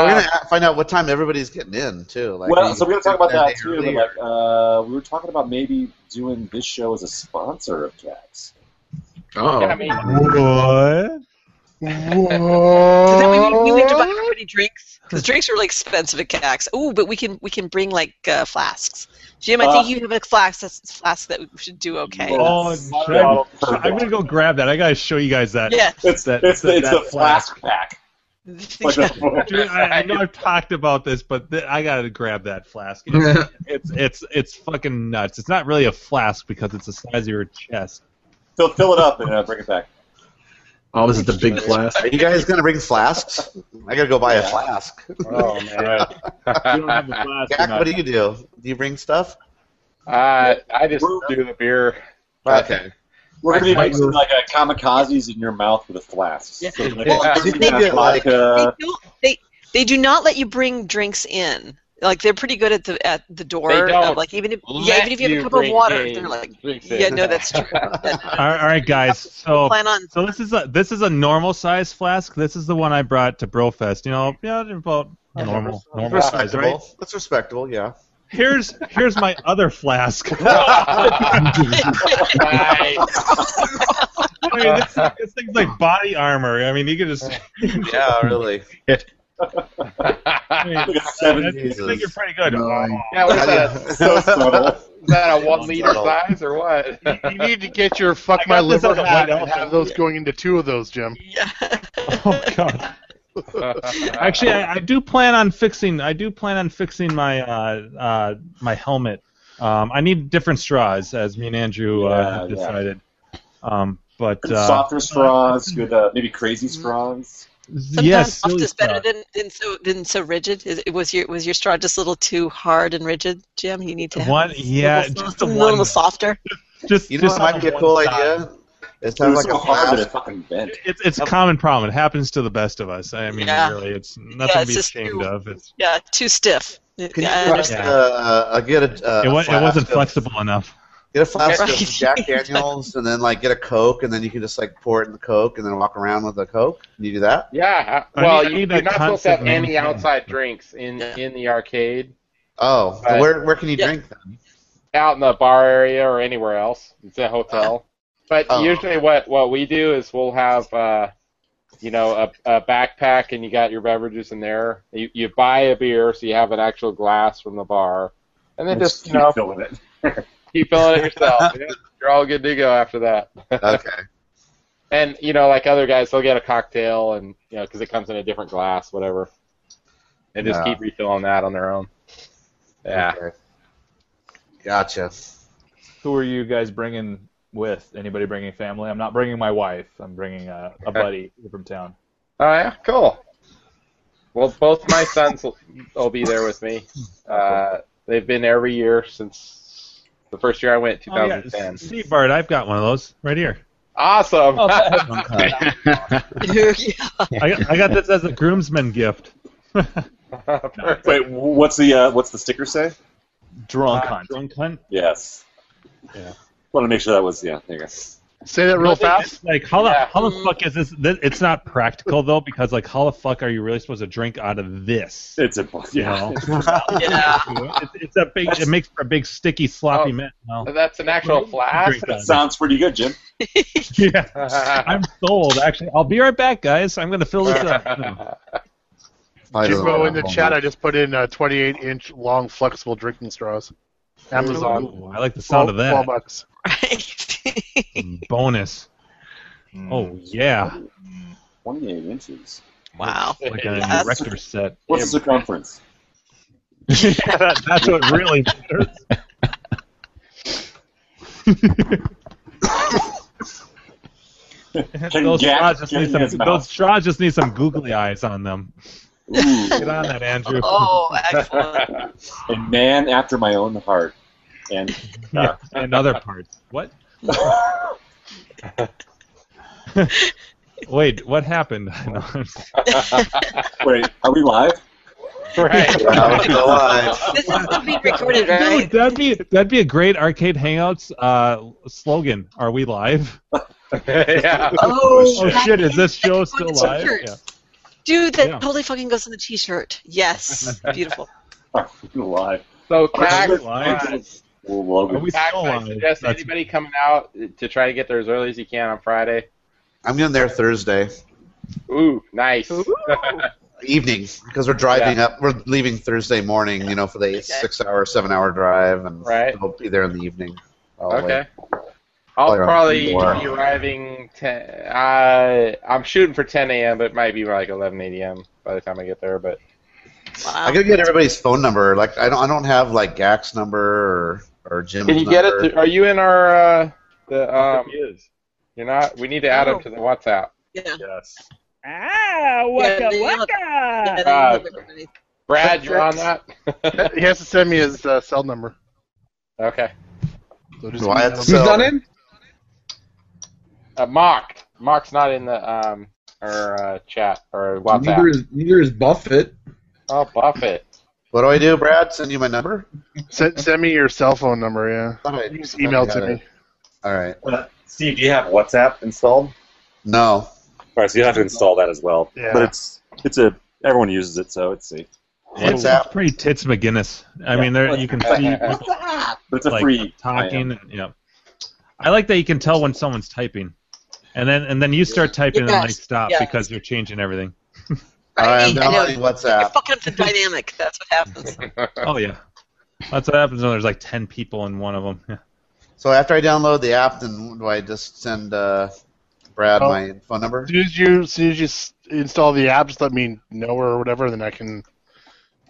we're gonna find out what time everybody's getting in too. Like, well, so we're gonna talk about that too. but, earlier. Like, uh, we were talking about maybe doing this show as a sponsor of Cax. Oh. What? So then we need, we need to buy everybody drinks because drinks are really expensive at CAX. Oh, but we can we can bring like uh, flasks. Jim, I Uh, think you have a flask that's flask that we should do okay. Oh, should I, should- I'm gonna go grab that. I gotta show you guys that. Yes. It's that. It's the- it's that the flask pack. Dude, I, I know I've talked about this, but th- I gotta grab that flask. It's, it's it's it's fucking nuts. It's not really a flask because it's the size of your chest. Fill fill it up and uh, bring it back. Oh, this is the big flask. Are you guys gonna bring flasks? I gotta go buy a flask. Oh man. You don't have a flask, Jack, what do you do? Do you bring stuff? Uh, I just do the beer. okay. We're gonna be mixing like uh, kamikazes in your mouth with a flask. Yeah. So, like, Well, uh, they do yeah, it like- Uh, vodka. They don't- They they do not let you bring drinks in. Like they're pretty good at the at the door. They of, don't like even if let yeah, even if you you have a cup of bring water, in they're like drinks in. yeah, no, that's true. all, right, all right, guys. So Plan on- so this is a this is a normal size flask. This is the one I brought to Brofest. You know, yeah, they're about normal normal size, right? respectable. That's respectable, yeah. Here's here's my other flask. I mean, this, thing- this thing's like body armor. I mean, you could just. yeah, really. I mean, Look at that's- seven I think pieces. you're pretty good. Yeah, what is that? So subtle. Is that a one So liter subtle. size or what? You need to get your fuck my this liver on the hat White and have those going into two of those, Jim. Oh, Actually, I, I do plan on fixing. I do plan on fixing my uh, uh, my helmet. Um, I need different straws, as me and Andrew uh, have Yeah, yeah. decided. Um, but uh, Softer straws, good uh, maybe crazy straws. Sometimes yes, soft silly is better straw. than, than so than so rigid. Is, was your was your straw just a little too hard and rigid, Jim? You need to have One- it a yeah, little, just a the little one. softer. Just You know what might be a cool idea? It sounds like a flask. fucking bent. It's it's a common problem. It happens to the best of us. I mean, Yeah. really, it's nothing Yeah, to it's be just ashamed of. It's, Yeah, too stiff. Can Yeah, I you just, uh, understand. uh, get a, uh, it, wa- a it wasn't flask of- flexible enough. Get a flask of Right. Jack Daniels and then like get a Coke and then you can just like pour it in the Coke and then walk around with a Coke. Can you do that? Yeah. I I- Well, need- I you, need you're that not supposed to concept have any maintained. outside drinks in in the arcade. Oh, Right. where where can you drink then? Out in the bar area or anywhere else. It's a hotel. But Oh. usually, what what we do is we'll have. Uh, you know, a, a backpack, and you got your beverages in there. You, you buy a beer, so you have an actual glass from the bar, and then just you know filling it. keep filling it yourself. Yeah, You're all good to go after that. Okay. And you know, like other guys, they'll get a cocktail, and you know, 'cause it comes in a different glass, whatever, and just Yeah. keep refilling that on their own. Yeah. Gotcha. Who are you guys bringing with? Anybody bringing family? I'm not bringing my wife. I'm bringing a, a buddy from town. Oh yeah, cool. Well, both my sons will- will be there with me. Uh, they've been every year since the first year I went, Oh, yeah. 2010. See, Bart, I've got one of those right here. Awesome. Oh, I, got, I got this uh, as a groomsman gift. Oh, Wait, what's the uh, what's the sticker say? Drunk hunt. Drunk hunt. Yes. Yeah. Want to make sure that was yeah. There you go. Say that real fast. Like how the how the fuck is this? this? It's not practical though because like how the fuck are you really supposed to drink out of this? It's a yeah. yeah. It's, it's a big. It makes for a big sticky Oh. sloppy mess. No. That's an actual flask. Drink that. Sounds pretty good, Jim. yeah, I'm sold. Actually, I'll be right back, guys. I'm gonna fill this up. Jimbo in the chat, I just put in uh, 28 inch long flexible drinking straws. Amazon. Ooh, I like the sound of that. 12 bucks. Bonus. Oh yeah, Twenty-eight inches. Wow. like an Yes. erector set. What's the circumference? yeah, that, that's what really matters. those, Jack straws just get need in some, his mouth? those straws just need some googly eyes on them. Ooh. Get on that, Andrew. Oh, excellent. A man after my own heart. And uh, Yeah, and other parts. What? Wait, what happened? I know. wait, are we live? Right. This is to be recorded, right? Dude, that'd be that'd be a great arcade hangouts uh, slogan. Are we live? yeah. Oh, Oh, that- shit! Is this show still it's a live? shirt. Yeah. Dude, that Yeah. totally fucking goes on the T-shirt. Yes, beautiful. Live. So Are we Cax, live? Little logo. Are we Cax, still I live? suggest anybody coming out to try to get there as early as you can on Friday. I'm in there Thursday Ooh, nice. evening because we're driving up. We're leaving Thursday morning, you know, for the six-hour, seven-hour drive, and Right. we'll be there in the evening. all the way. okay. I'll Probably around probably four. be arriving. 10, uh, I'm shooting for 10 a.m., but it might be like 11 a.m. by the time I get there. But I gotta get everybody's phone number. Like, I don't, I don't have like Gax number or or Jim's can you get it? number. through- are you in our uh, the um? He is. You're not. We need to add him to the WhatsApp. Yeah. Yes. Ah, waka Yeah, they waka. Uh, Brad, you're on that. he has to send me his uh, cell number. Okay. So Do I have to Who's sell? done it? Uh, Mock. Mock's not in the um or uh, chat or Neither WhatsApp. is neither is Buffett. Oh, Buffett. What do I do, Brad? Send you my number? Send, send me your cell phone number. Yeah. Thought I- Just email thought I to had me. it. All right. Uh, Steve, do you have WhatsApp installed? No. All right, so you'll have to install that as well. Yeah. But it's it's a everyone uses it, so it's safe. It's, it's pretty tits McGinnis. I mean, there you can see people But it's a like, free talking. And, yeah. I like that you can tell when someone's typing, and then and then you start typing and they Yes, stop yes. because you're changing everything. I Right, I am now know. on WhatsApp. Fucking up the dynamic. That's what happens. Oh yeah, that's what happens when there's like ten people in one of them. Yeah. So after I download the app, then do I just send uh, Brad Oh. my phone number? As soon as you, as soon as you s- install the app, just let me know or whatever, then I can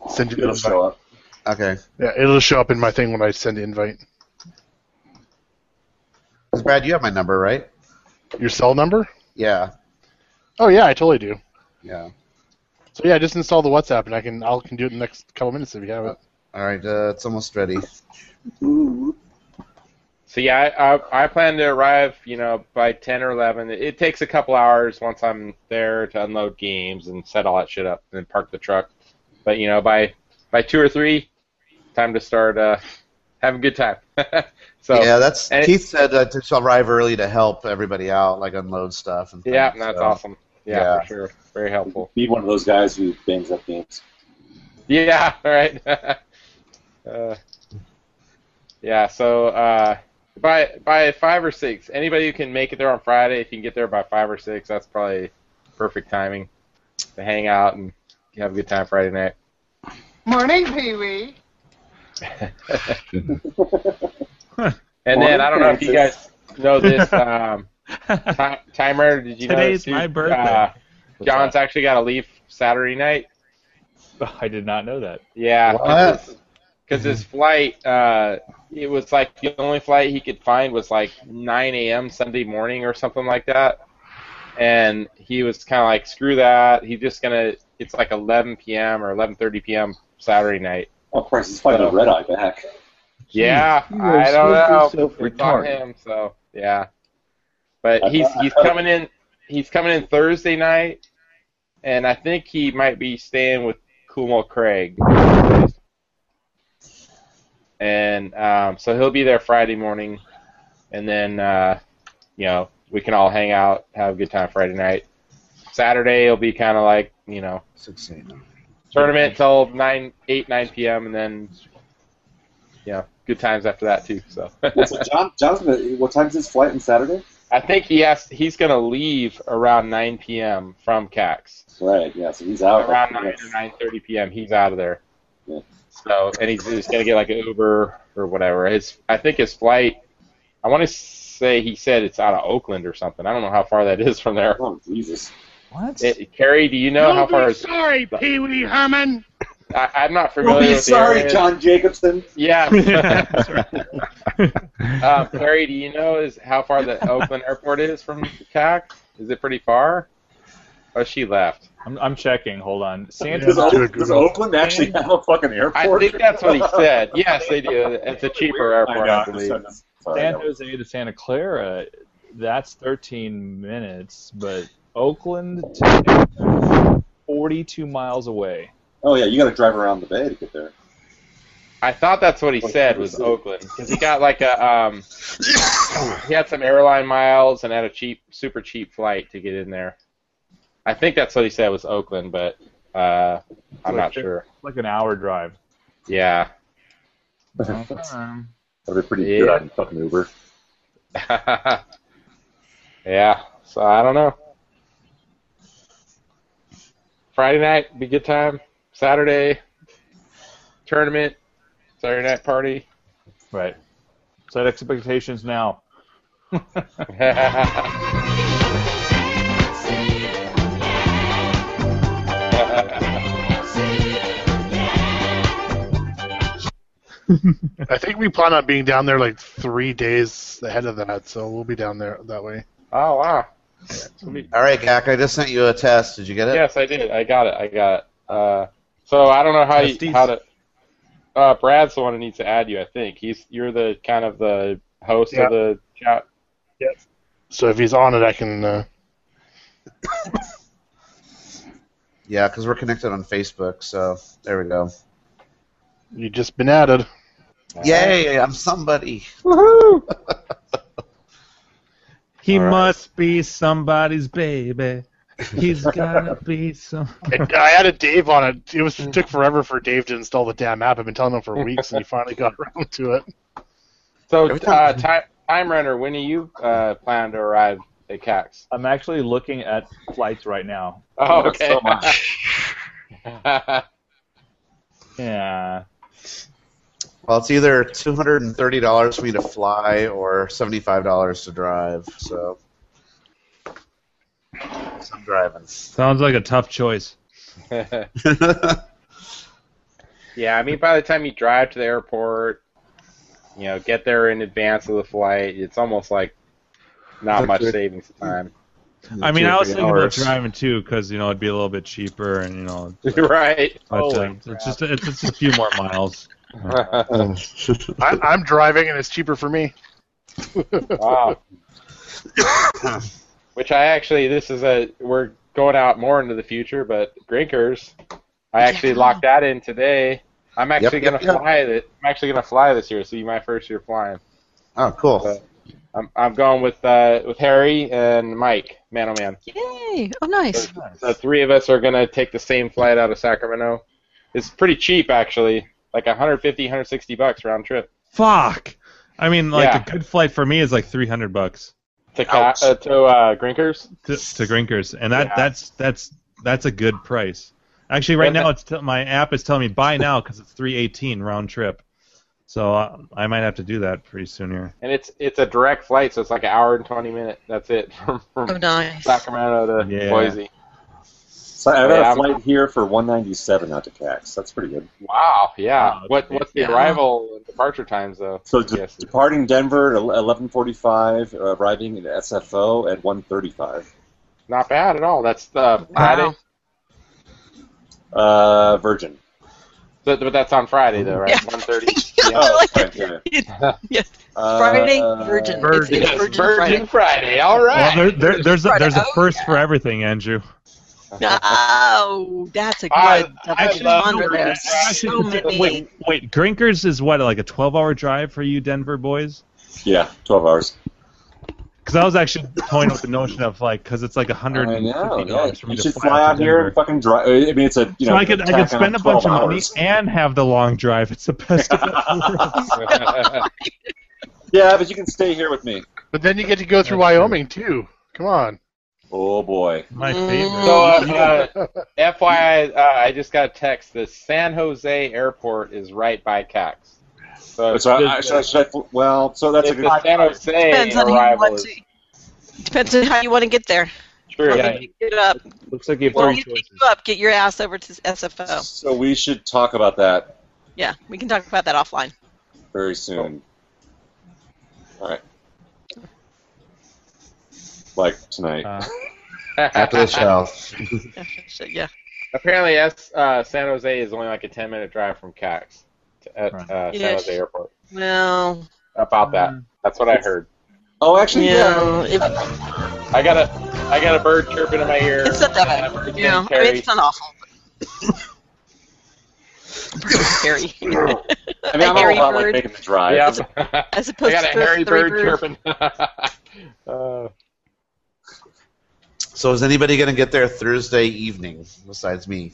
send you the it'll invite. show up. Okay. Yeah, it'll show up in my thing when I send the invite. 'Cause Brad, you have my number, right? Your cell number? Yeah. Oh yeah, I totally do. Yeah. So yeah, just install the WhatsApp, and I can I will can do it in the next couple minutes if you have it. All right. Uh, it's almost ready. So yeah, I, I I plan to arrive, you know, by ten or eleven. It, it takes a couple hours once I'm there to unload games and set all that shit up and park the truck. But you know, by by two or three, time to start uh, having a good time. so yeah, that's and it- Keith said that to arrive early to help everybody out, like unload stuff and. yeah, things, that's so. awesome. Yeah, Yeah. for sure, very helpful. Be one of those guys who bangs up games. Yeah, right. uh, yeah, so uh, by by five or six, anybody who can make it there on Friday, if you can get there by five or six, that's probably perfect timing to hang out and have a good time Friday night. Morning, Pee Wee. And then I don't know if you guys know this um, Today's ti- timer. Did you know Today's this, dude? my birthday. Uh, John's actually got to leave Saturday night. I did not know that. Yeah, What? because his flight, uh, it was like the only flight he could find was like 9 a.m. Sunday morning or something like that, and he was kind of like, screw that. He's just gonna. It's like 11 p.m. or 11:30 p.m. Saturday night. Of course, it's probably the red eye back. Yeah, you are I don't so know. It's on self-retarded. him, so yeah. But I- he's I- he's I- coming in. He's coming in Thursday night, and I think he might be staying with Kumo Craig. And um, so he'll be there Friday morning, and then uh, you know we can all hang out, have a good time Friday night. Saturday will be kind of like you know Sixteen. tournament till nine, eight, nine p.m. and then yeah, good times after that too. So Well, so John, John's gonna, what time's his flight on Saturday? I think he has he's gonna leave around nine p.m. from CAX. Right. Yeah. So he's out. around nine or nine thirty p.m. He's out of there. Yeah. So and he's, he's gonna get like an Uber or whatever. His I think his flight. I want to say he said it's out of Oakland or something. I don't know how far that is from there. Oh Jesus. What? It, Carrie, do you know how far? Is, sorry, Pee Wee Herman. I, I'm not We'll familiar be with the sorry, area. John Jacobson. Yeah. That's right. Um, Perry, do you know is how far the Oakland airport is from CAC? Is it pretty far? Oh, she left. I'm, I'm checking. Hold on. Does, Santa's yeah. Yeah. Oakland, does Oakland actually have a fucking airport? I think that's what he said. Yes, they do. It's a cheaper airport, I, believe. San Jose to Santa Clara, that's 13 minutes, but Oakland to 42 miles away. Oh yeah, you got to drive around the bay to get there. I thought that's what he said was Oakland because he got like a um, he had some airline miles and had a cheap, super cheap flight to get in there. I think that's what he said was Oakland, but uh, I'm not sure. Like an hour drive. Yeah. Okay. That'd be pretty Yeah. good on fucking Uber. yeah. So I don't know. Friday night be a good time. Saturday tournament. Saturday night party. Right. Set expectations now. I think we plan on being down there like three days ahead of that, so we'll be down there that way. Oh wow! All right, Gak, I just sent you a test. Did you get it? Yes, I did. I got it. I got it. Uh, so I don't know how you, Testes. how to. Uh, Brad's the one who needs to add you. I think he's you're the kind of the host Yeah. of the chat. So if he's on it, I can. Uh, Yeah, because we're connected on Facebook. So there we go. you just been added. Yay! I'm somebody. He All right. must be somebody's baby. He's gotta be some. And I added Dave on it. It was Mm. it took forever for Dave to install the damn app. I've been telling him for weeks, and he finally got around to it. So uh, time time runner, when do you uh, plan to arrive at CAX? I'm actually looking at flights right now. Oh, okay. yeah. Well, it's either two hundred and thirty dollars for me to fly or seventy-five dollars to drive. So, So I'm driving. Sounds like a tough choice. yeah, I mean, by the time you drive to the airport, you know, get there in advance of the flight, it's almost like not much savings of time. I mean, I was thinking about Hours. driving too, because you know it'd be a little bit cheaper, and you know. right. but, Holy uh, it's just it's just a few more miles. I, I'm driving, and it's cheaper for me. Wow. Which I actually, this is a, we're going out more into the future, but Grinkers, I actually locked that in today. I'm Yep, actually yep, gonna yep. fly that. I'm actually gonna fly this year. So you my first year flying. Oh, cool. I'm, I'm going with uh, with Harry and Mike, man oh man. Yay! Oh, nice. The three of us are gonna take the same flight out of Sacramento. It's pretty cheap actually, like 150, 160 bucks round trip Fuck. I mean, like Yeah. a good flight for me is like three hundred bucks to ca- uh, to uh, Grinkers. to, to Grinkers, and that Yeah. that's that's that's a good price. Actually, right Yeah. now it's t- my app is telling me buy now because it's three eighteen round trip. So uh, I might have to do that pretty soon here. And it's it's a direct flight, so it's like an hour and twenty minute. That's it from, from Oh, nice. Sacramento to Yeah. Boise. So I got Yeah, a I'm- flight here for 197 out to CAX. That's pretty good. Wow, yeah. What what's the Yeah. arrival and departure times though? So de- Yes. departing Denver at 11:45, uh, arriving at SFO at 1:35. Not bad at all. That's the Friday. Uh, Virgin. So- but that's on Friday though, right? One thirty. Oh, sorry, yeah. Yeah. Uh, Friday Virgin. It's, Virgin. it's Yes, Virgin Virgin Friday. Friday. All Well, right. there, there, there's a, there's a Oh, first for everything, Andrew. Oh, that's a good I- I double love entendre Virgin there. Friday. So many. Wait, wait, Grinkers is what like a twelve hour drive for you Denver boys? Yeah, 12 hours. Because I was actually toying with the notion of like, because it's like a hundred I and know. fifty Yeah. dollars for me You to should fly out out to here Denver. and fucking drive. I mean, it's a you know. so I could I could tack on spend a 12 bunch of money hours. and have the long drive. It's the best of it. Yeah, but you can stay here with me. But then you get to go through Wyoming too. Come on. Oh boy. My Mm. favorite. So, uh, uh, FYI, uh, I just got a text. The San Jose airport is right by CAX. So, So I, I, if should, I, should I, fl- well, so that's a if good. the San Jose Depends on how you arrival want is to. Depends on how you want to get there. true, Let yeah. me pick it up. Looks like you have Well, three you pick choices. you up. Get your ass over to SFO. So we should talk about that Yeah, we can talk about that offline. very soon. All right. Like tonight. Uh, After the show. Shit, yeah. Apparently, S, uh, San Jose is only like a 10 minute drive from CAX to, at Right. uh, San Yes. Jose airport. Well, About that. That's what I heard. Mm. oh, actually, yeah. yeah. If, I got a, I got a bird chirping in my ear. it's not that I got a bird bad. You know, named I mean, Terry. it's not awful. hairy. I mean, A I'm a hairy lot like bird. making the drive. As, as opposed I got to Oh, a hairy three bird, birds. chirping. uh, So is anybody going to get there Thursday evening besides me?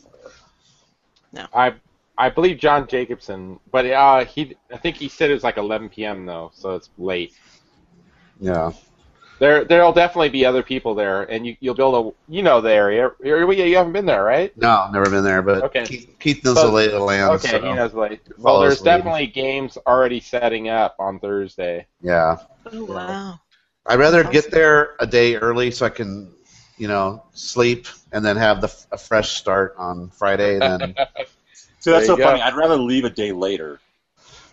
I I believe John Jacobson, but uh, he I think he said it was like 11 p.m. though, so it's late. Yeah. There there'll definitely be other people there, and you you'll be able to you know the area. You you haven't been there, right? No, never been there, but Okay. Keith, Keith knows So- the lay of the land. Okay, so- he knows like well, follow there's his lead. definitely games already setting up on Thursday. Yeah. Oh wow. I'd rather get there a day early so I can, you know, sleep and then have the f- a fresh start on Friday. Then So that's There so you go. funny. I'd rather leave a day later.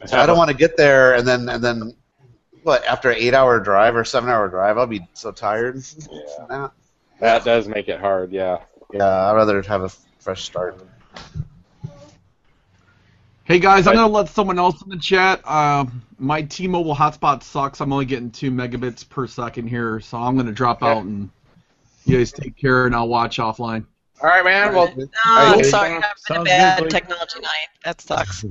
so I don't want to get there and then and then what after an eight hour drive or seven hour drive I'll be so tired. Yeah. That does make it hard, yeah. Yeah, I'd rather have a f- fresh start. Hey guys, I'm gonna let someone else in the chat. Um, my T-Mobile hotspot sucks. I'm only getting two megabits per second here, so I'm gonna drop out and you guys take care, and I'll watch offline. All right, man. Well, No, Oh, I'm Hey, sorry. sounds- I've been a sounds bad good, like- technology night. That sucks.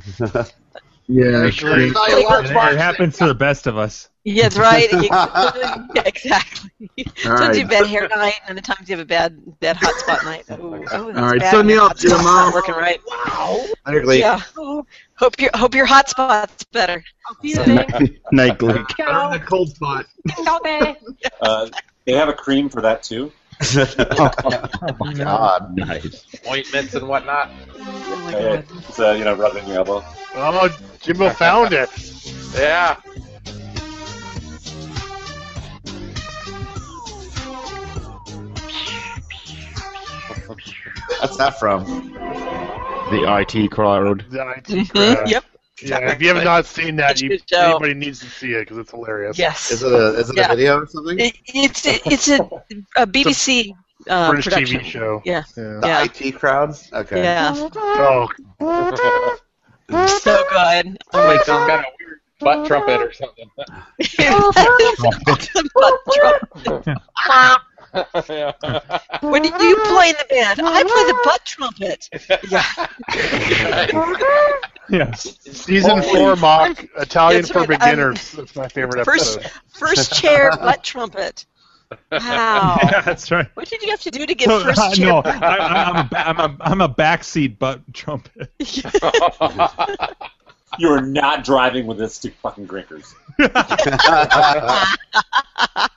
Yeah, It, sure. it happens to the best of us. Yeah, that's right. Yeah, exactly. All Sometimes you right. have bad hair night, and other times you have a bad bad hotspot night. Ooh, oh, that's right, bad. sign me Your up, hotspot's not Jim. Working right. Oh Wow. Clearly. Yeah. Hope your hope your hotspot's better. Night Gleek. Better than a cold spot. Uh, they have a cream for that too. God, nice. ointments and whatnot. It's uh, you know rubbing your elbow. Oh, Jimbo found it. Yeah. That's that from. The IT crowd. The IT Mhm, crowd. yep. Yeah, if you have not seen that, you, good show. anybody needs to see it because it's hilarious. Yes. Is it a is it Yeah. a video or something? It, it's a, it's a, a BBC uh, British TV production. show. Yeah. Yeah. The Yeah. IT crowd. Okay. Yeah. Oh, So good. Somebody's just got a weird butt trumpet or something. yeah. What do you play in the band? I play the butt trumpet. Yeah. Yes. Season four mock Italian That's for right, I'm- beginners. That's my favorite Um, First, episode. first chair butt trumpet. Wow. Yeah, that's right. What did you have to do to get No, first chair? no, butt- I, I- I'm, a ba- I'm a I'm a backseat butt trumpet. You are not driving with this to fucking grinkers.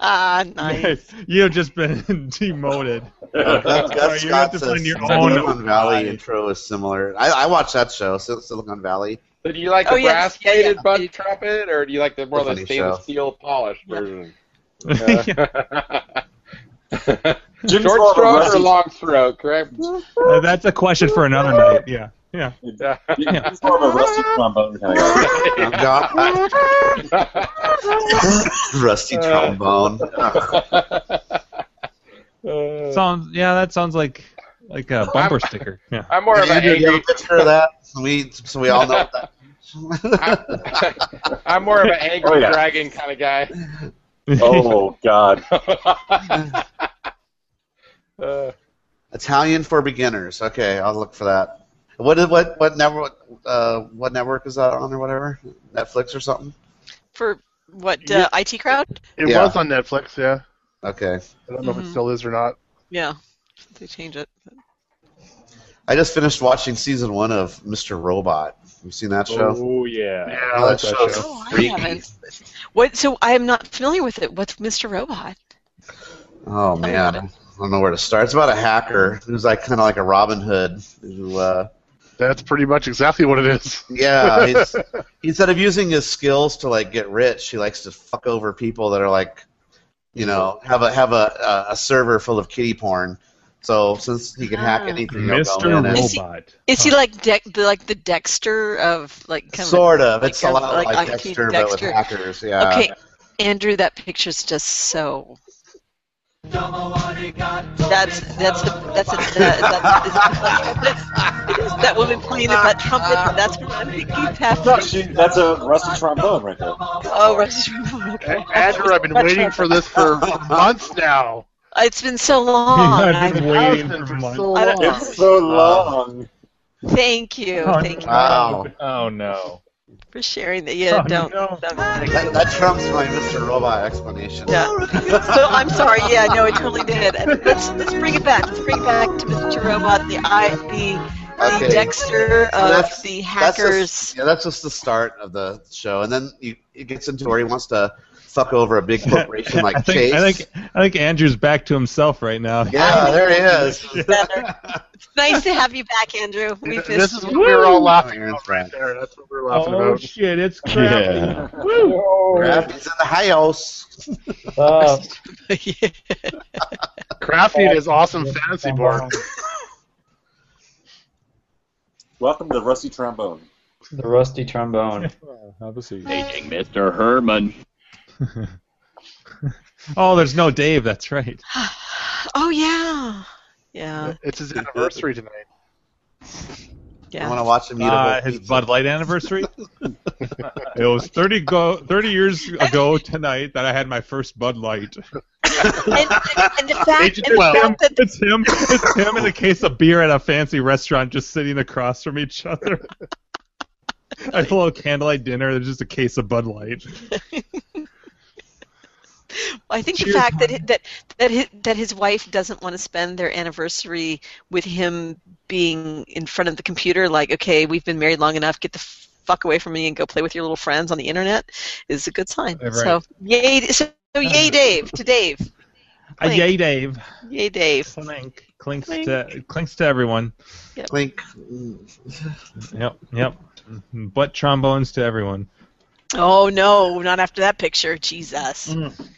Ah, nice. You've just been demoted. That's, that's you have Scott's to find your Silicon own. Valley intro is similar. I, I watched that show, Sil- Silicon Valley. So do you like Oh, the yes. brass Yeah, yeah. plated butt trumpet, or do you like the more the Funny stainless show. steel polished version? Jim's Short more of a stroke or rusty- long stroke, correct? Uh, that's a question for another night. Yeah. Yeah. Jim's more of a rusty trombone kind of guy. Uh, I'm John- Uh, Rusty trombone. Ah. Sounds. Yeah, that sounds like like a bumper sticker. Yeah. I'm more of an Andrew, do you have angry. a picture of that? So we so we all know what that. I'm more of an angry Oh, yeah. dragon kind of guy. Oh God. Uh, Italian for beginners. Okay, I'll look for that. What is- what what network uh, what network is that on or whatever? Netflix or something? For what, uh, IT crowd? It Yeah. was on Netflix, yeah. Okay. I don't know if Mhm. it still is or not. Yeah. They change it. I just finished watching season one of Mr. Robot. You seen that show? oh yeah. Yeah, I like that show. Oh, I haven't. What? So I am not familiar with it. What's Mr. Robot? Oh man, I don't know where to start. It's about a hacker who's like kind of like a Robin Hood. Who, uh, That's pretty much exactly what it is. yeah, he's, instead of using his skills to like get rich, he likes to fuck over people that are like, you know, Mm-hmm. have a have a a, a server full of kitty porn. So since he can hack Ah. anything, he'll go Mr. in and- Is he- Robot. Is he like Dex, the- like the Dexter of like kind of a- sort of. It's a like, uh, lot like like, IT Dexter, but with Dexter. hackers. Yeah. okay, Andrew, that picture's just so. That's that's the that's a, that, that, is, is that woman playing the butt trumpet. That's what I'm thinking. Pat. No, she, that's a rusty trombone right there. Oh, Russian trombone, okay. Andrew, I've been Butt waiting trumpet. for this for months now. It's been so long. I've been I- waiting I've been for for months. so I don't- long. It's so long. Thank you. Oh, thank you Wow. Oh no. for sharing that. Yeah, Oh, don't. no. don't- That, that trumps my Mr. Robot explanation. Yeah. So I'm sorry. Yeah, no, it totally did. And Let's, let's bring it back. Let's bring it back to Mr. Robot, the I, the, the Okay. Dexter So of that's- the that's just- hackers. yeah, that's just the start of the show, and then you, it gets into where he wants to fuck over a big corporation like I think, Chase. I think I think Andrew's back to himself right now. yeah, there he is. It's nice to have you back, Andrew. We missed This is what you. we were all laughing Aaron's about friend. right there. That's what we were laughing Oh about. shit! It's crappy. Yeah. Crap, he's in the house. Uh, Crafty is awesome fantasy board. welcome to Rusty Trombone. The rusty trombone. Have a seat. Aging Mr. Herman. Oh, there's no Dave. That's right. Oh yeah, yeah, It's his anniversary tonight. I yeah. want to watch him eat a whole Uh, his pizza. Bud Light anniversary. it was 30 go 30 years ago tonight that I had my first Bud Light. and, and the fact, and the It's him. fact that It's him. It's him and a case of beer at a fancy restaurant, just sitting across from each other. I had a little candlelight dinner. There's just a case of Bud Light. I think the Cheers, fact that hi- that that his, that his wife doesn't want to spend their anniversary with him being in front of the computer, like, okay, we've been married long enough, get the fuck away from me and go play with your little friends on the internet, is a good sign. Right. So yay, so yay, Dave to Dave, Uh, yay, Dave. yay, Dave. Clink. Clinks to clinks to everyone. Clink. Yep. Yep. Butt trombones to everyone. Oh no, not after that picture, Jesus. Mm.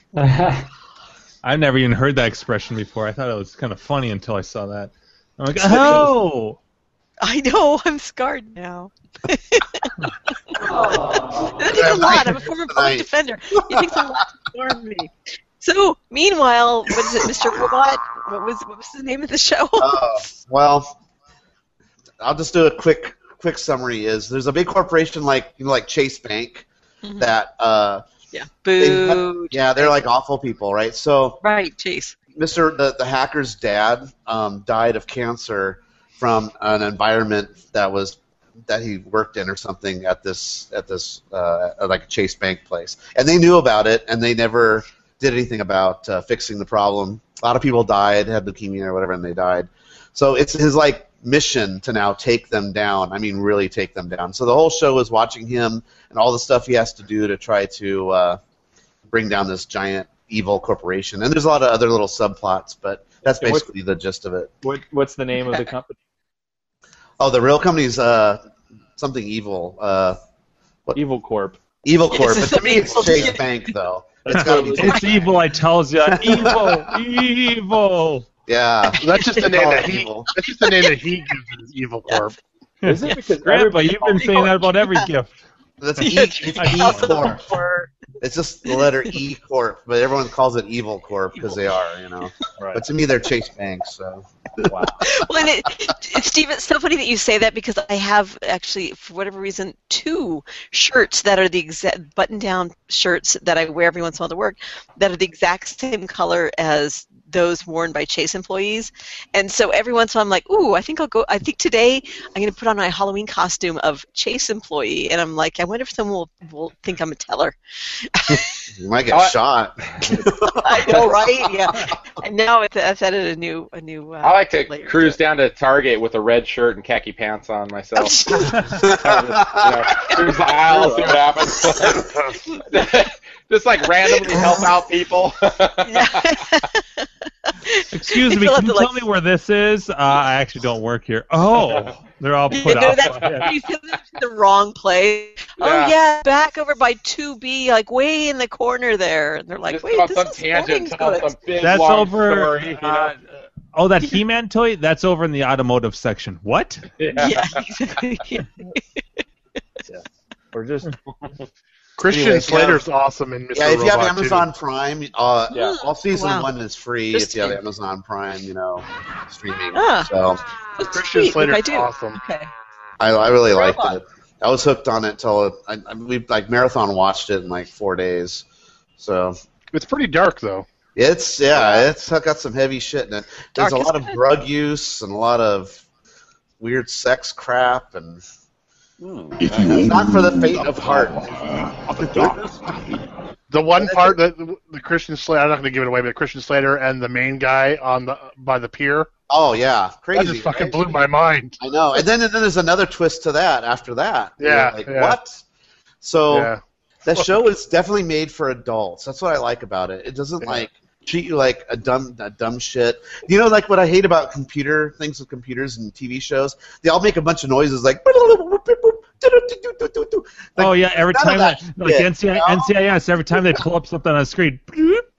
I've never even heard that expression before. I thought it was kind of funny until I saw that. I'm like, oh, I know, I'm scarred now. That takes a lot. I'm a former public Right. defender. It takes a lot to scar me. So, meanwhile, what is it, Mr. Robot? What was what was the name of the show? Oh, well, I'll just do a quick quick summary. Is there's a big corporation like you know, like Chase Bank Mhm. that uh, yeah, they- boo. yeah they're like awful people, right? So Right, Chase. Mr. The, the hacker's dad um, died of cancer from an environment that was that he worked in or something at this at this uh, at like a Chase Bank place, and they knew about it, and they never did anything about uh, fixing the problem. A lot of people died, had leukemia or whatever, and they died. So it's his like mission to now take them down. I mean, really take them down. So the whole show is watching him and all the stuff he has to do to try to. Uh, bring down this giant evil corporation. And there's a lot of other little subplots, but that's And what- basically the gist of it. What what's the name of the company? Oh, the real company's uh, something evil. Uh, Evil Corp. evil Corp. It's But to me, evil. it's Chase Bank, though. It's gotta be. it's evil. I tells you, evil, evil. Yeah. That's just the name Call that it he. evil. That's just the name that he gives his evil corp. Is it because Grandpa, everybody you've been saying that about every gift. That's E. Yeah, It's E Corp. It's just the letter E Corp, but everyone calls it Evil Corp because they are, you know. Right. But to me, they're Chase Bank, so. Wow. well, and it, it- Steve, it's so funny that you say that because I have actually, for whatever reason, two shirts that are the exact button-down shirts that I wear every once in a while to work that are the exact same color as those worn by Chase employees. And so every once in a while, I'm like, ooh, I think I'll go. I think today I'm going to put on my Halloween costume of Chase employee, and I'm like, I wonder if someone will, will think I'm a teller. You might get Oh, I- shot. I know, right? Yeah. And now it's, I've added a new, a new. Uh, I like to layer cruise it. down to Target with a red shirt and khaki pants on myself. you know, yeah, cruise the aisle, see what happens. Just like randomly help out people. Excuse me, You'll have can you to, like- tell me where this is? Uh, I actually don't work here. Oh, they're all You put know, out. that's you send them to the wrong place. Yeah. Oh yeah, back over by 2B, like way in the corner there. And they're like, Just wait, on this some is tangent, sporting's tell good. some big That's long over. story. you know? uh, oh, that He-Man toy? That's over in the automotive section. What? yeah. Yeah, exactly. Yeah. Or just Christian Anyway, yeah. Slater's awesome in Mr. if you have Robot, too. Amazon Prime, uh, Yeah. all season Wow. one is free Just if you have kidding. Amazon Prime, you know, streaming. Ah. So. That's Christian sweet, Slater's I do. awesome. Okay. I, I really liked Robot. it. I was hooked on it till I, I, we like marathon watched it in like four days. So It's pretty dark though. it's yeah, it's got some heavy shit in it. There's Dark a is lot of good. drug use and a lot of weird sex crap and It's not for the faint of heart. The one part that the, the Christian Slater, I'm not going to give it away, but Christian Slater and the main guy on the by the pier. Oh yeah, crazy. That just fucking right? blew my mind. I know. And then and then there's another twist to that after that. You're Yeah, like, yeah. What? So Yeah. that show is definitely made for adults. That's what I like about it. It doesn't like treat you like a dumb a dumb shit. You know, like what I hate about computer things with computers and TV shows. They all make a bunch of noises like. oh yeah, every none of time that that, like shit, NCIS, NCIS, every time they pull up something on a screen,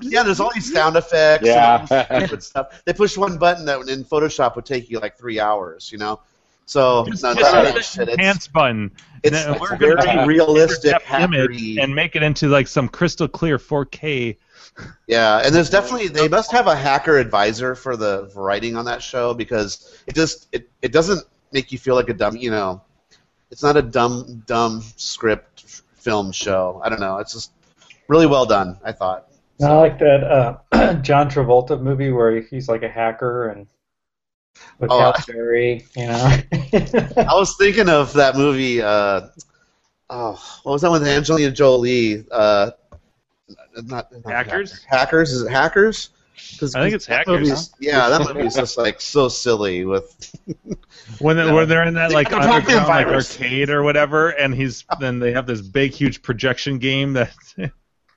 Yeah, there's all these sound effects Yeah. and all this stupid stuff. They push one button that in Photoshop would take you like three hours, you know? So none of just that push shit. the It's- pants button. it's- Now, it's we're gonna very make a realistic, in-depth hackery. image and make it into like some crystal clear 4K. Yeah, and there's definitely they must have a hacker advisor for the writing on that show because it just it, it doesn't make you feel like a dumb you know it's not a dumb dumb script f- film show. I don't know. It's just really well done. I thought. I like that uh, John Travolta movie where he's like a hacker and with Oh, Halle I- Berry, you know. I was thinking of that movie. Uh, oh, what was that with Angelina Jolie? Uh, not, not hackers. Hackers is it hackers? Cause, I think it's that Hackers, movie's- huh? Yeah, that movie's just like so silly with When they, No. when they're in that They like got the Dropman underground like virus. arcade or whatever, and he's then they have this big huge projection game that.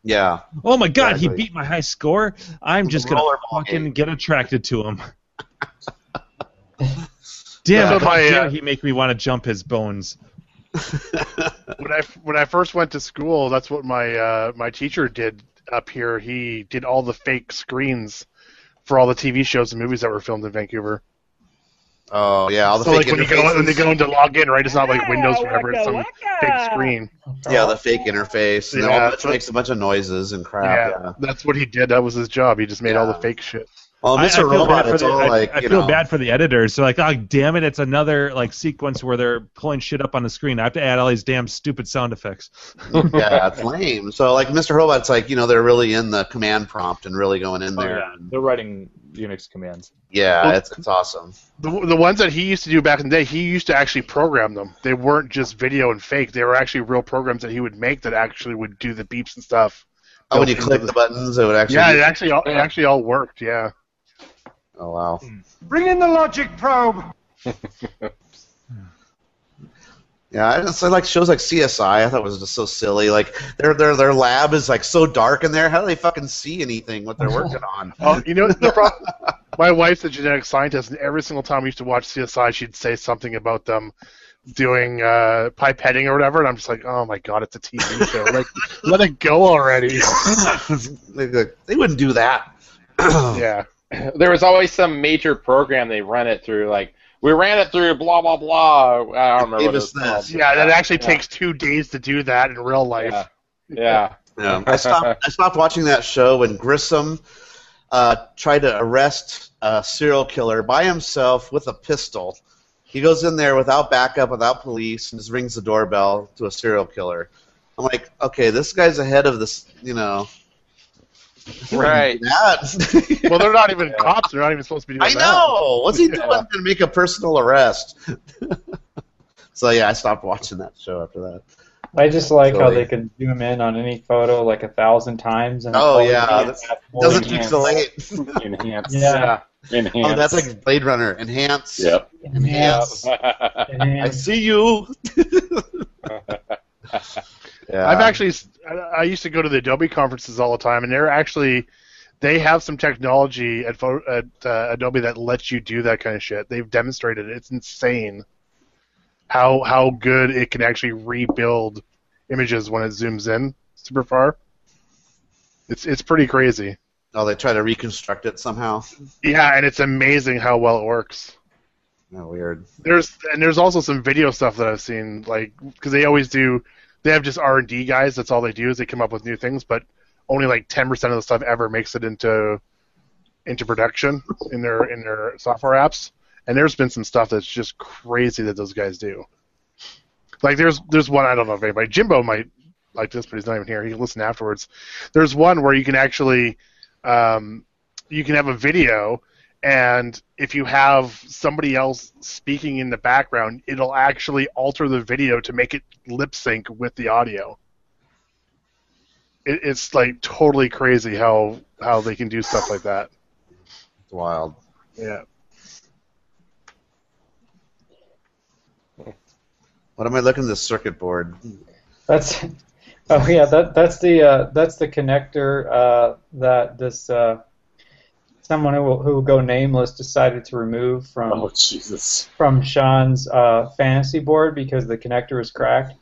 yeah. Oh my god, he Exactly. beat my high score. I'm just gonna fucking get attracted to him. Damn, So how my, uh, dare he make me want to jump his bones. when I when I first went to school, that's what my uh, my teacher did up here. He did all the fake screens for all the TV shows and movies that were filmed in Vancouver. Oh yeah, all the so fake like when you go interfaces. when they go into log in, right? It's not like Windows, whatever. It's some fake screen. yeah, the fake interface, and Yeah. all that makes a bunch of noises and crap. yeah, yeah. that's what he did. That was his job. He just made all the fake shit. Well, I- I Mr. feel Robot, bad for it's the- all I- like I you feel know. bad for the editors. They're like, oh damn it, it's another like sequence where they're pulling shit up on the screen. I have to add all these damn stupid sound effects. yeah, it's lame. So like Mr. Robot's like you know they're really in the command prompt and really going in Oh, there. yeah. They're writing Unix commands. Yeah, Well- it's it's awesome. The, the ones that he used to do back in the day, he used to actually program them. They weren't just video and fake. They were actually real programs that he would make that actually would do the beeps and stuff. Oh, when you Built into click the buttons, it would actually. yeah, it actually all, it actually Hmm. all worked. Yeah. Oh wow. Bring in the logic probe. Yeah, I just I like shows like CSI. I thought was just so silly. Like their their their lab is like so dark in there. How do they fucking see anything what they're working on? Oh, you know the problem. My wife's a genetic scientist, and every single time we used to watch CSI, she'd say something about them doing uh, pipetting or whatever, and I'm just like, oh my god, it's a TV show. Like, let it go already. they wouldn't do that. yeah. there was always some major program they run it through. Like we ran it through blah blah blah. I don't remember. What it was called. Yeah, that actually Yeah. takes two days to do that in real life. Yeah. Yeah. I stopped. I stopped watching that show when Grissom uh, tried to arrest a serial killer by himself with a pistol. He goes in there without backup, without police, and just rings the doorbell to a serial killer. I'm like, okay, this guy's ahead of this, you know. Right. That. well, they're not even cops. They're not even supposed to be doing I that. know. What's he doing? Yeah. to make a personal arrest. so yeah, I stopped watching that show after that. I just like how Silly. they can zoom in on any photo like a thousand times. And Oh, it's all yeah, enhanced, that's- all doesn't enhanced. pixelate. Enhance. Yeah. Enhance. Oh, that's like Blade Runner. Enhance. Yep. Enhance. I see you. yeah. I've actually, s- I I used to go to the Adobe conferences all the time, and they're actually, they have some technology at, pho- at uh, Adobe that lets you do that kind of shit. They've demonstrated it. It's insane how how good it can actually rebuild images when it zooms in super far. It's it's pretty crazy. Oh, they try to reconstruct it somehow. Yeah, and it's amazing how well it works. Oh, weird. There's and there's also some video stuff that I've seen, like because they always do. They have just R and D guys. That's all they do is they come up with new things, but only like ten percent of the stuff ever makes it into into production in their in their software apps. And there's been some stuff that's just crazy that those guys do. Like there's there's one I don't know if anybody Jimbo might like this, but he's not even here. He can listen afterwards. There's one where you can actually um, you can have a video and if you have somebody else speaking in the background, it'll actually alter the video to make it lip sync with the audio. It, it's like totally crazy how how they can do stuff like that. It's wild. Yeah. What am I looking at the circuit board? That's oh yeah that that's the uh, that's the connector uh, that this uh, someone who will, who will go nameless decided to remove from Oh Jesus! from Sean's uh, fantasy board because the connector was cracked,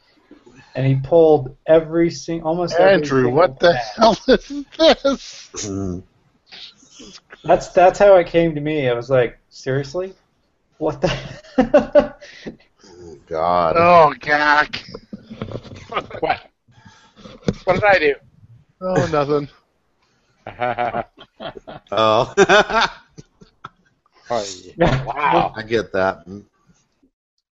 and he pulled every single almost every Andrew, single what the hell is this? Oh. That's that's how it came to me. I was like, seriously, what the? God. Oh, gack. what? What did I do? Oh, nothing. Oh. Wow. I get that.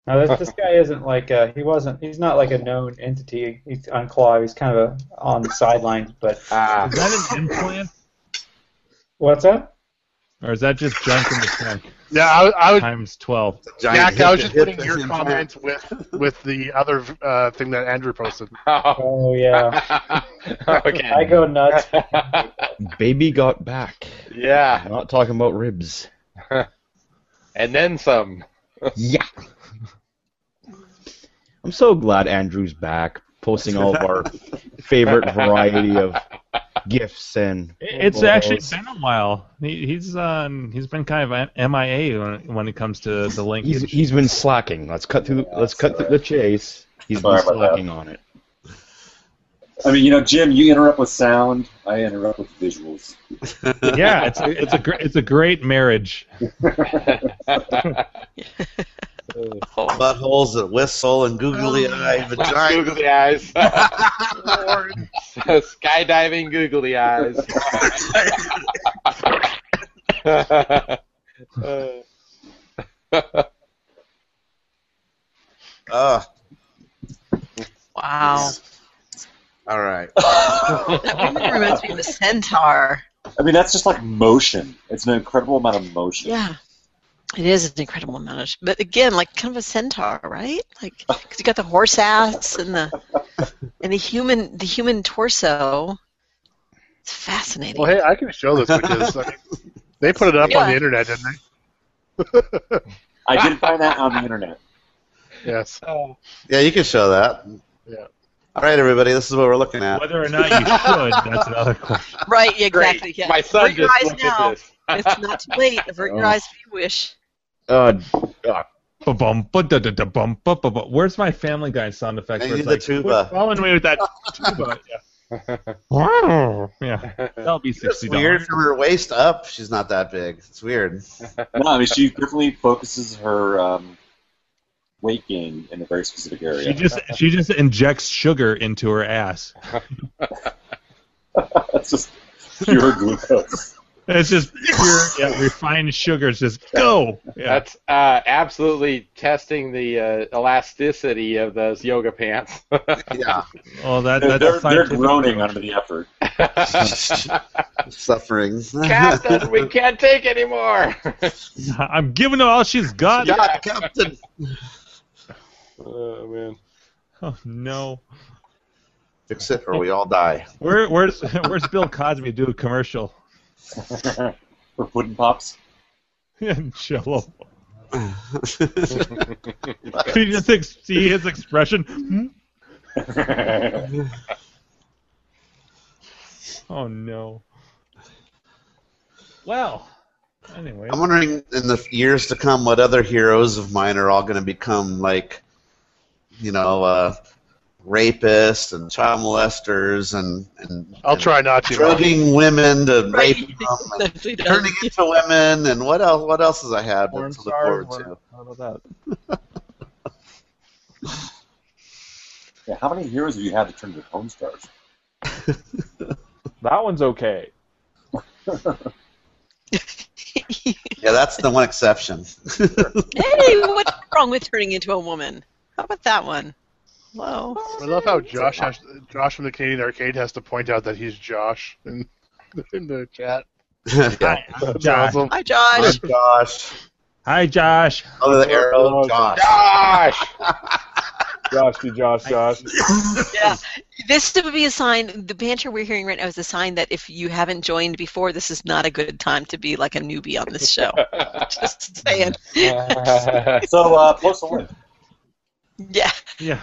No, this, this guy isn't like a, he wasn't. He's not like a known entity. He's on claw. He's kind of a, on the sideline. But Is that an implant, what's up? or is that just junk in the tank Yeah, I, I was times twelve? Jack, I was just putting your comment with with the other uh, thing that Andrew posted. Oh yeah, okay. I go nuts. Baby got back. Yeah, I'm not talking about ribs. and then some. Yeah. I'm so glad Andrew's back, posting all of our favorite variety of gifts and. It's actually been a while. He, he's um, he's been kind of M- MIA when, when it comes to the link. He's he's been slacking. Let's cut through. let's cut through the chase. He's been Sorry about that. slacking on it. I mean, you know, Jim, you interrupt with sound. I interrupt with visuals. yeah, it's a, it's a gr- it's a great marriage. Buttholes that whistle and googly Oh, eye vagina. Googly eyes. Skydiving googly eyes. Uh, Ugh. Wow. all right. That really reminds me of a centaur. I mean, that's just like motion. It's an incredible amount of motion. Yeah. It is an incredible amount of, but again, like kind of a centaur, right? Like, because you got the horse ass and the and the human the human torso. It's fascinating. Well, hey, I can show this because I mean, they put it up on Yeah. the internet, didn't they? I did find that on the internet. yes. Oh. Yeah, you can show that. Yeah. All right, everybody. This is what we're looking at. Whether or not you should, that's another question. Right? yeah, Great. Exactly. Yeah. My son Avert your just eyes looked now. at this. it's not too late. Avert your Oh. eyes if you wish. Uh, Ba-bum, ba-da-da-da, bum, ba-ba-ba. Where's my Family Guy sound effect? I where need it's the like, tuba. Well, and we with that tuba. Yeah. yeah, that'll be It's sixty weird dollars. from her waist up. She's not that big. It's weird. No, I mean, she definitely focuses her um, weight gain in a very specific area. She just she just injects sugar into her ass. That's just pure glucose. It's just pure yeah, refined sugar. It's just go. Yeah. That's uh, absolutely testing the uh, elasticity of those yoga pants. Yeah. Well, They're, that that's they're, they're scientific. groaning under the effort. Suffering. Captain, we can't take anymore. I'm giving her all she's got. yeah, Captain. oh man. Oh no. Fix it or we all die. Where where's where's Bill Cosby do a commercial? For pudding pops. And Jello. What? Did you just ex- see his expression? Hmm? Oh no. Well, anyway, I'm wondering in the years to come what other heroes of mine are all going to become like, you know, uh, rapists and child molesters and, and, I'll and try not to. drugging women to Right. rape them, and Definitely does. turning into women, and what else? What else has I had to Or I'm look sorry. forward Or, to? how about that? Yeah, how many heroes have you had to turn into home stars? That one's okay. Yeah, that's the one exception. Hey, what's wrong with turning into a woman? How about that one? Hello. I love how Josh has, Josh from the Canadian Arcade has to point out that he's Josh in, in the chat. Hi, Josh. Hi, Josh. Josh. Hi, Josh. Oh, the arrow, Josh. Ah! Josh. Josh, you Josh, Josh. yeah, this would be a sign. The banter we're hearing right now is a sign that if you haven't joined before, this is not a good time to be like a newbie on this show. Just saying. so uh, post a link. Yeah. Yeah.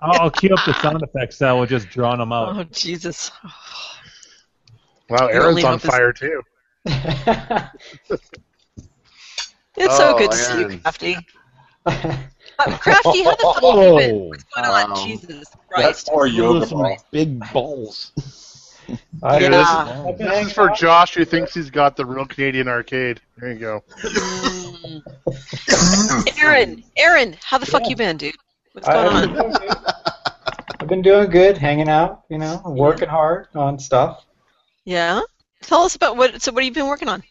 I'll, I'll queue up the sound effects that will just drown them out. Oh Jesus. Wow, Your Aaron's only on hope is- fire too. It's so Oh, good to see you, Aaron. Crafty. Uh, Crafty, how the fuck have you been? What's going on? Jesus Christ. big balls. Yeah, Yeah. This, this is for Josh, who thinks he's got the real Canadian arcade. There you go. Aaron, Aaron, how the fuck you been, dude? What's I going haven't- on? I've been doing good, hanging out, you know, working hard on stuff. Yeah. Tell us about what. So, what have you been working on?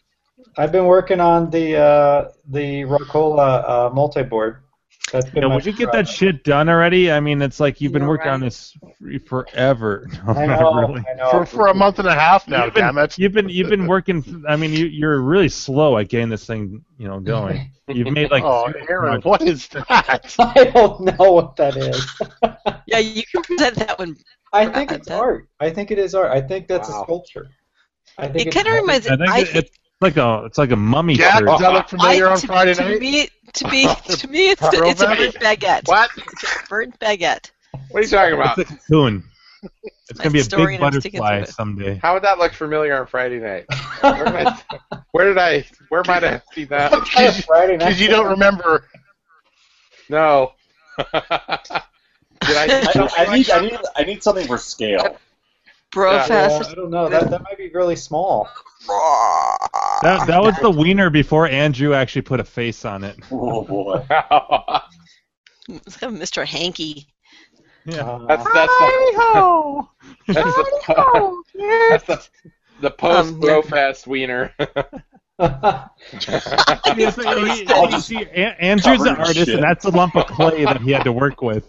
I've been working on the uh, the Rocola uh, multi-board. That's been Yeah, my would you get that shit done already? I mean, it's like you've been working on this f- forever. No, I not know, really. I know. For, for a month and a half now, You've been- damn it. You've been you've been working. I mean, you, you're really slow at getting this thing, you know, going. You've made like oh, zero Aaron, progress. what is that? I don't know what that is. Yeah, you can present that one. I think it's art. I think it is art. I think that's a sculpture. I It think it's- kinda I think- reminds- I think I it- think- it's like a it's like a mummy. Yeah, shirt. does that look familiar I- on to, Friday to night? Me, to me, to me, it's, it's a burnt baguette. What? It's a burnt baguette. What are you talking about? It's like a cocoon. It's gonna be a Nice story big and I'm sticking to butterfly it. someday. How would that look familiar on Friday night? Where, did I, where did I? Where might I have seen that? Friday night. Because you don't remember. No. did I? I, don't- I need, I need, I need something for scale. Bro Yeah. Yeah, fest. I don't know. That, that might be really small. That that was the wiener before Andrew actually put a face on it. Oh boy. Let's have Mr. Hanky. Yeah. Uh, that's that's the that's the, Oh, that's the, the post Um, yeah. Blowfest wiener. Yeah, so he- you see, An- Andrew's covered an in artist, shit. and that's a lump of clay that he had to work with.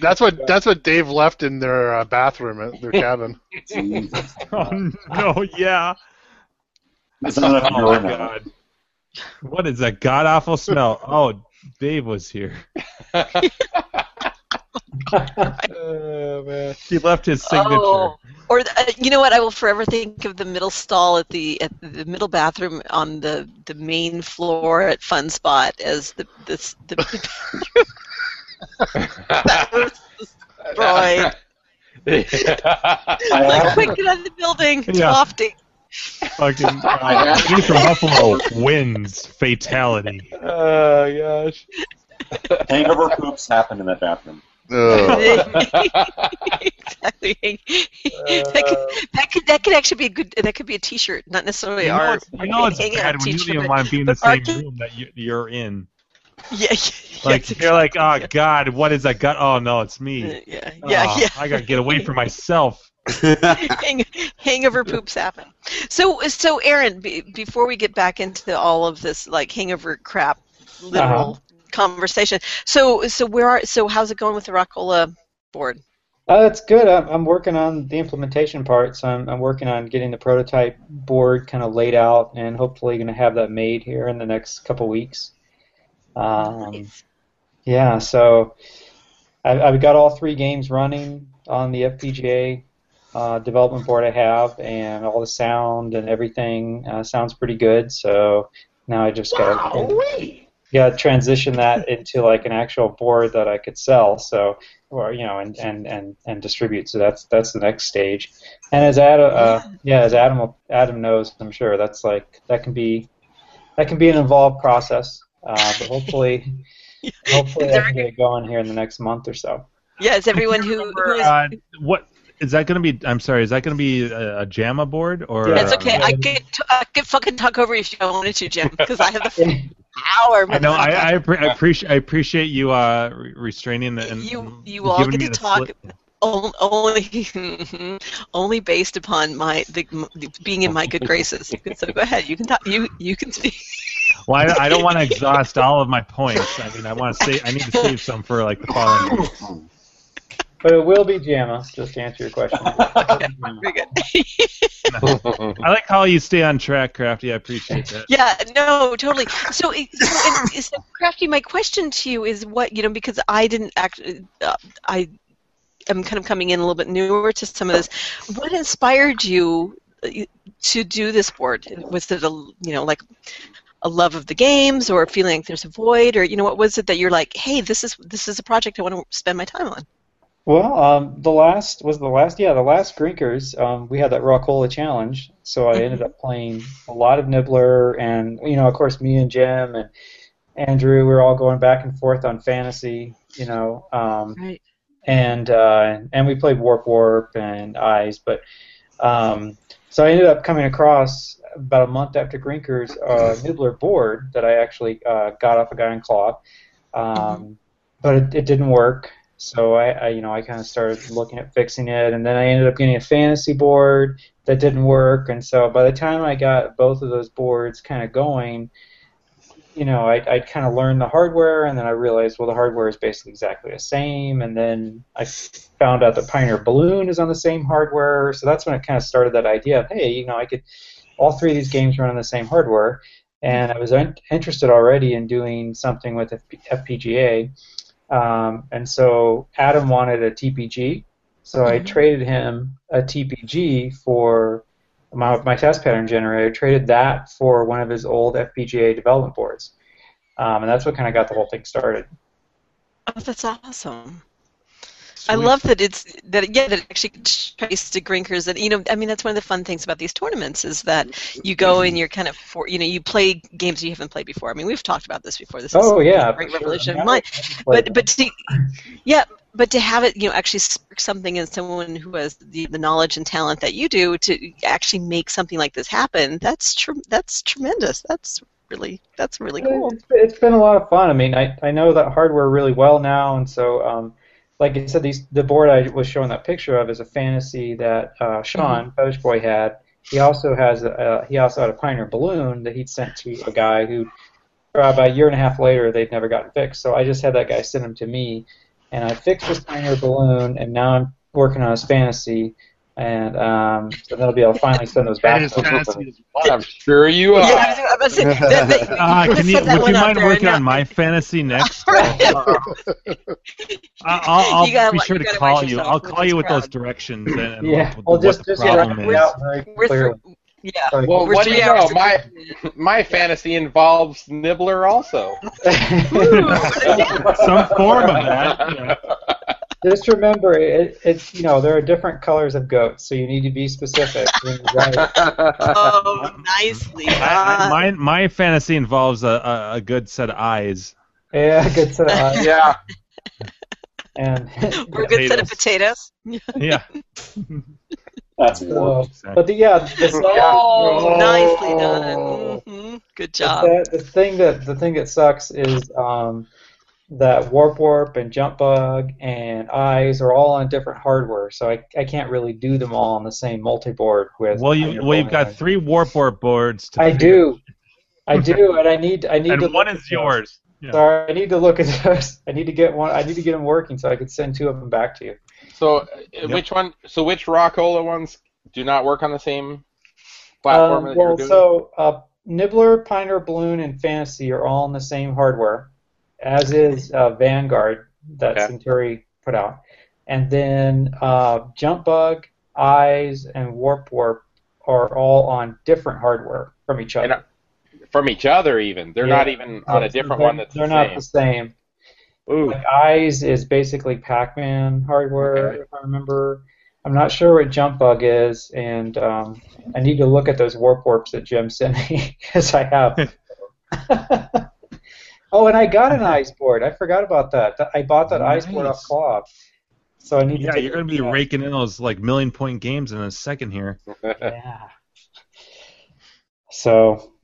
That's what that's what Dave left in their uh, bathroom at their cabin. Jesus. Oh no! Yeah. That's not enough Oh urine. my god. What is that god awful smell? Oh, Dave was here. Oh, man. He left his signature. Oh, or the, uh, you know what? I will forever think of the middle stall at the at the middle bathroom on the, the main floor at Fun Spot as the this the that was destroyed. I like, have, quick, get out of the building. It's Yeah. lofty. Fucking uh, Jimmy from Buffalo wins fatality. Oh gosh. hangover poops happened in that bathroom. exactly. that, could, that could that could actually be a good. That could be a T-shirt, not necessarily You know our. it's, you know it's hanging bad out when you don't T-shirt. even want to be in the Our same t- room that you, you're in. Yeah, Like yes, you're like, oh yeah. god, what is that gut? Oh no, it's yeah, me. yeah, yeah, Oh, yeah. I gotta get away from myself. Hang, hangover poops happen. So, so Aaron, be, before we get back into all of this like hangover crap, Uh-huh. Uh-huh. literal conversation. So, so where are? So, how's it going with the Rockola board? Uh, that's good. I'm, I'm working on the implementation part, so I'm, I'm working on getting the prototype board kind of laid out, and hopefully going to have that made here in the next couple weeks. Um, Nice. yeah, so I've, I've got all three games running on the FPGA uh, development board I have, and all the sound and everything uh, sounds pretty good. So now I just got to yeah, transition that into like an actual board that I could sell. So, or you know, and and and, and distribute. So that's that's the next stage. And as Adam, uh, yeah, as Adam will- Adam knows, I'm sure that's like that can be that can be an involved process. Uh, but hopefully, hopefully I can get it going here in the next month or so. Yeah, is everyone who, who is Uh, what is that gonna be? I'm sorry, is that gonna be a, a JAMA board or? Yeah, That's okay. I could t- I could fucking talk over you if you wanted to, Jim, because I have the fucking power. I know. I, I, motherfucker. appre- I appreciate I appreciate you uh, re- restraining the, and You- you and all giving get me to the talk. sli- On- only only based upon my the, being in my good graces. So go ahead. You can talk. You you can speak. Well, I, I don't want to exhaust all of my points. I mean, I want to say I need to save some for like the following. But it will be JAMA, just to answer your question. I like how you stay on track, Crafty. I appreciate that. Yeah, no, totally. So, it- so, and, so Crafty, my question to you is what you know because I didn't act. Uh, I am kind of coming in a little bit newer to some of this. What inspired you uh, to do this board? Was it a you know like a love of the games, or feeling like there's a void, or you know what was it that you're like, hey, this is this is a project I want to spend my time on? Well, um, the last was the last. Yeah, the last Grinkers. Um, we had that Rockola challenge, so I ended up playing a lot of Nibbler, and you know, of course, me and Jim and Andrew, we were all going back and forth on fantasy. You know, um, right. and uh, and we played Warp Warp and Eyes, but um, so I ended up coming across about a month after Grinker's uh, Nibbler board that I actually uh, got off a guy in Claw, um, but it, it didn't work. So I, I you know, I kind of started looking at fixing it, and then I ended up getting a fantasy board that didn't work. And so by the time I got both of those boards kind of going, you know, I I kind of learned the hardware, and then I realized, well, the hardware is basically exactly the same. And then I found out that Pioneer Balloon is on the same hardware, so that's when it kind of started that idea of, hey, you know, I could all three of these games run on the same hardware, and I was in- interested already in doing something with FP- FPGA. Um, and so Adam wanted a TPG, so I traded him a TPG for my, my test pattern generator, traded that for one of his old FPGA development boards. Um, and that's what kind of got the whole thing started. Oh, that's awesome. I love that it's that yeah that it actually traced to Grinkers and you know I mean that's one of the fun things about these tournaments is that you go and you're kind of for you know you play games you haven't played before. I mean we've talked about this before. This Oh, is yeah, a great for sure. revolution Yeah, of mine. played But but to, yeah, but to have it you know actually spark something in someone who has the, the knowledge and talent that you do to actually make something like this happen that's tr- that's tremendous. That's really that's really cool. It's- it's been a lot of fun. I mean, I, I know that hardware really well now, and so um, like I said, these the board I was showing that picture of is a fantasy that uh, Sean Mm-hmm. Poach Boy had. He also has a, uh, he also had a Pioneer balloon that he'd sent to a guy who uh, about a year and a half later they'd never gotten fixed. So I just had that guy send them to me, and I fixed this Pioneer balloon, and now I'm working on his fantasy. And um, so then I'll be able to finally send those back. His fantasy I'm sure you Yeah, are. I was- I was gonna say, that- that- Ah, you can you, set that would you one up mind there, working no. on my fantasy next? I- I'll, I'll You gotta be wa- sure you to gotta call watch you. yourself I'll with call this you with those crowd. directions and, and Yeah, what, well, what just the just problem direct is. it out very We're clearly. through- yeah. Well, We're what do three you know? hours in. My my fantasy involves Nibbler also. Some form of that. yeah. Just remember, it, it's you know there are different colors of goats, so you need to be specific. Oh, nicely I- done. my my fantasy involves a, a, a good set of eyes. yeah, good set of Uh, eyes. Yeah. And We're a good set of potatoes. Yeah. That's so, warped. but the, yeah, the, Oh, nicely done. hmm Good job. the, the thing that the thing that sucks is um, that warp warp and jump bug and eyes are all on different hardware, so I, I can't really do them all on the same multi board with. Well, on you your well you've got board. three warp warp boards. To I do. I do, and I need I need And to look one is at those. yours. Yeah. Sorry, I need to look at those. I need to get one. I need to get them working so I could send two of them back to you. So uh, which one? So which Rockola ones do not work on the same platform Um, that well, you're doing? so uh, Nibbler, Pioneer Balloon, and Fantasy are all on the same hardware, as is uh, Vanguard that Okay. Centauri put out, and then uh, Jump Bug, Eyes, and Warp Warp are all on different hardware from each And, other. uh, from each other, even they're Yeah. not even on a different they're, one. That's they're the not same. the same. Ooh. Like Eyes is basically Pac-Man hardware, if I remember. I'm not sure what Jump Bug is, and um, I need to look at those warp warps that Jim sent me because I have. oh, and I got an ice board. I forgot about that. Th- I bought that ice board off Nice. Claw, so I need Yeah, to. take you're gonna be raking in those like million point games in a second here. Yeah. So,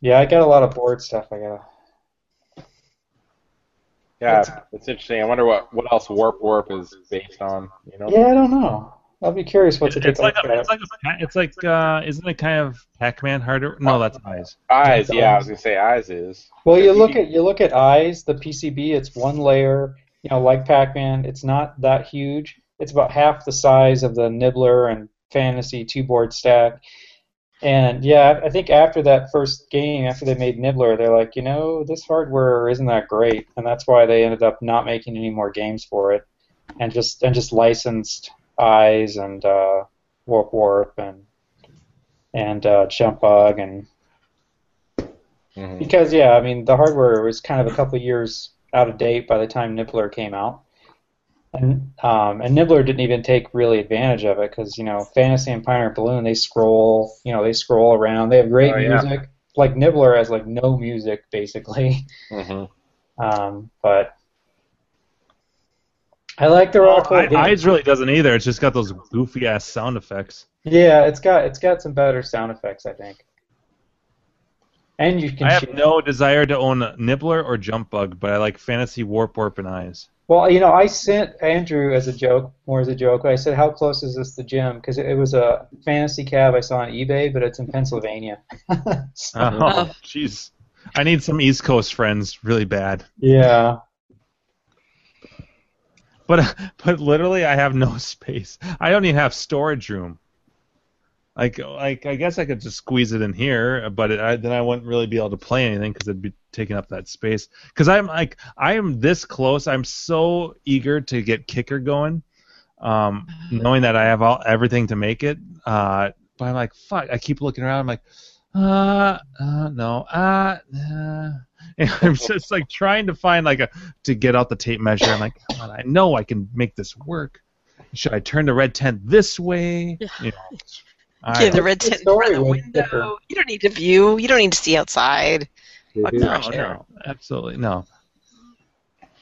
yeah, I got a lot of board stuff. I gotta. Yeah, it's interesting. I wonder what, what else Warp Warp is based on. You know? Yeah, I don't know. I'll be curious what to take It's a like look a, at. it's like a, it's like uh, isn't it kind of Pac-Man harder? No, that's eyes. Eyes. Yeah, I was gonna say eyes is. Well, you look at you look at eyes. The PCB, it's one layer. you know, like Pac-Man, it's not that huge. It's about half the size of the Nibbler and Fantasy two-board stack. And yeah, I I think after that first game, after they made Nibbler, they're like, you know, this hardware isn't that great, and that's why they ended up not making any more games for it, and just and just licensed Eyes and uh, Warp Warp and and uh, Jump Bug and Mm. Mm-hmm. because yeah, I mean the hardware was kind of a couple years out of date by the time Nibbler came out, and um, and Nibbler didn't even take really advantage of it because you know Fantasy and Pioneer Balloon they scroll you know they scroll around they have great Oh, yeah. music like Nibbler has like no music basically, Mm-hmm. um, but I like the rock. I, Eyes really doesn't either. It's just got those goofy ass sound effects. Yeah, it's got it's got some better sound effects, I think. And you can. I have no desire to own Nibbler or Jump Bug, but I like Fantasy Warp Warp and Eyes. Well, you know, I sent Andrew as a joke, more as a joke. I said, "How close is this to Jim?" Because it, it was a fantasy cab I saw on eBay, but it's in Pennsylvania. Oh, jeez. I need some East Coast friends really bad. Yeah. But but literally, I have no space. I don't even have storage room. Like like I guess I could just squeeze it in here, but it, I, then I wouldn't really be able to play anything because it'd be taking up that space. Because I'm like I am this close. I'm so eager to get kicker going, um, Ah. knowing that I have all everything to make it. Uh, but I'm like fuck. I keep looking around. I'm like, uh, uh no, uh, uh. And I'm just like trying to find like a to get out the tape measure. I'm like, come on, I know I can make this work. Should I turn the red tent this way? You know, I- Give the red tint in front of the window. You don't need to view. You don't need to see outside. Fuck No, fresh air. no, absolutely no.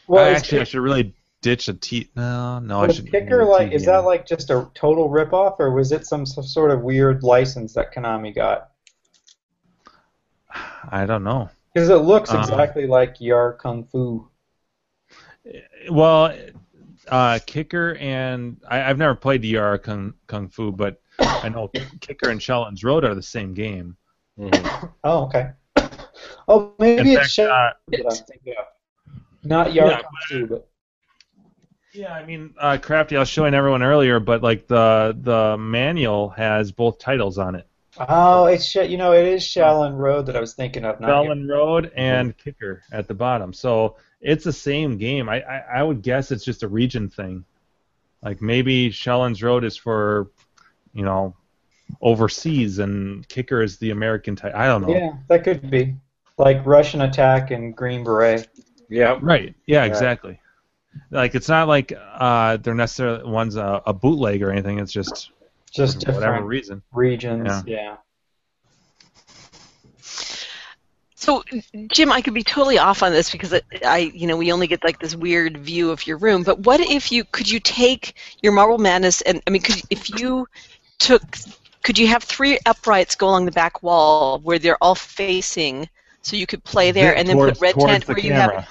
Well, I is actually, I Kick- should really ditch a T. No, no, I was should. Kicker like is that like just a total ripoff, or was it some, s sort of weird license that Konami got? I don't know. Because it looks Uh. exactly like Yar Kung Fu. Well, uh, Kicker and I, I've never played DR Kung, Kung Fu, but I know Kicker and Shellens Road are the same game. Oh, okay. Oh, maybe In it's fact, uh, that I'm thinking of. Not Yar Yeah, Kung Fu, but Yeah, I mean, uh, Crafty. I was showing everyone earlier, but like the the manual has both titles on it. Oh, it's sh- you know it is Shallon Road that I was thinking of. Not Felon Road and Kicker at the bottom. So it's the same game. I, I, I would guess it's just a region thing. Like maybe Shellens Road is for, you know, overseas and Kicker is the American type. I don't know. Yeah, that could be like Russian attack and Green Beret. Yeah. Right. Yeah, Yeah. exactly. Like it's not like uh, they're necessarily one's a, a bootleg or anything. It's just Just for whatever different reason. regions. Yeah. yeah. So, Jim, I could be totally off on this because it, I, you know, we only get like this weird view of your room. But what if you could you take your Marble Madness and I mean, could if you took, could you have three uprights go along the back wall where they're all facing, so you could play there, and then Towards- put red towards tent the where you have camera.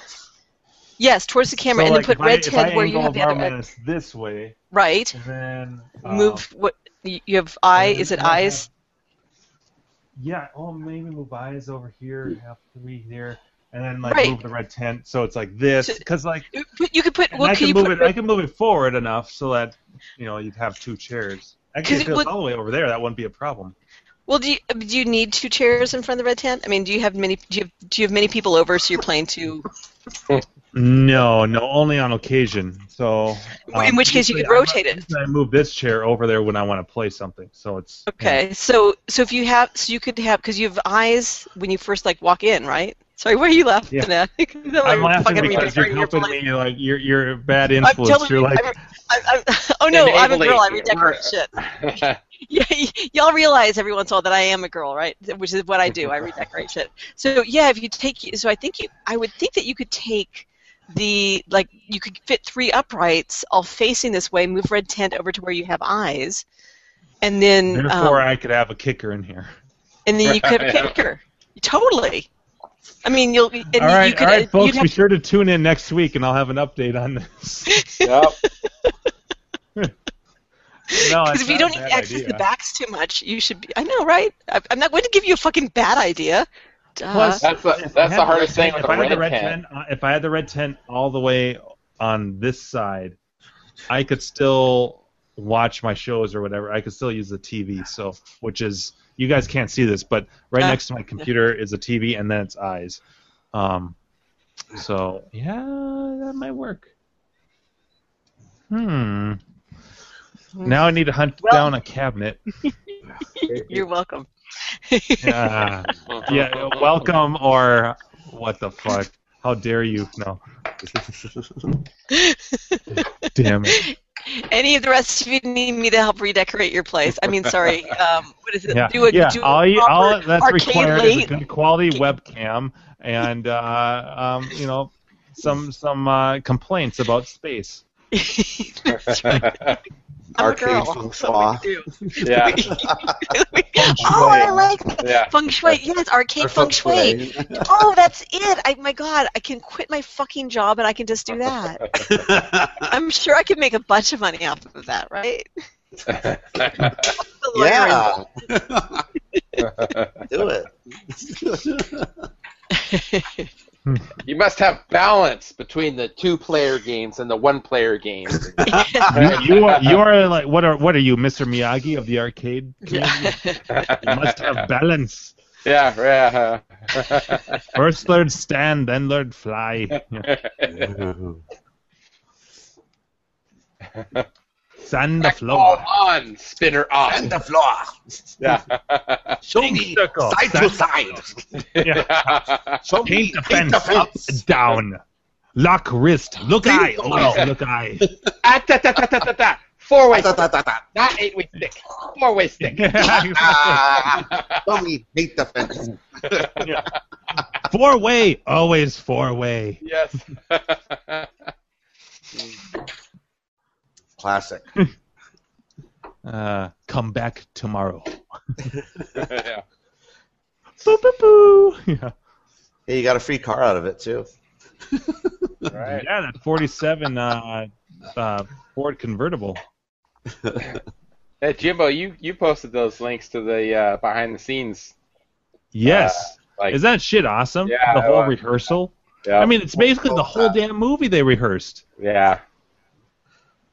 yes towards the camera, So, and like, then if put I- red if tent I where you angle have the other Marble Madness this way, right. then um, move what you you have eye. Is it eyes? Yeah, oh, maybe move eyes over here, have three here, and then like Mm. Right. move the red tent so it's like this because like You could put. and Well, I could can you move put it. I can move it forward enough so that you know you'd have two chairs. Actually, 'Cause if it it was would- all the way over there, that wouldn't be a problem. Well, do you, do you need two chairs in front of the red tent? I mean, do you have many? Do you have, do you have many people over? So you're playing two. No, no, only on occasion. So um, in which case, you could rotate it. I move this chair over there when I want to play something. So it's Okay. So so if you have so you could have because you have eyes when you first like walk in, right? Sorry, what are you laughing Yeah. at? I'm I'm laughing fucking because you're remembering your helping play- me. Like you're you're a bad I'm influence. telling you're you, like I'm- I'm- I'm- oh no, I'm a Enabling girl. I you. redecorate shit. Yeah, y- y'all realize every once in a while that I am a girl, right? Which is what I do. I redecorate shit. So yeah, if you take, so I think you, I would think that you could take the like you could fit three uprights all facing this way, move red tent over to where you have eyes, and then therefore um, I could have a kicker in here. and then you could have a kicker. Totally. I mean, you'll and all you- right, you could all right, you'd folks, have be sure to tune in next week, and I'll have an update on this. Yep. no, Because if you don't access the backs too much, you should be. I know, right? I, I'm not going to give you a fucking bad idea. Duh. Plus, That's the- if I that's had the hardest red thing tent- with the if I had the red red tent. tent, uh, if I had the red tent all the way on this side, I could still watch my shows or whatever. I could still use the TV. So, which is you guys can't see this, but right next to my computer is a TV, and then it's eyes. Um, so yeah, that might work. Hmm. Now I need to hunt down a cabinet. You're welcome. yeah. yeah, welcome or what the fuck? How dare you? No. Damn it. Any of the rest of you need me to help redecorate your place? I mean, sorry. Um, what is it? Yeah, Do a, yeah. do a all, you, all proper that's arcade required is a light. good quality webcam and uh, um, you know some some uh, complaints about space. I'm a girl. That's what we do. Yeah. oh, I like that. Yeah. feng shui. Yes, arcade Or feng feng shui. oh, that's it. I, my God, I can quit my fucking job and I can just do that. I'm sure I could make a bunch of money off of that, right? yeah. Do it. You must have balance between the two-player games and the one-player games. you, you are you are like what are what are you, Mr. Miyagi of the arcade? You must have balance. Yeah, yeah. huh. First learn stand, then learn fly. Sand the floor. Ball on, spinner off. And the floor. Yeah. Show me circle. side to side. Yeah. Paint the fence, up, down. Lock wrist. Look eye. Oh, no, look eye. Ah, ta, ta, ta, ta, ta, ta. Four way stick. Not eight way stick. Four way stick. Don't eat hate the fence. Four way. Always four way. yes. Classic. Uh, come back tomorrow. yeah. Boo, boo, boo. Yeah. Hey, you got a free car out of it too. Yeah, that 47 uh, uh, Ford convertible. Hey, Jimbo, you, you posted those links to the uh, behind the scenes. Yes. Is that shit awesome? Uh, Yeah, the whole uh, rehearsal. yeah. I mean, it's basically the whole damn movie they rehearsed. Yeah.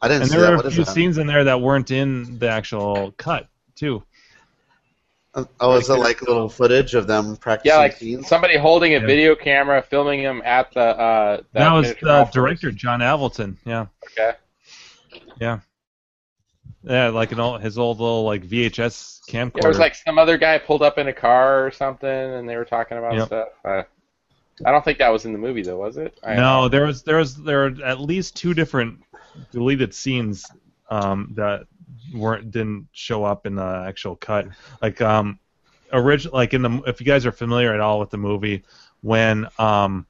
I didn't And see there that. were What a is few that? scenes in there that weren't in the actual cut too. Oh, is it like little footage of them practicing Yeah, like scenes? somebody holding a Yeah. video camera, filming him at the. Uh, that, That, was miniature the golf course. director, John Avildsen. Yeah, Okay. yeah, yeah. Like an old, his old little like VHS camcorder. There was like some other guy pulled up in a car or something, and they were talking about Yep. stuff. Uh, I don't think that was in the movie though, was it? I no, there was there was there were at least two different deleted scenes um, that weren't didn't show up in the actual cut. Like um, orig- like in the if you guys are familiar at all with the movie, when um,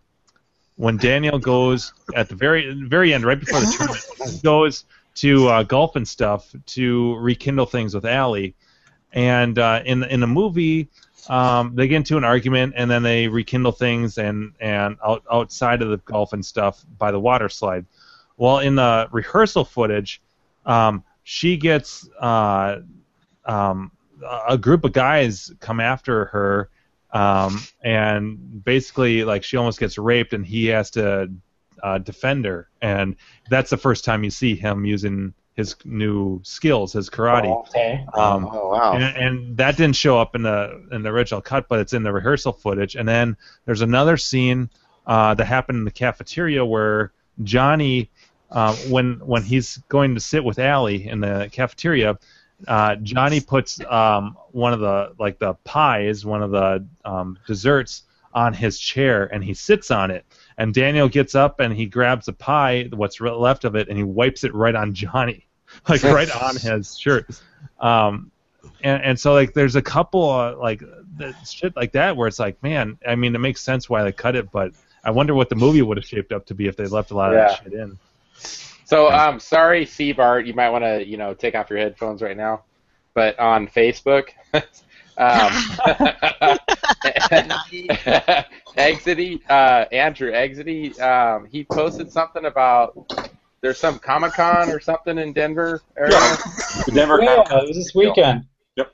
when Daniel goes at the very very end, right before the tournament, goes to uh, golf and stuff to rekindle things with Allie, and uh, in in the movie, um, they get into an argument and then they rekindle things and and out, outside of the golf and stuff by the water slide. Well, in the rehearsal footage, um, she gets uh, um, a- a group of guys come after her, um, and basically like she almost gets raped, and he has to uh, defend her, and that's the first time you see him using his new skills, his karate. Okay. Um, oh wow! And, and that didn't show up in the in the original cut, but it's in the rehearsal footage. And then there's another scene uh, that happened in the cafeteria where Johnny, uh, when when he's going to sit with Allie in the cafeteria, uh, Johnny puts um, one of the like the pies, one of the um, desserts, on his chair, and he sits on it. And Daniel gets up and he grabs a pie, what's re- left of it, and he wipes it right on Johnny, like right on his shirt. Um, and, and so like there's a couple uh, like that shit like that where it's like, man, I mean, it makes sense why they cut it, but I wonder what the movie would have shaped up to be if they left a lot of Yeah. that shit in. So um, sorry, Seabart, you might want to you know take off your headphones right now, but on Facebook, um, Exity, uh, Andrew Exity, um, he posted something about there's some Comic Con or something in Denver area. The Denver Yeah, Comic-Con. it was this weekend.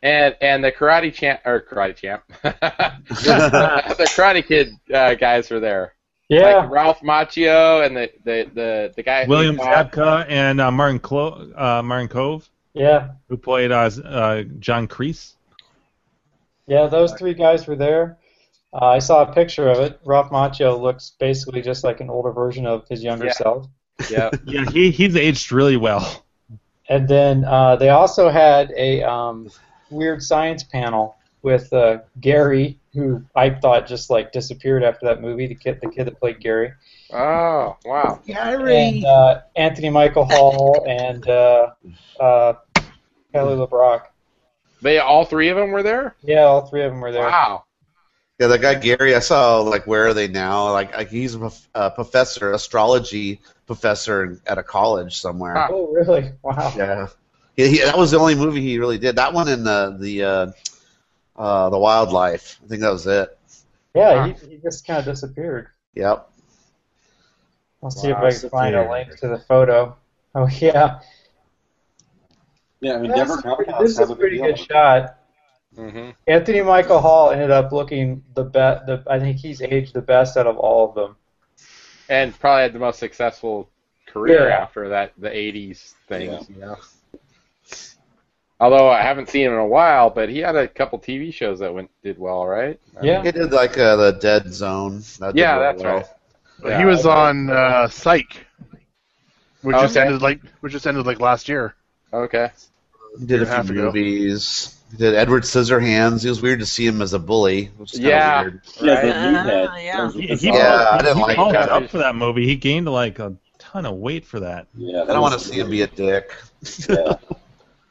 And and the karate champ or karate champ, the karate kid uh, guys were there. Yeah. Like Ralph Macchio and the the the, the guy. William who, uh, Zabka and uh, Martin Clo- uh, Martin Cove. Yeah. Who played uh, Z- uh, John Kreese? Yeah, those three guys were there. Uh, I saw a picture of it. Ralph Macchio looks basically just like an older version of his younger Yeah. self. Yeah. yeah, he he's aged really well. And then uh, they also had a um, weird science panel with uh, Gary, who I thought just like disappeared after that movie. The kid, the kid that played Gary. Oh wow. And uh, Anthony Michael Hall and uh, uh, Kelly LeBrock. They all three of them were there. Yeah, all three of them were there. Wow. Yeah, that guy Gary, I saw like where are they now? Like, like he's a, prof- a professor, astrology professor at a college somewhere. Oh, really? Wow. Yeah, he, he, that was the only movie he really did. That one in the the uh, uh, the wildlife. I think that was it. Yeah, he, he just kind of disappeared. Yep. I'll see Wow, if I can find a disappeared. link to the photo. Oh yeah, Yeah, I mean, That's Deborah pretty- Groundhouse this have is a a big pretty deal. good shot. Mm-hmm. Anthony Michael Hall ended up looking the best. The, I think he's aged the best out of all of them. And probably had the most successful career Yeah. after that the '80s things. You know. Although I haven't seen him in a while, but he had a couple TV shows that went did well, right? He did like uh, the Dead Zone. That did Yeah, really that's well. right. he was I- on uh, Psych, which just Okay. ended like which just ended like last year. Okay. He did Year and a a half few ago. movies. He did Edward Scissorhands. It was weird to see him as a bully. Which is kinda Yeah. Weird. Yeah, the meathead. yeah. He, he Yeah, I bulked- didn't he like bulked that. up for that movie. He gained like a ton of weight for that. Yeah, I don't want to see him be a dick. Yeah.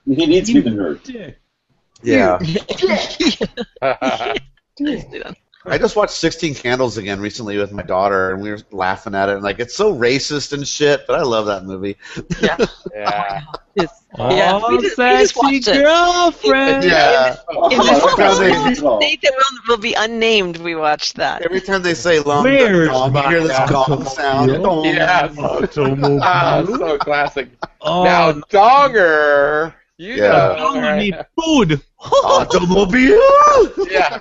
he needs to be the nerd. Yeah. yeah. I just watched Sixteen Candles again recently with my daughter, and we were laughing at it, and like it's so racist and shit. But I love that movie. yeah, we just, we just watched it. girlfriend. Yeah. It was Every time they- State that will, will be unnamed. We watched that. Every time they say long Where's dong, you hear this my gong sound. automobile? Automobile. Ah, so classic. Oh, now Donger, you Yeah. know, I right? need food. Automobile. yeah,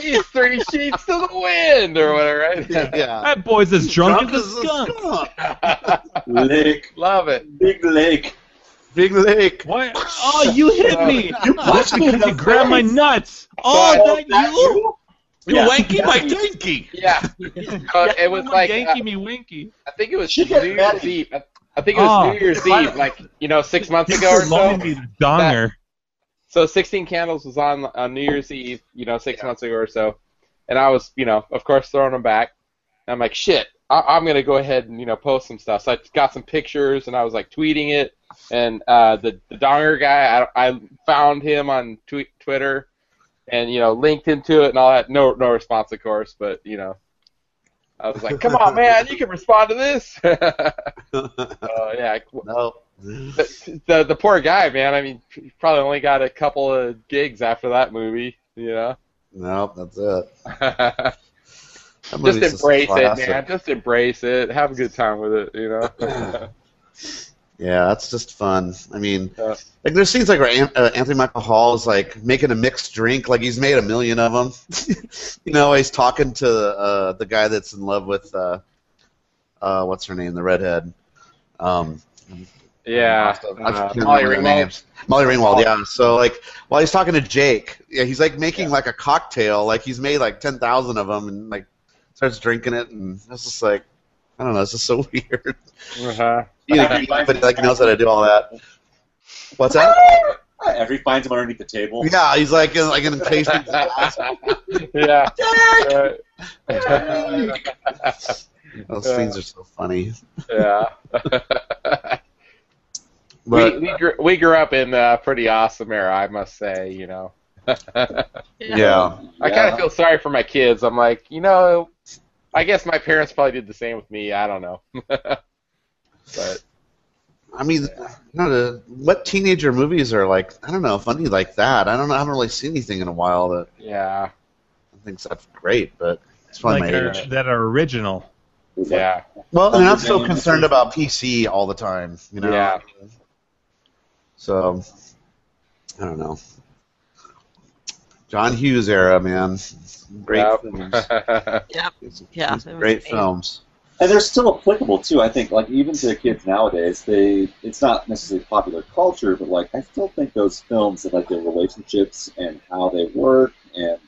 these three sheets to the wind or whatever, right? yeah. That boy's as drunk, Drunk as as a a skunk. skunk. Lake, Love it. big lake. Big Lake. Why? Oh, you hit me. You punched me in because the you grabbed my face. nuts. Oh, that you? You Yeah. wanky my dinky. Yeah, Uh, it was like uh, me winky. I think it was She New got mad Year's at you. Eve. I- I think it was Oh. New Year's Eve, like you know, six months ago or so. me the donger. So 16 Candles was on on New Year's Eve, you know, six months ago or so, and I was, you know, of course throwing them back. And I'm like, shit, I- I'm gonna go ahead and you know post some stuff. So I got some pictures and I was like tweeting it. And uh, the the Donger guy, I, I found him on tw- Twitter, and you know linked him to it and all that. No no response, of course, but you know, I was like, come on, man, you can respond to this. Oh yeah, No. the, the the poor guy, man. I mean, he probably only got a couple of gigs after that movie. You know, No, that's it. just That movie's embrace it, classic. man. Just embrace it. Have a good time with it. You know. Yeah, that's just fun. I mean, Yeah. like there's scenes like where An- uh, Anthony Michael Hall is like making a mixed drink, like he's made a million of them. you know, he's talking to uh, the guy that's in love with uh, uh, what's her name, the redhead. Um, yeah. I can't Uh, remember Molly their Ringwald. names. Molly Ringwald, yeah. So like, while he's talking to Jake, yeah, he's like making like a cocktail, like he's made like ten thousand of them, and like starts drinking it, and it's just like, I don't know, it's just so weird. Uh-huh. you know, but like knows how to do all that. What's that? Every finds him underneath the table. Yeah, he's like in, like an encasement glass. yeah. right. Those things are so funny. yeah. But we we grew, we grew up in a pretty awesome era, I must say. You know. yeah, I kind of feel sorry for my kids. I'm like, you know, I guess my parents probably did the same with me. I don't know. but I mean, not a, what teenager movies are like? I don't know, funny like that. I don't know. I haven't really seen anything in a while that yeah, I think's that's great, but it's probably Like my are, age. that are original. He's like, yeah, Well, and I'm so concerned about PC all the time, you know. yeah. So I don't know. John Hughes era, man. Great Yep. films. Yep. Yeah. it was Great amazing. films. And they're still applicable too. I think, like even to the kids nowadays, they it's not necessarily popular culture, but like I still think those films and like their relationships and how they work, and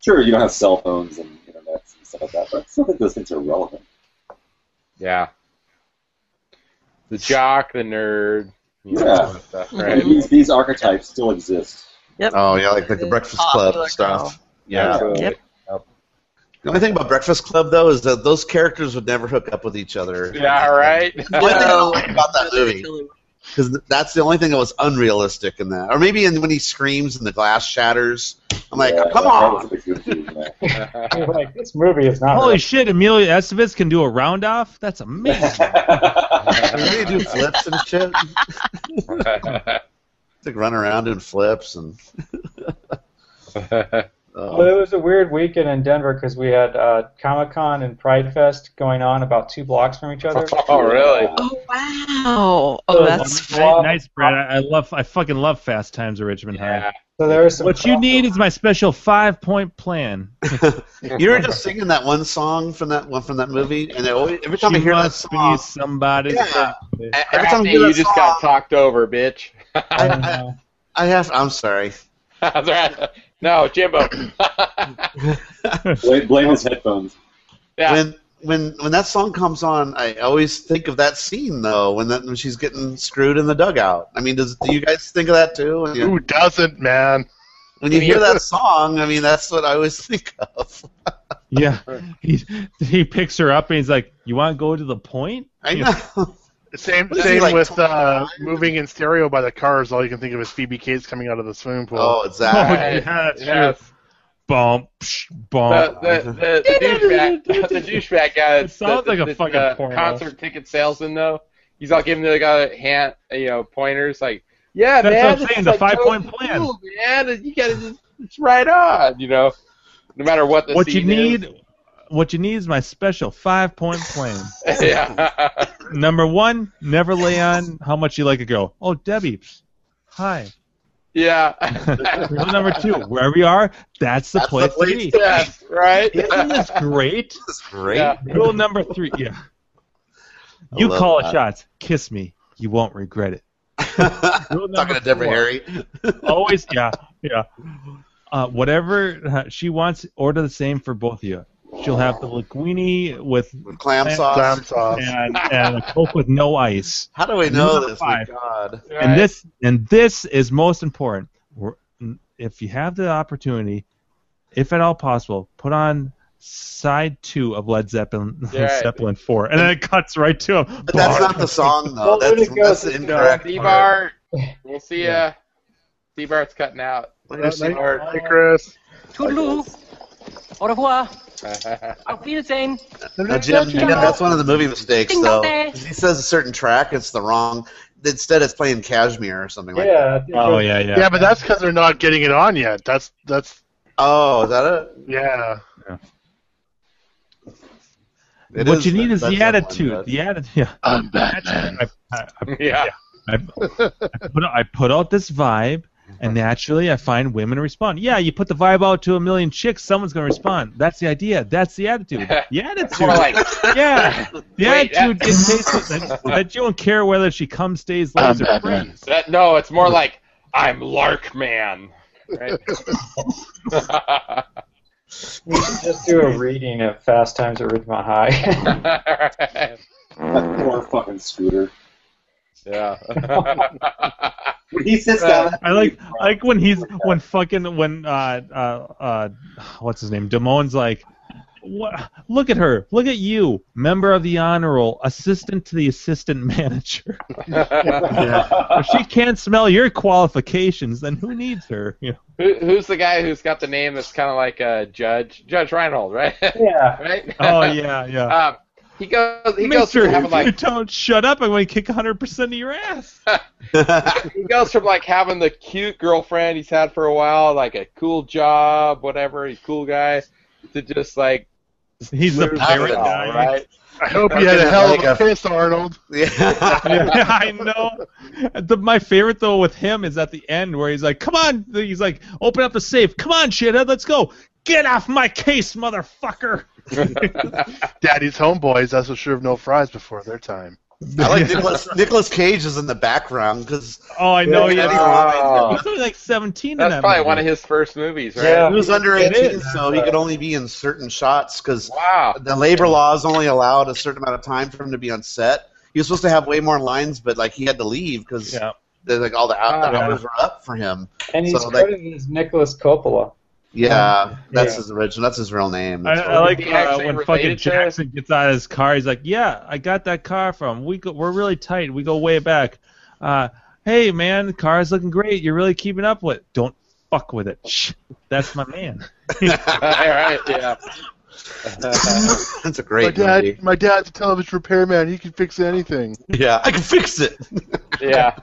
sure you don't have cell phones and internet and stuff like that, but I still think those things are relevant. Yeah. The jock, the nerd, you know, Yeah. all that stuff, right? These, these archetypes still exist. Yep. Oh yeah, like, like the Breakfast Club Popular stuff. Yeah. Absolutely. Yep. The only thing about Breakfast Club though is that those characters would never hook up with each other. Yeah, right. One thing I don't like about that movie because that's the only thing that was unrealistic in that, or maybe in, when he screams and the glass shatters. I'm like, Yeah, come that- that on. was a big movie, man. like this movie is not. Holy real. shit, Emilio Estevez can do a round off? That's amazing. Can you really do flips and shit? like run around and flips and. Well, Oh. it was a weird weekend in Denver because we had uh, Comic Con and Pride Fest going on about two blocks from each other. oh, really? Oh wow. Oh, that's Ni- nice, Brad. I, I love I fucking love Fast Times at Richmond High. So there was some. What you need is my special five point plan. You were just singing that one song from that one from that movie, and it always, every time she I hear that must song, be somebody's Yeah. baby. every Every time I hear you that just song, got talked over, bitch. I, I, I have. I'm sorry. That's right. No, Oh, Jimbo. Blame, blame his headphones. yeah. When when when that song comes on, I always think of that scene though, when that when she's getting screwed in the dugout. I mean, does do you guys think of that too? When you, Who doesn't, man? when you hear that song, I mean, that's what I always think of. Yeah. He he picks her up and he's like, You wanna go to the point? I Yeah. know. Same What is he, same like, with uh, 25? moving in stereo by the cars. All you can think of is Phoebe Cates coming out of the swimming pool. Oh, exactly. yeah, that's Yes. Bump psh, The, bump. the, the, the douchebag, the douchebag guy. It sounds the- like a the- fucking the porno. uh, concert ticket salesman though. He's all giving the guy hand, you know, pointers like, yeah, That's man, what I'm this saying, is the like five-point Totally plan." Cool, man, you gotta just, it's right on, you know. No matter what the what you scene need what you need is my special five point plan. is. yeah. Number one, never lay on how much you like a girl. Oh Debbie. psh, Hi. yeah. Rule number two, wherever you are, that's the That's the place to place be. yes, right. Isn't this great? That's great. Yeah. Rule number three, yeah. I You love call it that. shots. Kiss me. You won't regret it. Rule Talking number to Deborah four. Harry. Always, yeah, yeah. Uh, whatever uh, she wants, order the same for both of you. She'll have the linguine with Clam Clam sauce. Clam sauce. and, and a coke with no ice. How do we know Number this? five. My God. Right. And this and this is most important. We're- If you have the opportunity, if at all possible, put on side two of Led Zeppelin, Yeah, right. Zeppelin four, and then it cuts right to him. But that's not the song Well, though. when that's it goes, that's the it's incorrect. part. D-Bar, we'll see ya. D-Bar's cutting out. Night, There's- night, Chris. Toodaloo. Au revoir. Auf Wiedersehen. Now, Jim, Jim, that's one of the movie mistakes, Ding though. dong day. 'cause He says a certain track, it's the wrong. Instead, it's playing Cashmere or something like that. Yeah. Oh yeah, yeah. Yeah, but that's because they're not getting it on yet. That's that's Oh, is that it? yeah. It what is you need that- is that's the that one, attitude. but- the attitude. Yeah. I'm Batman. I, I, I, yeah. I, I put out, I put out this vibe, and naturally, I find women respond. Yeah, you put the vibe out to a million chicks, someone's gonna respond. That's the idea. That's the attitude. The It's attitude. more like, yeah. The Wait, attitude that- dictates that, that you don't care whether she comes, stays, I'm lives, or Batman. friends. that, no, it's more like, I'm Lark Man. Right? We should just do a reading of Fast Times at Ridgemont High. That poor fucking scooter. Yeah. When he sits down. I like I like when he's when fucking when uh uh uh what's his name Damone's like. What? Look at her. Look at you, member of the honor roll, assistant to the assistant manager. if she can't smell your qualifications, then who needs her? You know? Who, who's the guy who's got the name that's kind of like a judge? Judge Reinhold, right? yeah. right? Oh yeah, yeah. Um, he goes. He goes Mister, from having you like don't shut up. I'm going to kick 100 percent of your ass. he goes from like having the cute girlfriend he's had for a while, like a cool job, whatever, he's a cool guy, to just like He's the lose pirate it all, guy. right? I hope you had a hell of a piss, Arnold. yeah, I know. The, my favorite though with him is at the end where he's like, "Come on!" He's like, "Open up the safe. Come on, shithead, let's go. Get off my case, motherfucker." Daddy's homeboys, that's what should have no fries before their time. I like Nicholas. Nicholas Cage is in the background because Oh, I know. Yeah, Yeah, wow. he's only like 17 in That's that probably movie. one of his first movies, right? he was under It 18, is. so he could only be in certain shots because the labor laws only allowed a certain amount of time for him to be on set. He was supposed to have way more lines, but like he had to leave because like all the, hou- the Ah. hours were up for him. And he's So, like- credited as Nicholas Coppola. Yeah, that's Yeah. his original. That's his real name. I, I like He uh, actually when related fucking to Jackson gets out of his car. He's like, "Yeah, I got that car from. We go, we're really tight. We go way back. Uh, hey man, the car's looking great. You're really keeping up with. Don't fuck with it. Shh. That's my man. right, yeah. that's a great my dad, movie. my dad's a television repairman. He can fix anything. Yeah, I can fix it. Yeah.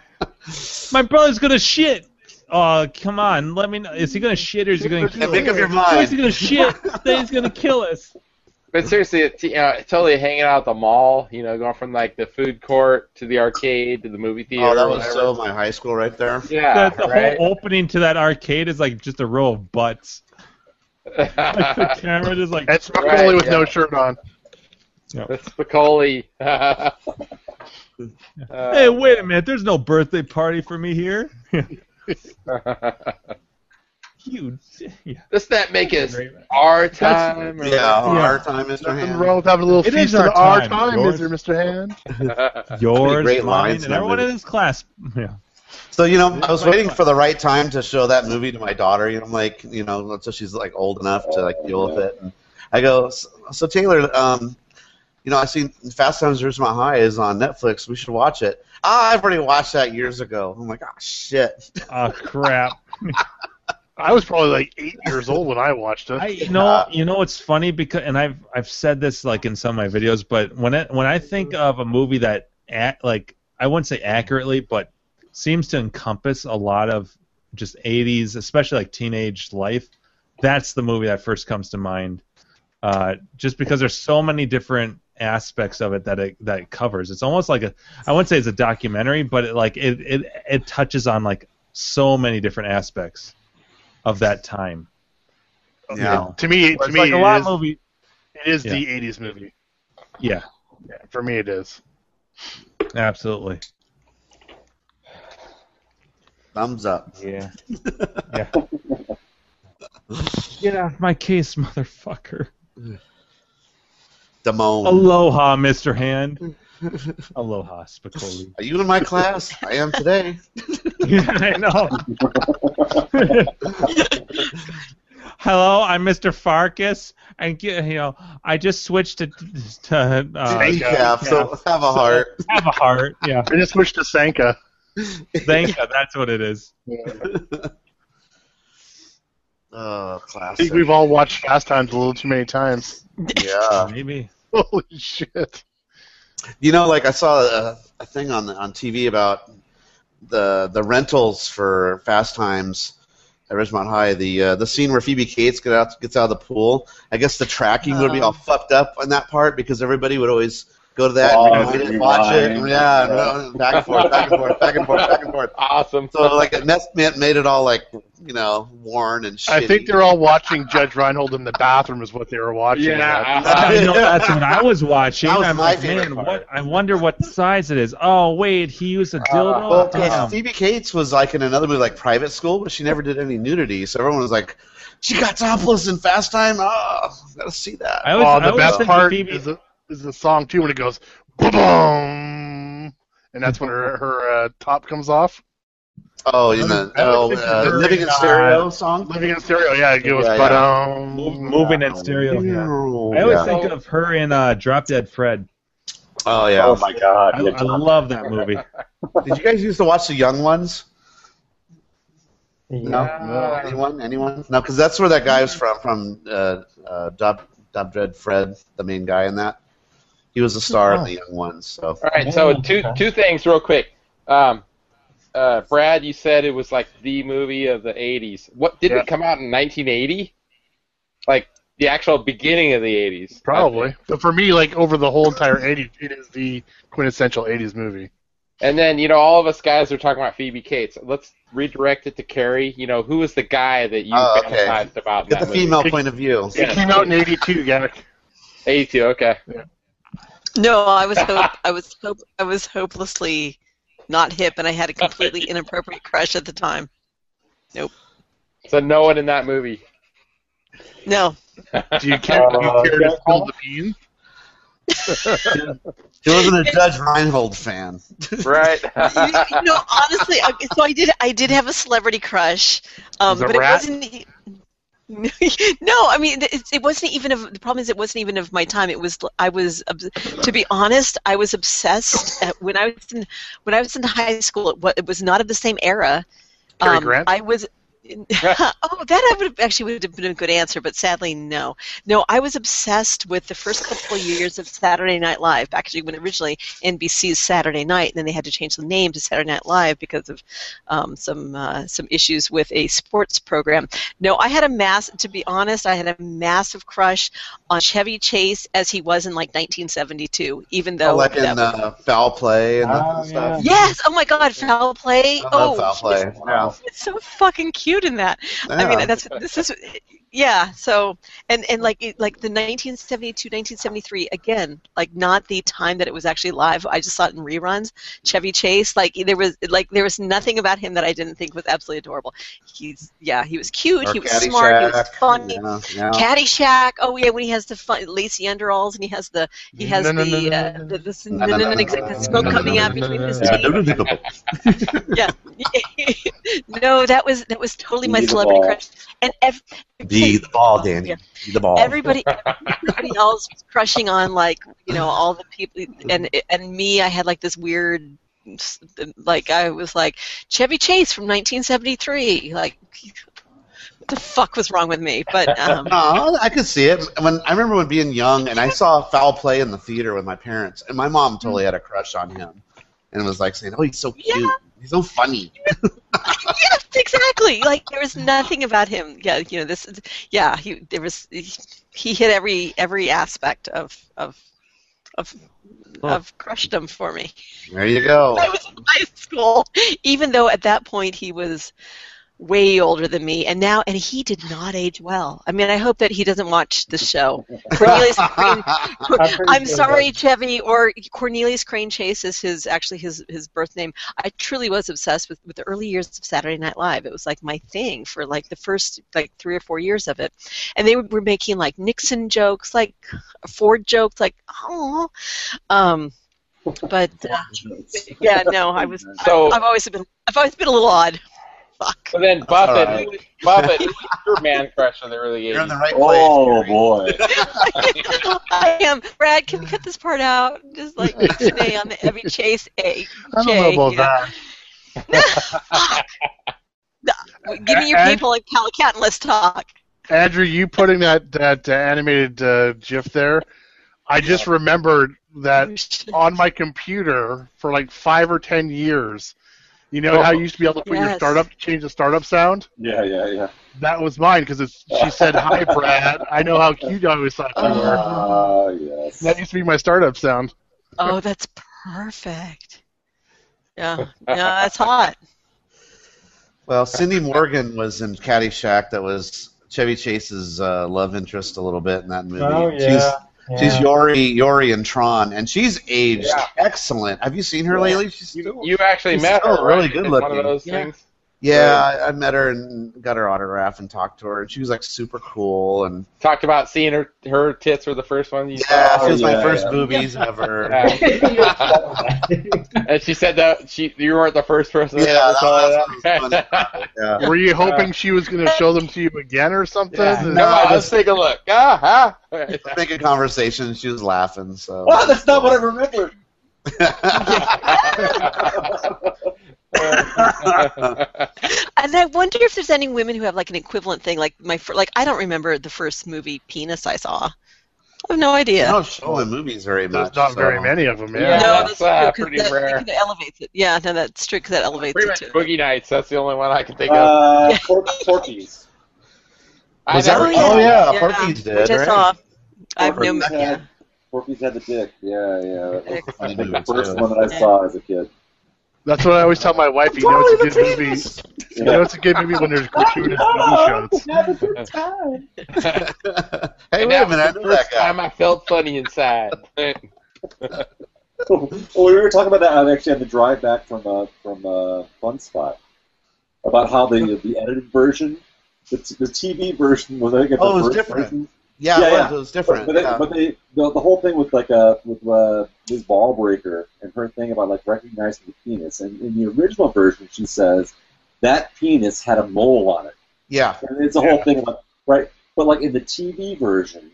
my brother's gonna shit. Oh come on, let me know. Is he gonna shit or is he gonna kill Make us? up your He's mind. gonna shit. then he's gonna kill us. But seriously, it, you know, totally hanging out at the mall, you know, going from like the food court to the arcade to the movie theater. Oh, that or was whatever. so my high school right there. Yeah, the the right. whole opening to that arcade is like just a row of butts. Like the camera just like That's Spicoli Right, with yeah. no shirt on. That's Spicoli. Uh, hey, wait a minute. There's no birthday party for me here. Huge. Yeah. Does that make us our time? or- Yeah, our time, Mr. Nothing Ham. wrong with having a little It feast is in our our time, time, George. is there, Mr. Hand? Yours, great mine, lines in and that everyone movie. in this class. Yeah. So you know, I was waiting for the right time to show that movie to my daughter. You know, I'm like, you know, until she's like old enough to like deal with it. And I go, so, so Taylor, um, you know, I seen Fast Times at Ridgemont High is on Netflix. We should watch it. Ah, I've already watched that years ago. I'm like, ah, shit. Oh crap. I was probably like eight years old when I watched it. I you know you know it's funny because and I've I've said this like in some of my videos, but when it when I think of a movie that act like I wouldn't say accurately, but seems to encompass a lot of just 80s, especially like teenage life. That's the movie that first comes to mind, uh, just because there's so many different aspects of it that it that it covers. It's almost like a I wouldn't say it's a documentary, but it, like it, it it touches on like so many different aspects of that time. you Yeah. know? To me, to Whereas, me, like, a lot it of is, movie- it is Yeah. the '80s movie. Yeah, Yeah, for me, it is. absolutely. Thumbs up. Yeah. Yeah. Get out of my case, motherfucker. Damone. Aloha, Mr. Hand. Aloha, Spicoli. Are you in my class? I am today. I know. Hello, I'm Mr. Farkas. I get, you know, I just switched to to uh, Thank you. So have a heart. have a heart. Yeah, I just switched to Sanka. thank you. That's what it is. Oh, I think classic. we've all watched Fast Times a little too many times. Yeah. Maybe. Holy shit! You know, like I saw a, a thing on on TV about the the rentals for Fast Times at Ridgemont High. The uh, the scene where Phoebe Cates get out gets out of the pool. I guess the tracking would be all fucked up on that part because everybody would always go to that Oh, and rewind it, rewind. watch it, and yeah, and uh, back and forth, back and forth, back and forth, back and forth. Awesome. So like it mess- made made it all like you know worn and shitty. I think they're all watching Judge Reinhold in the bathroom is what they were watching. Yeah. I know that's what I was watching. That was I'm my like, favorite man, part. what? I wonder what size it is. Oh wait, he used a Uh, Well, dildo. 'cause Damn. Phoebe Cates was like in another movie, like Private School, but she never did any nudity, so everyone was like, "She got topless in Fast Time. Oh, gotta see that." I always, Oh, I the always best think part Phoebe, is the, is the song too when it goes boom, and that's when her her uh, top comes off. oh, in the oh, uh, Living in Stereo song. Living in stereo, yeah, it goes Yeah, yeah. ba-dum. Move- moving in stereo. I always Yeah. think of her in uh, Drop Dead Fred. Oh yeah. Oh my God! I, yeah, I love that movie. Did you guys used to watch the Young Ones? Yeah. No, anyone, anyone? No, because that's where that guy was from, from uh, uh, Dub Dub Dread Fred, the main guy in that. He was a star in the Young Ones. So All right, so two two things real quick. Um, uh, Brad, you said it was like the movie of the '80s. What did Yeah. it come out in 1980? Like the actual beginning of the 80s. Probably. But for me, like over the whole entire 80s, it is the quintessential 80s movie. And then, you know, all of us guys are talking about Phoebe Cates. Let's redirect it to Carrie. You know, who was the guy that you Oh, okay. fantasized about? Get that the movie? female point of view. Yeah. It came out in 82, Yannick. 82, okay. No, I was hope, I was hope, I was hopelessly not hip, and I had a completely inappropriate crush at the time. So no one in that movie. No, Do you care, do Uh, you care to spill the beans? He wasn't a Judge Reinhold fan. Right. you know, honestly, I, so I did I did have a celebrity crush, um, Was it but Rat? it wasn't. no, I mean it, it wasn't even of the problem is it wasn't even of my time. It was I was obs- to be honest, I was obsessed at, when I was in when I was in high school. It, wa- it was not of the same era. Cary Grant? Um, I was. oh, that I would have actually would have been a good answer, but sadly, no. No, I was obsessed with the first couple of years of Saturday Night Live. Actually, when originally NBC's Saturday Night, and then they had to change the name to Saturday Night Live because of um, some uh, some issues with a sports program. No, I had a mass. To be honest, I had a massive crush on Chevy Chase as he was in like 1972. Even though like in that was- uh, foul play and that stuff. yes, oh my God, foul play. I oh, love foul play. Yeah. it's so fucking cute in that. I Yeah. mean, that's this is, yeah. So and and like it, like the 1972, 1973 again, like not the time that it was actually live. I just saw it in reruns. Chevy Chase, like there was like there was nothing about him that I didn't think was absolutely adorable. He's yeah, he was cute, Or he was smart, he was Caddyshack. funny. Yeah, yeah. Caddyshack. Oh yeah, when he has the fun, lacy underalls and he has the he has No, no, no, the no, uh, the the No, no, no, no, the no, smoke no, no, coming no, out no, between no, his no, teeth. no, no, no. Yeah. no, that was that was totally my Be the celebrity ball. crush. And ev- Be the ball, Danny. Be the ball. everybody everybody else was crushing on like, you know, all the people and and me I had like this weird like I was like Chevy Chase from 1973. Like what the fuck was wrong with me? But um no, I could see it. When I remember when being young, and I saw foul play in the theater with my parents, and my mom totally had a crush on him, and was like saying, "Oh, he's so cute. He's so funny." yeah, exactly. Like there was nothing about him. Yeah, you know this. is- Yeah, he there was he hit every every aspect of of of of crushdom for me. There you go. I was in high school, even though at that point he was way older than me, and now and he did not age well. I mean, I hope that he doesn't watch the show. Oh, Cornelius Crane, I'm sorry, Chevy, or Cornelius Crane Chase is his actually his his birth name. I truly was obsessed with with the early years of Saturday Night Live. It was like my thing for like the first like three or four years of it, and they were making like Nixon jokes, like Ford jokes, like oh, um, but uh, yeah, no, I was. So- I, have always been. I've always been a little odd. But then Buffett, Buffett, who was your man crush of the early 80s. You're in the right Oh boy. I am. Brad, can we cut this part out? Just like each day on the every chase a. I don't know about that. that. Give me your And- people and Calicat and let's talk. Andrew, you putting that that uh, animated uh, GIF there, I just remembered that on my computer for like five or ten years. You know how you used to be able to put your Yes. startup change the startup sound? Yeah, yeah, yeah. That was mine because she said, "Hi, Brad. I know how cute I always thought you were." Ah, yes. That used to be my startup sound. Oh, that's perfect. Yeah, yeah, that's hot. Well, Cindy Morgan was in Caddyshack. That was Chevy Chase's uh, love interest a little bit in that movie. Oh, yeah, She's, yeah. she's Yori Yori in Tron, and she's aged Yeah. excellent. Have you seen her Yeah. lately? She's You, you actually she's met still her, really right? good It's One looking. of those Yeah. things. yeah, I, I met her and got her autograph and talked to her, and she was like super cool. And Talked about seeing her her tits were the first one you yeah, saw. she was my first boobies ever. Yeah. and she said that she you weren't the first person that Yeah, ever that saw was- that. Uh, Yeah. Were you hoping she was going to show them to you again or something? Yeah. And- No, I Let's just take a look. Ah, ah. make a conversation. She was laughing, so Wow, that's not what I remembered. And I wonder if there's any women who have like an equivalent thing. Like my, fir- like I don't remember the first movie penis I saw. I have no idea. I don't show in movies very much. There's not so- very many of them. Yeah, Yeah. that's, true, uh, 'cause pretty that- rare. That elevates it. Yeah, no, that's true because that elevates Pretty it much too. Boogie Nights. That's the only one I can think of. Uh, pork, porkies. I Was never- that- oh, yeah, yeah, Porky's did, which I right? saw. I have no. Porky's Yeah. had, Porky's had the dick. Yeah, yeah. That was, Dick. I think the Funny first movie, one that I too. saw as a kid. That's what I always tell my wife. You know, it's a good movie. You know, it's a good movie when there's gratuitous booby shots. Hey, And wait a that was minute, I the know that first time I felt funny inside. well, we were talking about that on actually on the drive back from uh, from uh, Fun Spot about how the the edited version, the, t- the TV version was I think it's Oh, the it was first different. version. Yeah, Yeah, it was. yeah. It was different. But, but, yeah. they, but they the, the whole thing with like uh with uh, Ms. Ballbreaker and her thing about like recognizing the penis and in the original version she says that penis had a mole on it. yeah. And it's a whole thing about right, but like in the TV version,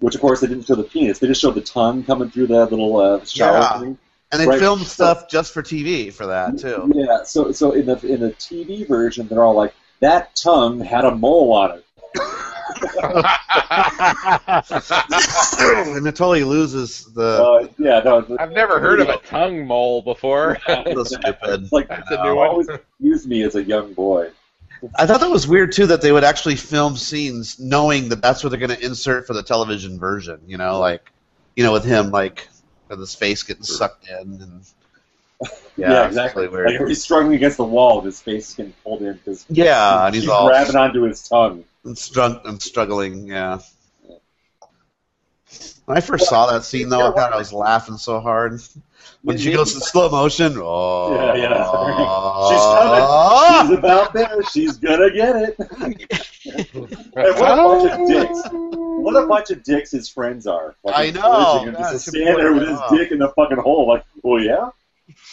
which of course they didn't show the penis, they just showed the tongue coming through that little uh, shower Yeah. thing. And they Right. filmed stuff just for TV for that, too. Yeah, so so in the in the TV version, they're all like that tongue had a mole on it. and it totally loses the. Uh, yeah, no, it's- I've never heard of a tongue mole before. the stupid. it's like a new uh, one. always used me as a young boy. I thought that was weird too that they would actually film scenes knowing that that's what they're going to insert for the television version. You know, like, you know, with him like with his face getting sucked in and yeah, it's exactly. really weird. Like he's struggling against the wall, his face is getting pulled in because yeah, and he's he's all grabbing onto his tongue. and, strung- and struggling. Yeah. When I first saw that scene though, I thought I was laughing so hard. When she goes in slow motion, oh, Yeah, yeah. She's about there. She's gonna get it. and what a bunch of dicks! What a bunch of dicks his friends are. I his know. friends are Yeah, just I should stand there point with that his out. dick in the fucking hole, like, oh yeah.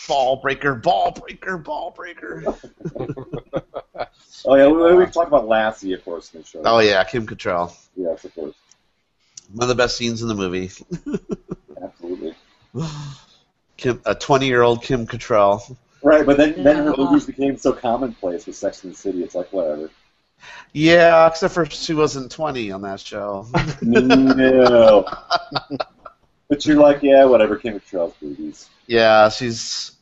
ball breaker, ball breaker, ball breaker. Oh yeah, we, we've talked about Lassie, of course, in the show. Oh yeah, Kim Cattrall, Yes, of course, one of the best scenes in the movie. absolutely. Kim, a 20-year-old Kim Cattrall. Right, but then then her Yeah. movies became so commonplace with Sex and the City. It's like whatever. Yeah, except for she wasn't 20 on that show. no. but you're like, yeah, whatever. Kim Cattrall's movies. yeah, she's.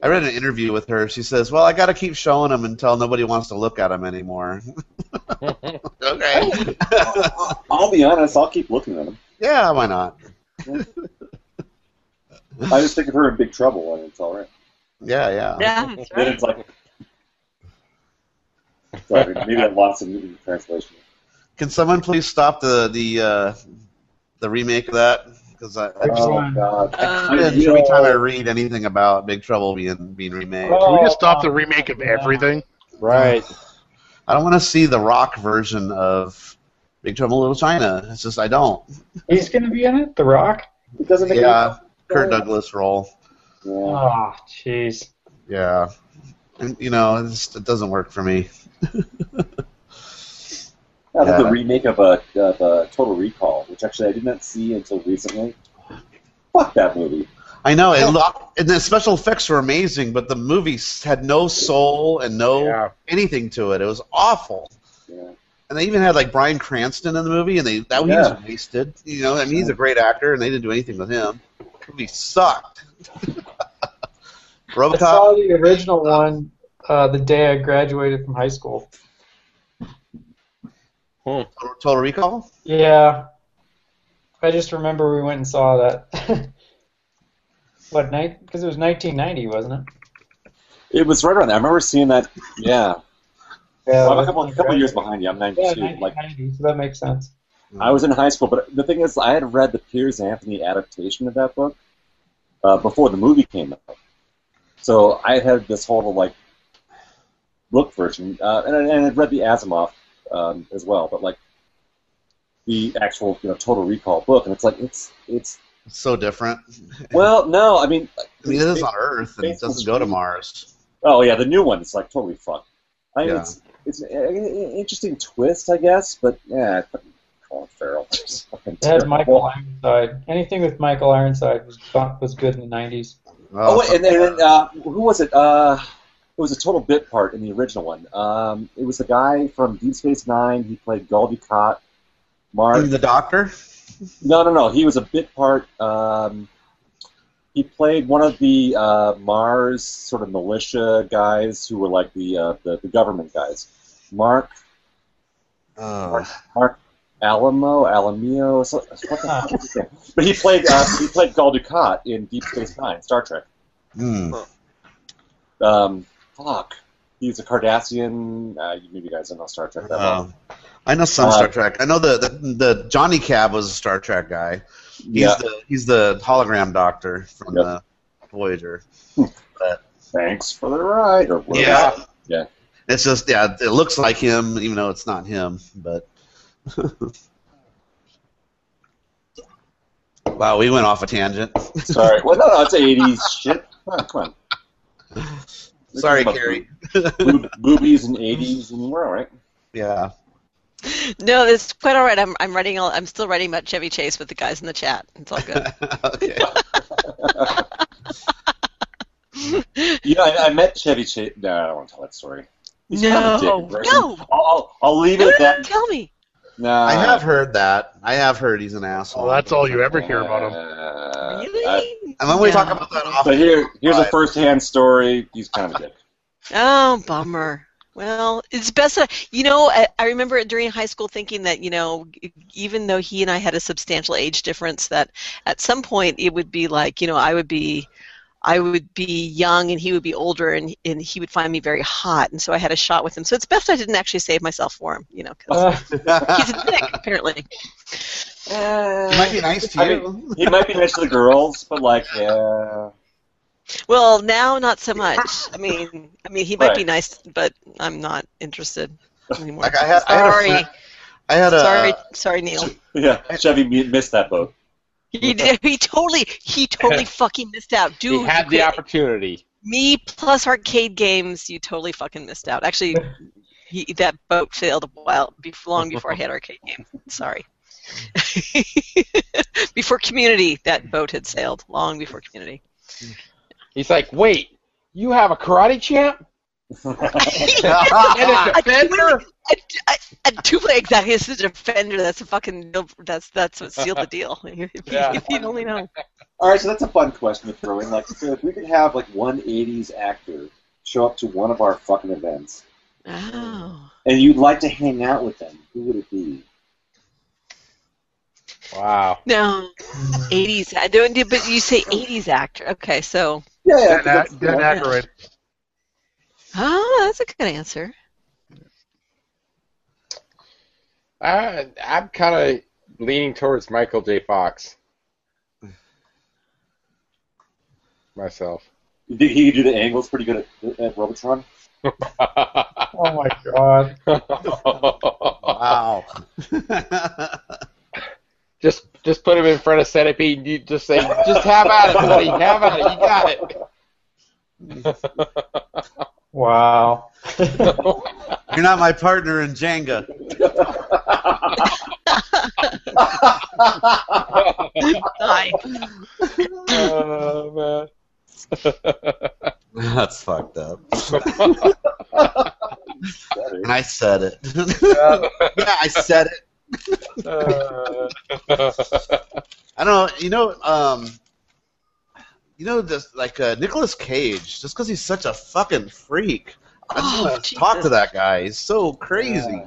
I read an interview with her. She says, "Well, I got to keep showing them until nobody wants to look at them anymore." okay. I'll, I'll be honest. I'll keep looking at them. yeah, why not? I just think of her in big trouble, and it's all right. Yeah, yeah. Yeah, that's Then right. it's like, sorry, maybe I lost some in translation. Can someone please stop the the uh, the remake of that? Because I, I just Oh God! Uh, every time I read anything about Big Trouble being being remade. Can we just stop the remake of everything? Right. I don't want to see the rock version of Big Trouble in Little China. It's just I don't. He's going to be in it? The Rock? It doesn't make Yeah, Kurt Douglas role. any yeah. Oh, jeez. Yeah, and you know it, just, it doesn't work for me. I love Yeah. the remake of a of a Total Recall, which actually I did not see until recently. Fuck that movie. I know it looked, and the special effects were amazing, but the movie s- had no soul and no Yeah. anything to it. It was awful. Yeah. And they even had like Brian Cranston in the movie, and they that he was wasted. You know, I mean he's a great actor, and they didn't do anything with him. The movie sucked. I RoboCop. saw the original one uh, the day I graduated from high school. Total Recall? Yeah. I just remember we went and saw that. what night? Because it was 1990, wasn't It was right around that. I remember seeing that. Yeah, it? Yeah. well, I'm a couple, a couple years behind you. I'm Yeah, 92. like 1990, so that makes sense. I was in high school, but the thing is, I had read the Piers Anthony adaptation of that book uh, before the movie came out. So I had this whole like book version, uh, and, I- and I'd read the Asimov um, as well, but like the actual you know Total Recall book, and it's like it's it's It's so different. well, no, I mean, I mean, it is on Earth, and it Faithful doesn't go to Street. Mars. Oh yeah, the new one is like totally fucked. I mean, Yeah. it's it's an an interesting twist, I guess, but yeah, Colin Farrell. Just fucking It had terrible. Michael Ironside. Anything with Michael Ironside was was good in the 90s. Oh wait, and then uh, who was it? Uh, it was a total bit part in the original one. Um, it was the guy from Deep Space Nine. He played Goldicott. Mark. the Doctor? No, no, no. He was a bit part. Um, he played one of the uh, Mars sort of militia guys who were like the uh, the, the government guys. Mark Mark, Mark Alamo, Alamio, so, what the fuck is his name? But he played uh, he played Gul Dukat in Deep Space Nine, Star Trek. Hmm. Hmm. Um, fuck, he's a Cardassian. Uh, you- maybe you guys don't know Star Trek that well. Um, I know some Uh, Star Trek. I know the, the the Johnny Cab was a Star Trek guy. He's Yeah. the he's the hologram doctor from the Voyager. But thanks for the ride. Or whatever. yeah, yeah. It's just yeah, it looks like him, even though it's not him. But wow, we went off a tangent. Sorry. Well, no, no, it's '80s shit. Come on, come on. We're Sorry, talking Carrie. about boob- Boobies and '80s, and we're all right. Yeah. No, it's quite all right. I'm I'm writing. All, I'm still writing about Chevy Chase with the guys in the chat. It's all good. okay. You know, I, I met Chevy Chase. No, I don't want to tell that story. He's kind of a No, dick, right? no. I'll, I'll leave it No, at no, no, that. Tell me. No, I have heard that. I have heard he's an asshole. Well, that's all you ever hear about him. Really? and when we talk about that off, But here, here's a Right. first-hand story. He's kind of a dick. Oh, bummer. Well, it's best that you know. I, I remember during high school thinking that you know, even though he and I had a substantial age difference, that at some point it would be like you know I would be, I would be young and he would be older and and he would find me very hot, and so I had a shot with him. So it's best I didn't actually save myself for him, you know, 'cause he's a dick apparently. might be nice to Uh, I you. mean, he might be nice to the girls, but like, yeah. Well, now not so much. I mean, I mean he might be Right. nice, but I'm not interested anymore. Like, I had- I had a sorry, friend- I had a sorry, sorry, Neil. Yeah, Chevy m- missed that boat. He did. He totally, he totally fucking missed out, dude. he had you the could- opportunity. me plus arcade games. You totally fucking missed out. Actually, he, that boat failed a while, be, long before I had arcade games. Sorry. before Community, that boat had sailed long before Community. He's like, wait, you have a karate champ? A and a defender? A two play exactly. It's the defender. That's a fucking. deal- That's that's what sealed the deal. If, Yeah. you, if you'd only known. All right, so that's a fun question to throw in. Like, so if we could have like one '80s actor show up to one of our fucking events, Oh. and you'd like to hang out with them, who would it be? Wow. No, 80s. I don't. do- But you say 80s actor. Okay, so. Yeah, Dan, A- Dan Aykroyd. Oh, that's a good answer. I, I'm kind of leaning towards Michael J. Fox. Myself. You think he could do the angles pretty good at, at Robotron? Oh my god. wow. just just put him in front of Centipede and you just say, just have at it, buddy. Have at it. You got it. Wow. You're not my partner in Jenga. Bye. Oh, That's fucked up. Better. and I said it. yeah, Uh. I said it. I don't know. You know, um, you know, this like uh, Nicolas Cage, just because he's such a fucking freak. I just want to talk to that guy. He's so crazy.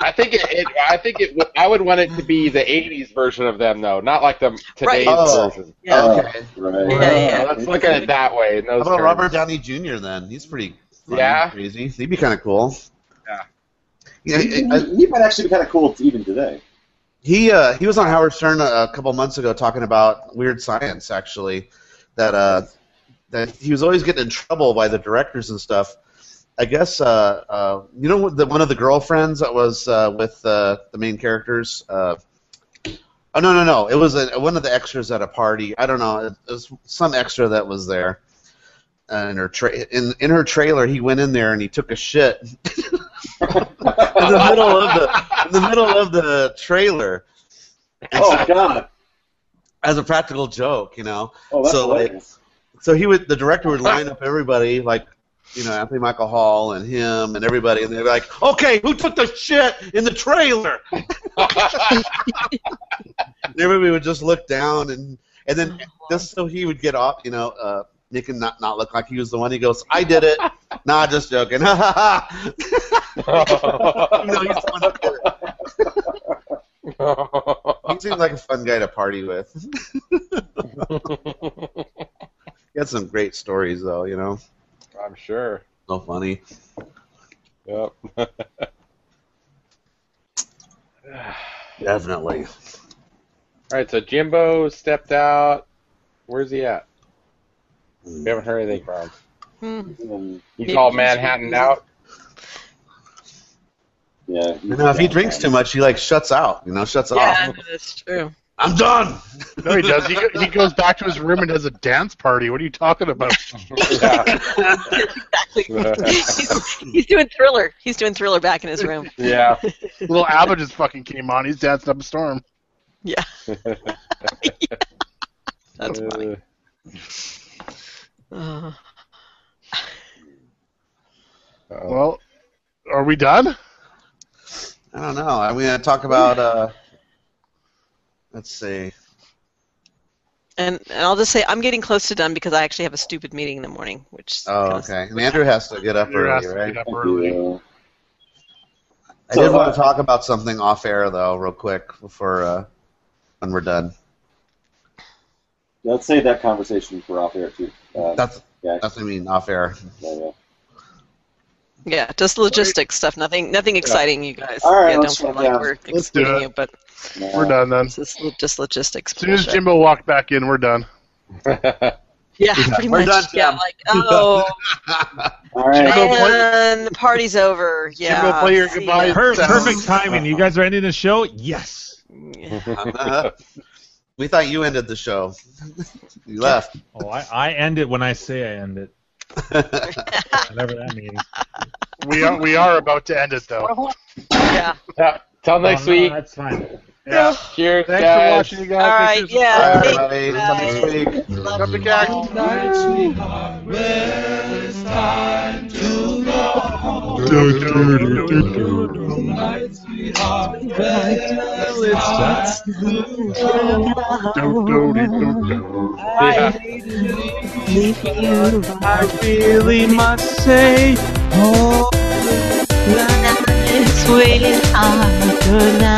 I think it, it. I think it. would- I would want it to be the '80s version of them, though, not like the today's Oh, version. yeah, Oh, okay. right. Uh, Let's look at it that way. In How those about terms. Robert Downey Jr. then? He's pretty fun, Yeah. crazy. He'd be kind of cool. Yeah. He, Yeah, I- he- he might actually be kind of cool even today. He uh, he was on Howard Stern a, a couple months ago talking about weird science actually, that uh, that he was always getting in trouble by the directors and stuff. I guess uh, uh, you know the, one of the girlfriends that was uh, with uh, the main characters. Uh, oh no no no! It was a, one of the extras at a party. I don't know. It, it was some extra that was there. Uh, in her tra- in in her trailer, he went in there and he took a shit in the middle of the in the middle of the trailer Oh God! as a practical joke, you know. Oh, that's so like, hilarious. so he would the director would line up everybody like you know Anthony Michael Hall and him and everybody and they'd be like, okay, who took the shit in the trailer? and everybody would just look down and and then just so he would get off, you know. Uh, Nick and not not look like he was the one. He goes, "I did it." nah, just joking. Even though he's the one who did it. He seemed like a fun guy to party with. he had some great stories, though. You know, I'm sure. so funny. Yep. Definitely. All right, so Jimbo stepped out. Where's he at? We haven't heard anything from him. He's Maybe all he's- Manhattan out. Yeah. You know, if he drinks too much, he like shuts out. You know, shuts Yeah, off. that's true. I'm done. No, he does. He, go- he goes back to his room and does a dance party. What are you talking about? he's, he's doing Thriller. He's doing Thriller back in his room. Yeah. Little Abba just fucking came on. He's dancing up a storm. Yeah. That's funny. Uh, Well, are we done? I don't know. I'm gonna talk about. uh Let's see. and and I'll just say I'm getting close to done because I actually have a stupid meeting in the morning, which Oh, okay. And Andrew has to get up Andrew has early, to right? get up early. I did want to talk about something off air though, real quick, before uh, when we're done. Let's save that conversation for off air too. Uh, That's yeah, that's what I mean, off air. yeah, yeah. yeah, just logistics stuff. Nothing nothing exciting, you guys. All right, yeah, don't let's feel shut like down. we're Let's do excluding it. you, but We're done then. As It's lo- just logistics. soon as bullshit. Jimbo walked back in, we're done. yeah, pretty We're much. done, yeah, Tim. like oh, All right. Jimbo, play, and the party's over. Yeah, Jimbo, play your see ya. goodbyes. Per- perfect timing. You guys are ending the show. Yes. we thought you ended the show. you left. Oh, I, I end it when I say I end it. Whatever that means. We are we are about to end it though. Yeah. yeah. Till next Oh, no, week. That's fine. Yeah. Cheers, Thanks guys. for watching, you guys. All Make right, sure to yeah. subscribe. Hey, till next week. Come to Cax. I really must say, oh, uh, Sweetheart, good night.